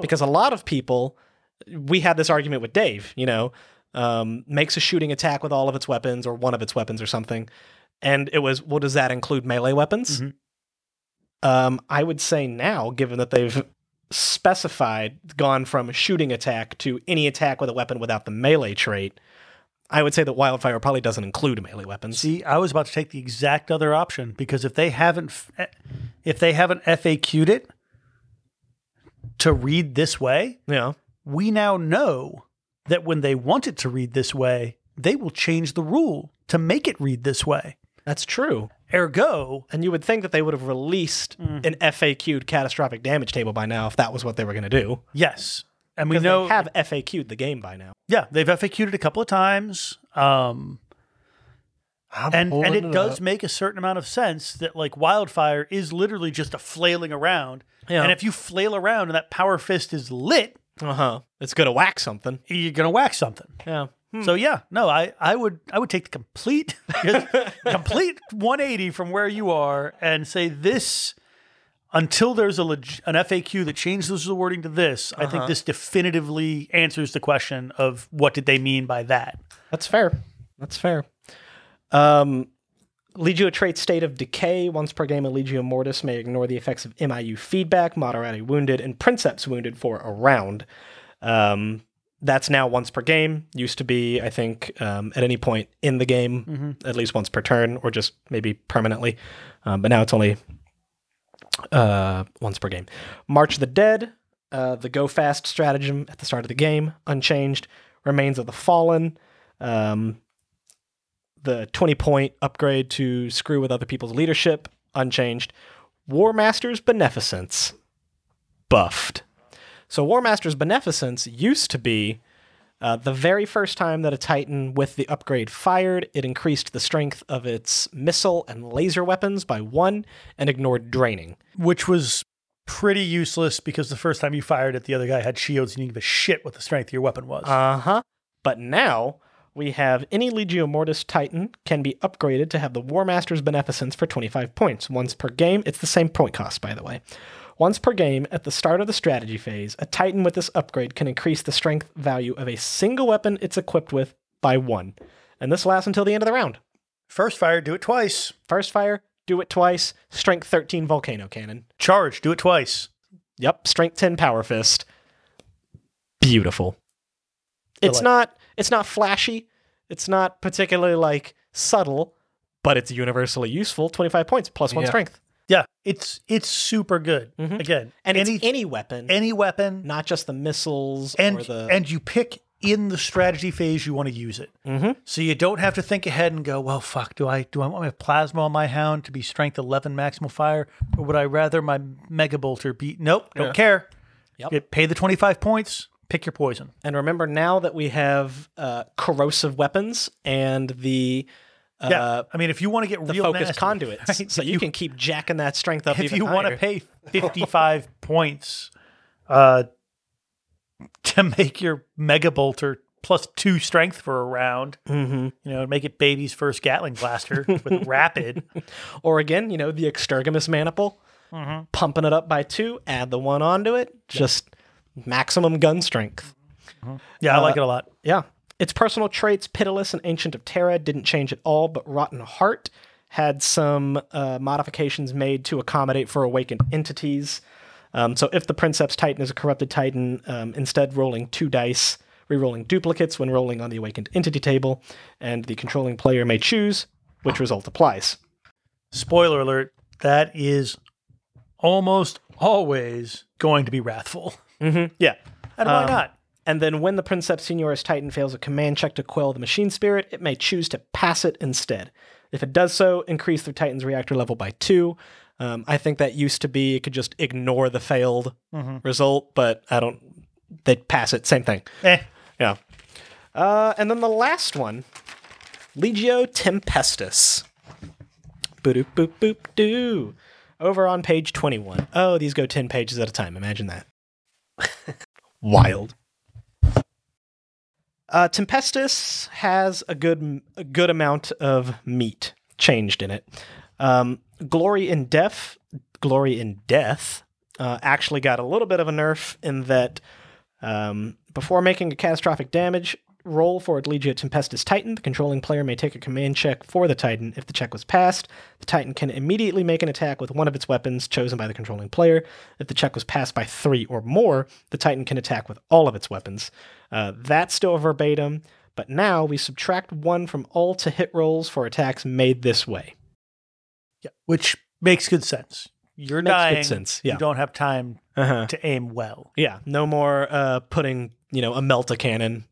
S3: [LAUGHS] because a lot of people we had this argument with Dave, you know, um, makes a shooting attack with all of its weapons or one of its weapons or something. And it was, well, does that include melee weapons?
S4: Mhm.
S3: Um, I would say now, given that they've specified, gone from a shooting attack to any attack with a weapon without the melee trait, I would say that wildfire probably doesn't include melee weapons.
S4: See, I was about to take the exact other option because if they haven't, f- eh, if they haven't FAQ'd it to read this way,
S3: Yeah.
S4: we now know that when they want it to read this way, they will change the rule to make it read this way.
S3: That's true. Mm.
S4: Ergo,
S3: And you would think that they would have released an FAQ'd catastrophic damage table by now if that was what they were going to do.
S4: yes, and we
S3: Because
S4: know
S3: they have FAQ'd the game by now.
S4: Yeah, they've FAQ'd it a couple of times. Um,
S2: I'm
S4: and and
S2: pulling
S4: it does
S2: up.
S4: make a certain amount of sense that like wildfire is literally just a flailing around.
S3: Yeah.
S4: And if you flail around and that power fist is lit,
S3: Uh huh. It's gonna whack something.
S4: you're gonna whack something.
S3: Yeah. Hmm.
S2: Hmm.
S4: So yeah, no, I, I would I would take the complete [LAUGHS] complete 180 from where you are and say this until there's a leg- an FAQ that changes the wording to this. I
S2: Uh-huh.
S4: think this definitively answers the question of what did they mean by that.
S3: That's fair. That's fair. Um, Legio trait state of decay. Once per game, a Legio Mortis may ignore the effects of MIU feedback, Moderati wounded, and Princeps wounded for a round. Um, that's now once per game. Used to be, I think, um, at any point in the game, at least once per turn, or just maybe permanently. Um, but now it's only uh, once per game. March of the Dead, uh, the go fast stratagem at the start of the game, unchanged. Remains of the Fallen, um, the 20 point upgrade to screw with other people's leadership, unchanged. War Master's Beneficence, buffed. So, War Master's Beneficence used to be uh, the very first time that a Titan with the upgrade fired, it increased the strength of its missile and laser weapons by one and ignored draining.
S4: which was pretty useless because the first time you fired at the other guy had shields and you didn't give a shit what the strength of your weapon was.
S3: Uh huh. But now we have any Legio Mortis Titan can be upgraded to have the War Master's Beneficence for 25 points once per game. It's the same point cost, by the way. Once per game, at the start of the strategy phase, a Titan with this upgrade can increase the strength value of a single weapon it's equipped with by one. And this lasts until the end of the round.
S4: first fire, do it twice.
S3: First fire, do it twice. Strength 13 Volcano Cannon.
S4: Charge, do it twice.
S3: Yep, strength 10 power fist. Beautiful. It's
S4: Delightful.
S3: not it's not flashy. It's not particularly like subtle, but it's universally useful. 25 points plus 1
S2: Yeah.
S3: strength.
S4: Yeah, it's it's super good. Again,
S3: Mm-hmm. And
S4: any
S3: it's any weapon,
S4: any weapon,
S3: not just the missiles
S4: and
S3: or the
S4: and you pick in the strategy phase you want to use it.
S3: Mhm.
S4: So you don't have to think ahead and go, well, fuck, do I do I want my plasma on my hound to be strength eleven maximal fire, or would I rather my mega bolter be? Nope, don't care.
S3: Yep.
S4: Get- Pay the twenty five points. Pick your poison.
S3: And remember now that we have uh, corrosive weapons and the uh,
S4: Yeah, I mean, if you want to get
S3: the
S4: real
S3: focused
S4: nasty,
S3: conduits,
S4: right?
S3: so you, can keep jacking that strength up.
S4: if
S3: even
S4: you want to
S3: higher.
S4: pay fifty-five [LAUGHS] points uh, to make your mega bolter plus two strength for a round, you know, make it baby's first Gatling blaster with rapid.
S3: Or again, you know, the extergamus maniple, pumping it up by two, add the one onto it, just maximum gun strength.
S4: Yeah, I like it a lot.
S3: Yeah. Its personal traits, Pitiless and Ancient of Terra, didn't change at all, but Rotten Heart had some uh, modifications made to accommodate for awakened entities. Um, so if the Princeps Titan is a corrupted Titan, um, instead rolling two dice, re-rolling duplicates when rolling on the awakened entity table, and the controlling player may choose which result applies.
S4: Spoiler alert: that is almost always going to be wrathful.
S3: Yeah.
S4: And why not?
S3: And then when the Princeps Senioris Titan fails a command check to quell the machine spirit, it may choose to pass it instead. If it does so, increase the Titan's reactor level by two. Um, I think that used to be it could just ignore the failed result, but I don't. They pass it, same thing.
S4: Eh.
S3: Yeah. Uh, and then the last one, Legio Tempestus. Boop boop boop doo. Over on page 21. Oh, these go 10 pages at a time. Imagine that. [LAUGHS] Wild. Uh, Tempestus has a good a good amount of meat changed in it. Um, Glory in Death, Glory in Death, uh, actually got a little bit of a nerf in that um, before making a catastrophic damage roll for a Legio Tempestus Titan, the controlling player may take a command check for the Titan. If the check was passed, the Titan can immediately make an attack with one of its weapons chosen by the controlling player. If the check was passed by three or more, the Titan can attack with all of its weapons. Uh, that's still verbatim, but now we subtract one from all to hit rolls for attacks made this way.
S4: Yeah. Which makes good sense. You're
S3: Makes good
S4: dying.
S3: sense, yeah.
S4: You don't have time
S3: Uh-huh.
S4: to aim well.
S3: Yeah, no more uh, putting you know a melta cannon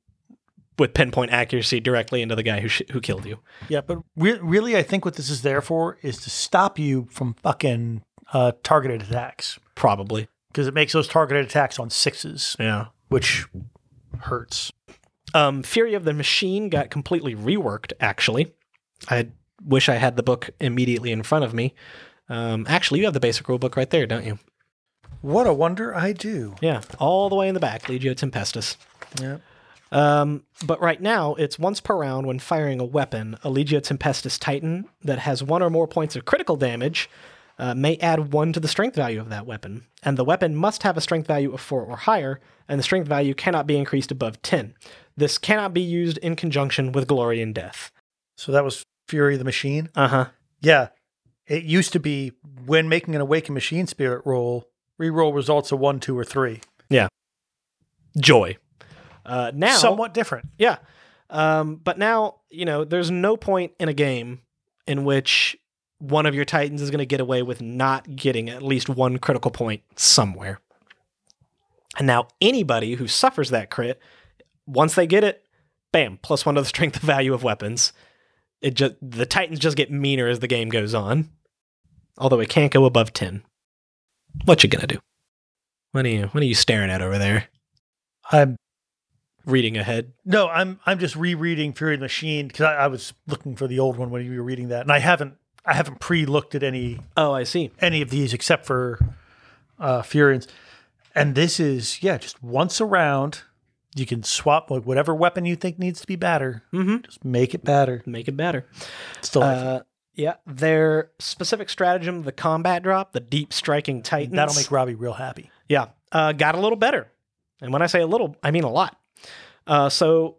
S3: with pinpoint accuracy directly into the guy who sh- who killed you.
S4: Yeah, but re- really, I think what this is there for is to stop you from fucking uh, targeted attacks
S3: Probably.
S4: because it makes those targeted attacks on sixes,
S3: Yeah.
S4: which hurts.
S3: Um, Fury of the Machine got completely reworked. Actually, I wish I had the book immediately in front of me. Um, actually, you have the basic rule book right there, don't you?
S4: What a wonder I do.
S3: Yeah, all the way in the back, Legio Tempestus.
S4: Yeah.
S3: Um, but right now, it's once per round when firing a weapon, a Legio Tempestus Titan that has one or more points of critical damage uh, may add one to the strength value of that weapon. And the weapon must have a strength value of four or higher, and the strength value cannot be increased above 10. This cannot be used in conjunction with Glory and Death.
S4: So that was Fury of the Machine.
S3: Uh huh.
S4: Yeah. It used to be when making an Awakened Machine Spirit roll, reroll results of one, two, or three.
S3: Joy. Uh, now,
S4: Somewhat different.
S3: Yeah. Um, but now, you know, there's no point in a game in which one of your Titans is going to get away with not getting at least one critical point somewhere. And now, anybody who suffers that crit, once they get it, bam, plus one to the [LAUGHS] strength of value of weapons. It just the Titans just get meaner as the game goes on. Although it can't go above ten. What you gonna do? What are you what are you staring at over there?
S4: I'm
S3: Reading ahead.
S4: no, I'm I'm just rereading Fury of the Machine because I, I was looking for the old one when you were reading that, and I haven't I haven't pre looked at any
S3: Oh, I see.
S4: any of these except for uh, Furians. And this is, yeah, just once around, you can swap like whatever weapon you think needs to be batter.
S3: Mhm.
S4: Just make it batter.
S3: Make it better.
S4: Still,
S3: Uh, yeah, their specific stratagem, the combat drop, the deep striking titans.
S4: that'll make Robbie real happy.
S3: yeah, uh, got a little better. And when I say a little, I mean a lot. Uh, so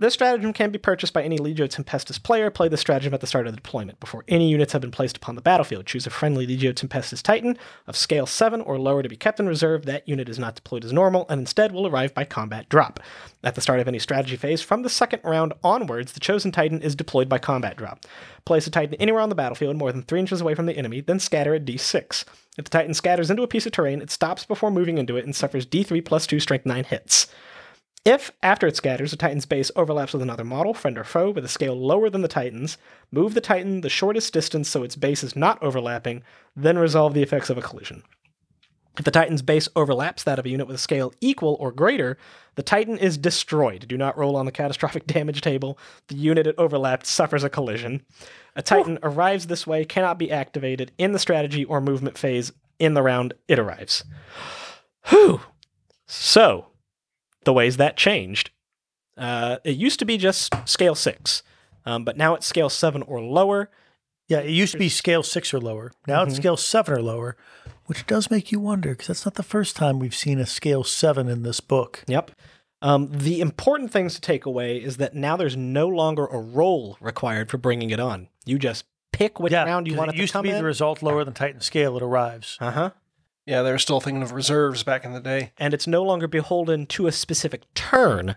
S3: this stratagem can be purchased by any Legio Tempestus player. Play the stratagem at the start of the deployment before any units have been placed upon the battlefield. Choose a friendly Legio Tempestus Titan of scale seven or lower to be kept in reserve. That unit is not deployed as normal and instead will arrive by combat drop. At the start of any strategy phase, from the second round onwards, the chosen Titan is deployed by combat drop. Place a Titan anywhere on the battlefield more than three inches away from the enemy, then scatter at d6. If the Titan scatters into a piece of terrain, it stops before moving into it and suffers d3 plus two strength nine hits. If, after it scatters, the Titan's base overlaps with another model, friend or foe, with a scale lower than the Titan's, move the Titan the shortest distance so its base is not overlapping, then resolve the effects of a collision. If the Titan's base overlaps that of a unit with a scale equal or greater, the Titan is destroyed. Do not roll on the catastrophic [LAUGHS] damage table. The unit it overlapped suffers a collision. A Titan arrives this way, cannot be activated in the strategy or movement phase in the round it arrives. Whew. So, the ways that changed. Uh, it used to be just scale six, um, but now it's scale seven or lower.
S4: Yeah, it used to be scale six or lower. Now
S3: Mm-hmm.
S4: it's scale seven or lower, which does make you wonder because that's not the first time we've seen a scale seven in this book.
S3: Yep. Um, the important things to take away is that now there's no longer a roll required for bringing it on. You just pick which round you
S4: 'cause
S3: want
S4: it
S3: it to
S4: used to
S3: come
S4: be
S3: in.
S4: the result lower than Titan scale. It arrives.
S3: uh huh.
S2: Yeah, they were still thinking of reserves back in the day.
S3: And it's no longer beholden to a specific turn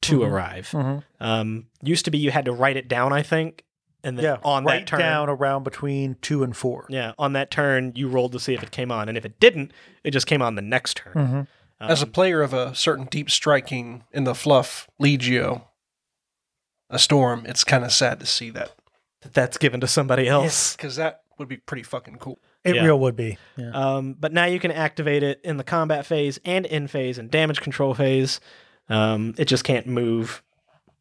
S3: to arrive.
S4: Mhm.
S3: Um, used to be you had to write it down, I think, and then
S4: Yeah,
S3: on
S4: right
S3: that turn,
S4: down around between two and four.
S3: yeah, on that turn, you rolled to see if it came on, and if it didn't, it just came on the next turn.
S4: Mm-hmm.
S3: Um,
S2: As a player of a certain deep striking in the fluff legio, a storm, it's kind of sad to see that
S3: That That's given to somebody else.
S2: because that would be pretty fucking cool.
S4: It
S3: Yeah.
S4: real would be. Yeah.
S3: Um, but now you can activate it in the combat phase and in phase and damage control phase. Um, it just can't move.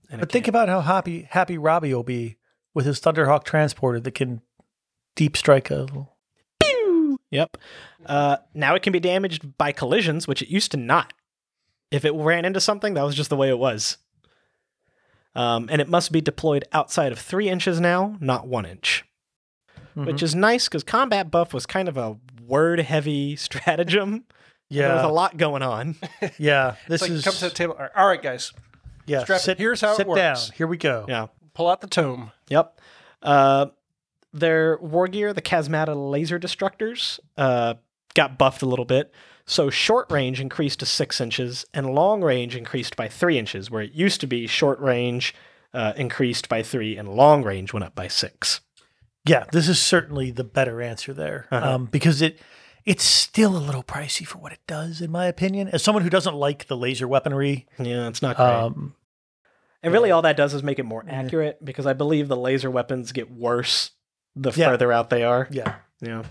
S3: And
S4: But
S3: it
S4: think
S3: can't-
S4: about how happy happy Robbie will be with his Thunderhawk transporter that can deep strike a little.
S3: Yep. Uh, now it can be damaged by collisions, which it used to not. If it ran into something, that was just the way it was. Um, and it must be deployed outside of three inches now, not one inch, which is nice because combat buff was kind of a word heavy [LAUGHS] stratagem. There was a
S4: Yeah,
S3: lot going on. [LAUGHS]
S4: yeah.
S2: It's
S4: This
S2: like
S4: is
S2: come to the table. All right, guys,
S4: yeah.
S2: strap it.
S4: sit-
S2: Here's how it
S4: sit
S2: works.
S4: down. Here we go.
S3: Yeah.
S2: pull out the tome.
S3: Yep. Uh, their war gear, the Chasmata laser destructors, uh, got buffed a little bit. So short range increased to six inches, and long range increased by three inches, where it used to be short range uh, increased by three and long range went up by six.
S4: Yeah, this is certainly the better answer there
S3: Uh-huh.
S4: um, because it it's still a little pricey for what it does, in my opinion. As someone who doesn't like the laser weaponry,
S3: Yeah, it's not great.
S4: um,
S3: and really, all that does is make it more accurate because I believe the laser weapons get worse the
S4: Yeah.
S3: further out they are.
S4: yeah,
S3: Yeah.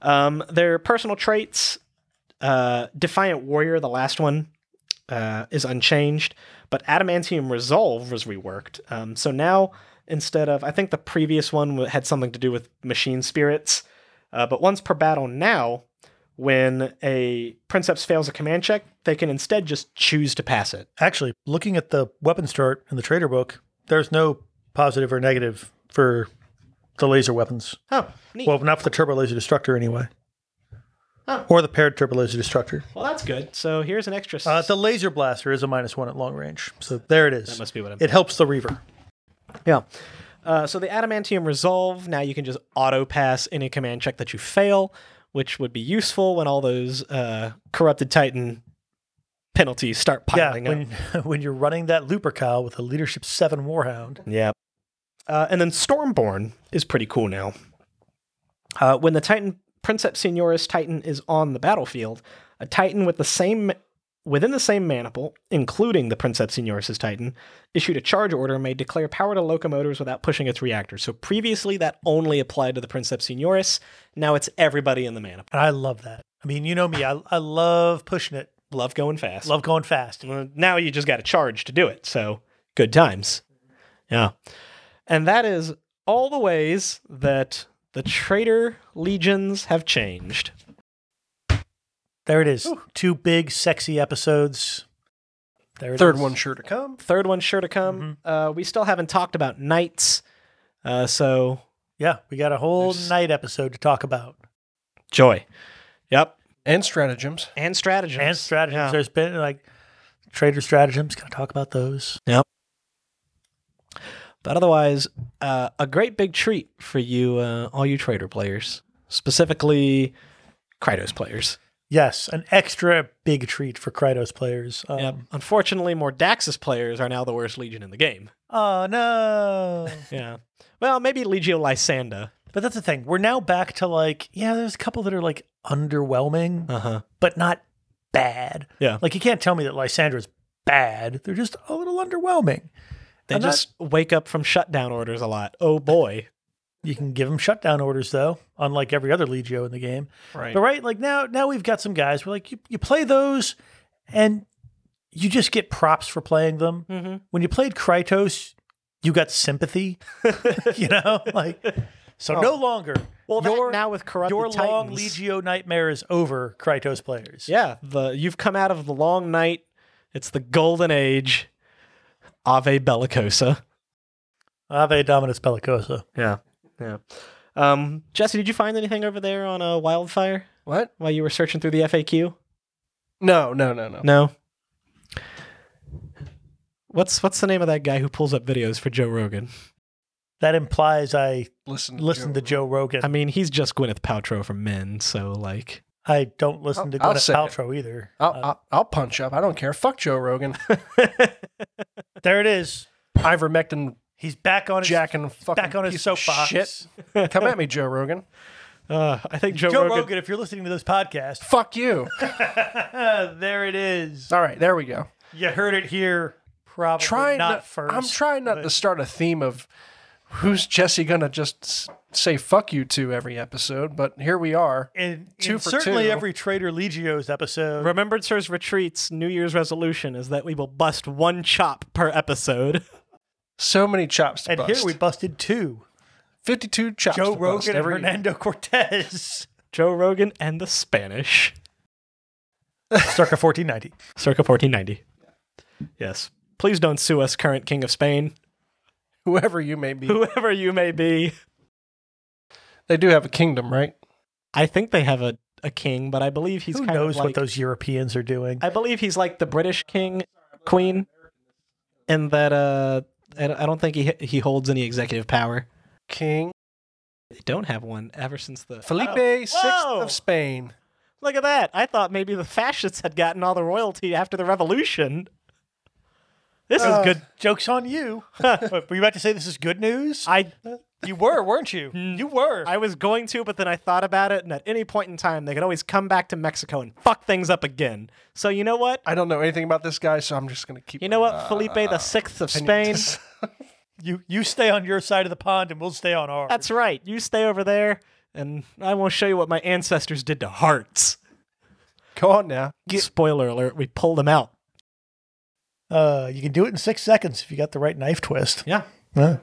S3: Um, their personal traits, uh, Defiant Warrior, the last one, uh, is unchanged, but Adamantium Resolve was reworked. Um, so now instead of, I think the previous one w- had something to do with machine spirits, uh, but once per battle now, when a Princeps fails a command check, they can instead just choose to pass it.
S4: actually, looking at the weapons chart in the trader book, there's no positive or negative for the laser weapons.
S3: Oh, neat.
S4: Well, not for the turbo laser destructor anyway,
S3: Huh.
S4: or the paired turbo laser destructor.
S3: Well, that's good. So here's an extra. s-
S4: Uh, the laser blaster is a minus one at long range, so there it is.
S3: that must be what I'm
S4: it helps the reaver.
S3: Yeah. Uh, so the adamantium resolve now you can just auto pass any command check that you fail, which would be useful when all those uh, corrupted titan penalties start piling
S4: yeah, when,
S3: up.
S4: when [LAUGHS] you're running that Lupercal with a leadership seven Warhound.
S3: Yeah. Uh, and then Stormborn is pretty cool now. Uh, when the Titan Princeps Senioris Titan is on the battlefield, a Titan with the same within the same maniple, including the Princeps Senioris' Titan, issued a charge order and may declare power to locomotors without pushing its reactor. So previously that only applied to the Princeps Senioris. Now it's everybody in the maniple.
S4: And I love that. I mean, you know me, I, I love pushing it,
S3: Love going fast.
S4: love going fast.
S3: Well, now you just got to charge to do it. So good times. Yeah. And that is all the ways that the traitor legions have changed.
S4: There it is. Two big, sexy episodes. There it is.
S2: Third one sure to come.
S3: Third one's sure to come. Uh, we still haven't talked about knights. Uh, so
S4: Yeah, we got a whole
S3: There's-
S4: night episode to talk about.
S3: joy. Yep.
S2: And stratagems.
S3: And strategies.
S4: And stratagems.
S3: Yeah.
S4: There's been like trader stratagems. Gonna talk about those.
S3: But otherwise, uh, a great big treat for you, uh, all you trader players, specifically Krydos players.
S4: Yes, an extra big treat for Krydos players. Um,
S3: Yep. Unfortunately, more Daxus players are now the worst legion in the game.
S4: Oh no! [LAUGHS]
S3: Yeah. Well, maybe Legio Lysanda.
S4: but that's the thing. We're now back to like, yeah, there's a couple that are like underwhelming,
S3: Uh huh.
S4: but not bad.
S3: Yeah.
S4: Like you can't tell me that Lysandra's bad. They're just a little underwhelming.
S3: They
S4: I'm not-
S3: just wake up from shutdown orders a lot. Oh boy.
S4: You can give them shutdown orders though, unlike every other Legio in the game.
S2: Right.
S4: But right, like now, now we've got some guys. We're like, you, you play those, and you just get props for playing them.
S3: Mm-hmm.
S4: When you played Krytos, you got
S2: [LAUGHS]
S4: sympathy. you know, like so.
S2: Oh.
S4: No longer
S3: Well, that
S4: Your-
S3: now with corrupted
S4: your long
S3: Titans.
S4: Legio nightmare is over. Krytos players.
S3: Yeah, the you've come out of the long night. It's the golden age. Ave bellicosa.
S4: Ave Dominus Bellicosa.
S3: Yeah, yeah. Um, Jesse, did you find anything over there on a wildfire
S2: What?
S3: while you were searching through the FAQ?
S2: No, no, no, no.
S3: No. What's what's the name of that guy who pulls up videos for Joe Rogan?
S4: That implies I
S2: Listen,
S4: listen to Joe Rogan.
S3: I mean, he's just Gwyneth Paltrow for men, so like.
S4: I don't listen to
S2: I'll- I'll
S4: Gwyneth
S2: say it.
S4: Paltrow either.
S2: I'll,
S4: Uh,
S2: I'll, I'll punch up. I don't care. Fuck Joe Rogan.
S4: there it is.
S2: Ivermectin
S4: He's back on his
S2: Jacking fucking
S4: back on his
S2: piece of
S4: soapbox. [LAUGHS]
S2: shit. Come at me, Joe Rogan.
S7: Uh, I think Joe,
S4: Joe
S7: Rogan,
S4: Rogan, if you're listening to this podcast,
S2: [LAUGHS] Fuck you.
S4: uh, there it is.
S2: All right, there we go.
S4: You heard it here. Probably
S2: Trying
S4: not
S2: not-
S4: first.
S2: I'm trying not to start a theme of who's Jesse gonna just s- say fuck you to every episode, but here we are.
S4: In,
S2: Two
S4: in
S2: for
S4: certainly
S2: two.
S4: every Trader Legio's episode.
S3: Remembrancer's Retreat's New Year's resolution is that we will bust one chop per episode. [LAUGHS]
S2: So many chops to
S4: and
S2: bust.
S4: here we busted two.
S2: 52 chops.
S4: Joe
S2: to bust
S4: Rogan and
S2: every-
S4: Hernando Cortez.
S3: Joe Rogan and the Spanish.
S4: Circa 1490.
S3: Circa 1490. Yes. Please don't sue us, current King of Spain. [LAUGHS]
S2: Whoever you may be.
S3: Whoever you may be.
S2: They do have a kingdom, right?
S3: I think they have a, a king, but I believe he's
S4: Who
S3: kind
S4: knows
S3: of
S4: what
S3: like,
S4: those Europeans are doing?
S3: I believe he's like the British king, queen, and that uh, I don't I don't think he he holds any executive power.
S2: King
S3: They don't have one ever since the
S2: Felipe
S3: Oh,
S2: VI
S3: Whoa!
S2: of Spain.
S3: Look at that! I thought maybe the [LAUGHS] fascists had gotten all the royalty after the revolution. This is good.
S4: Joke's on you. [LAUGHS] But were you about to say this is good news?
S3: I
S4: you were, weren't you? You were.
S3: I was going to, but then I thought about it, and at any point in time, they could always come back to Mexico and fuck things up again. So you know what?
S2: I don't know anything about this guy, so I'm just going to keep
S3: You know what? Felipe
S2: Uh,
S3: the Sixth of Spain.
S4: you you stay on your side of the pond and we'll stay on ours.
S3: That's right. You stay over there, and I won't show you what my ancestors did to hearts.
S2: [LAUGHS] Go on now.
S3: Spoiler alert: we pulled them out.
S4: uh, you can do it in six seconds if you got the right
S3: [LAUGHS]
S4: knife twist.
S3: Yeah.
S4: [LAUGHS] Huh.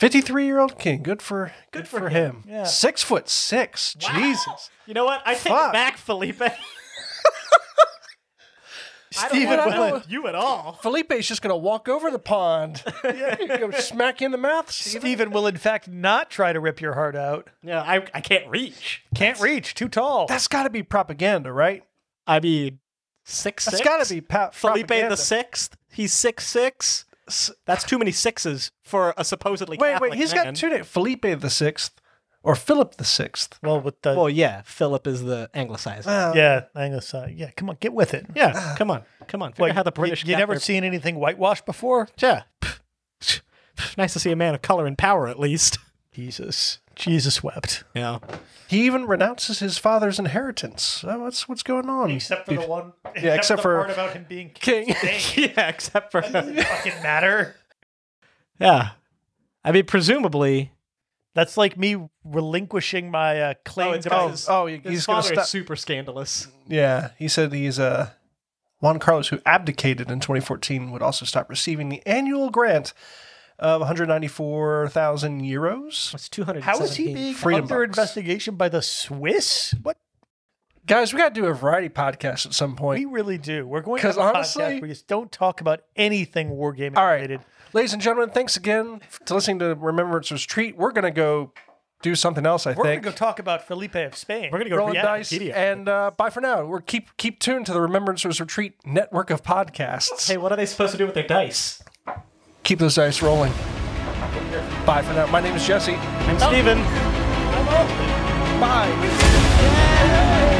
S2: 53 year old king. Good for good, for, him.
S4: Yeah.
S2: Six foot six. Jesus.
S3: You know what? I take
S2: Fuck.
S3: it back, Felipe. [LAUGHS]
S2: Stephen
S3: I don't like you at all.
S2: Felipe's just going to walk over the
S3: [LAUGHS]
S2: pond. Go smack you in the mouth. Stephen.
S4: Stephen will, in fact, not try to rip your heart out.
S3: Yeah, I, I can't reach.
S4: Can't reach. Too tall.
S2: That's got to be propaganda, right?
S3: I mean, six.
S2: That's
S3: six?
S2: got to be pa-
S3: Felipe
S2: propaganda.
S3: the sixth. He's six six. That's too many sixes for a supposedly
S2: Wait,
S3: Catholic
S2: wait. He's
S3: man.
S2: got two names Felipe the sixth or Philip the sixth.
S4: well, with the
S3: Well, yeah, Philip is the anglicized.
S4: yeah, Anglicized. Yeah, come on, get with it.
S3: yeah, come on, come on. Figure
S4: Like,
S3: how the British.
S4: You, you
S3: got
S4: never
S3: their-
S4: seen anything whitewashed before?
S3: Yeah. [LAUGHS] nice to see a man of color in power, at least.
S4: Jesus, Jesus wept.
S3: Yeah.
S2: He even renounces his father's inheritance. Oh, what's what's going on?
S4: Except for the one.
S2: Yeah, except
S4: the
S2: for-
S4: part about him being
S2: King.
S3: [LAUGHS] yeah, except for
S4: doesn't fucking matter.
S3: yeah. I mean, presumably.
S4: That's like me relinquishing my uh, claim.
S3: it's
S4: to
S3: about
S4: my-
S3: his-
S2: oh, he's going to stop.
S3: super scandalous.
S2: Yeah, he said he's uh, Juan Carlos, who abdicated in 2014, would also stop receiving the annual grant of 194,000 euros.
S3: It's two hundred.
S4: How is he being
S2: Freedom
S4: under
S2: Bucks.
S4: investigation by the Swiss? What
S2: Guys, we got to do a variety podcast at some
S4: we
S2: point.
S4: really do? We're going to
S2: 'Cause
S4: have a
S2: honestly-
S4: podcast. We just don't talk about anything wargaming
S2: All right.
S4: related.
S2: Ladies and gentlemen, thanks again to listening to Remembrancer's Treat. We're going to go do something else, I
S4: We're going
S2: think.
S4: to go talk about Felipe of Spain.
S3: We're gonna go
S2: Rolling
S3: read
S2: dice,
S3: Wikipedia.
S2: and uh, bye for now. We're keep keep tuned to the Remembrancer's Retreat network of podcasts.
S3: Hey, what are they supposed to do with their dice?
S2: Keep those dice rolling. Bye for now. My name is Jesse.
S3: I'm Steven.
S2: Bye.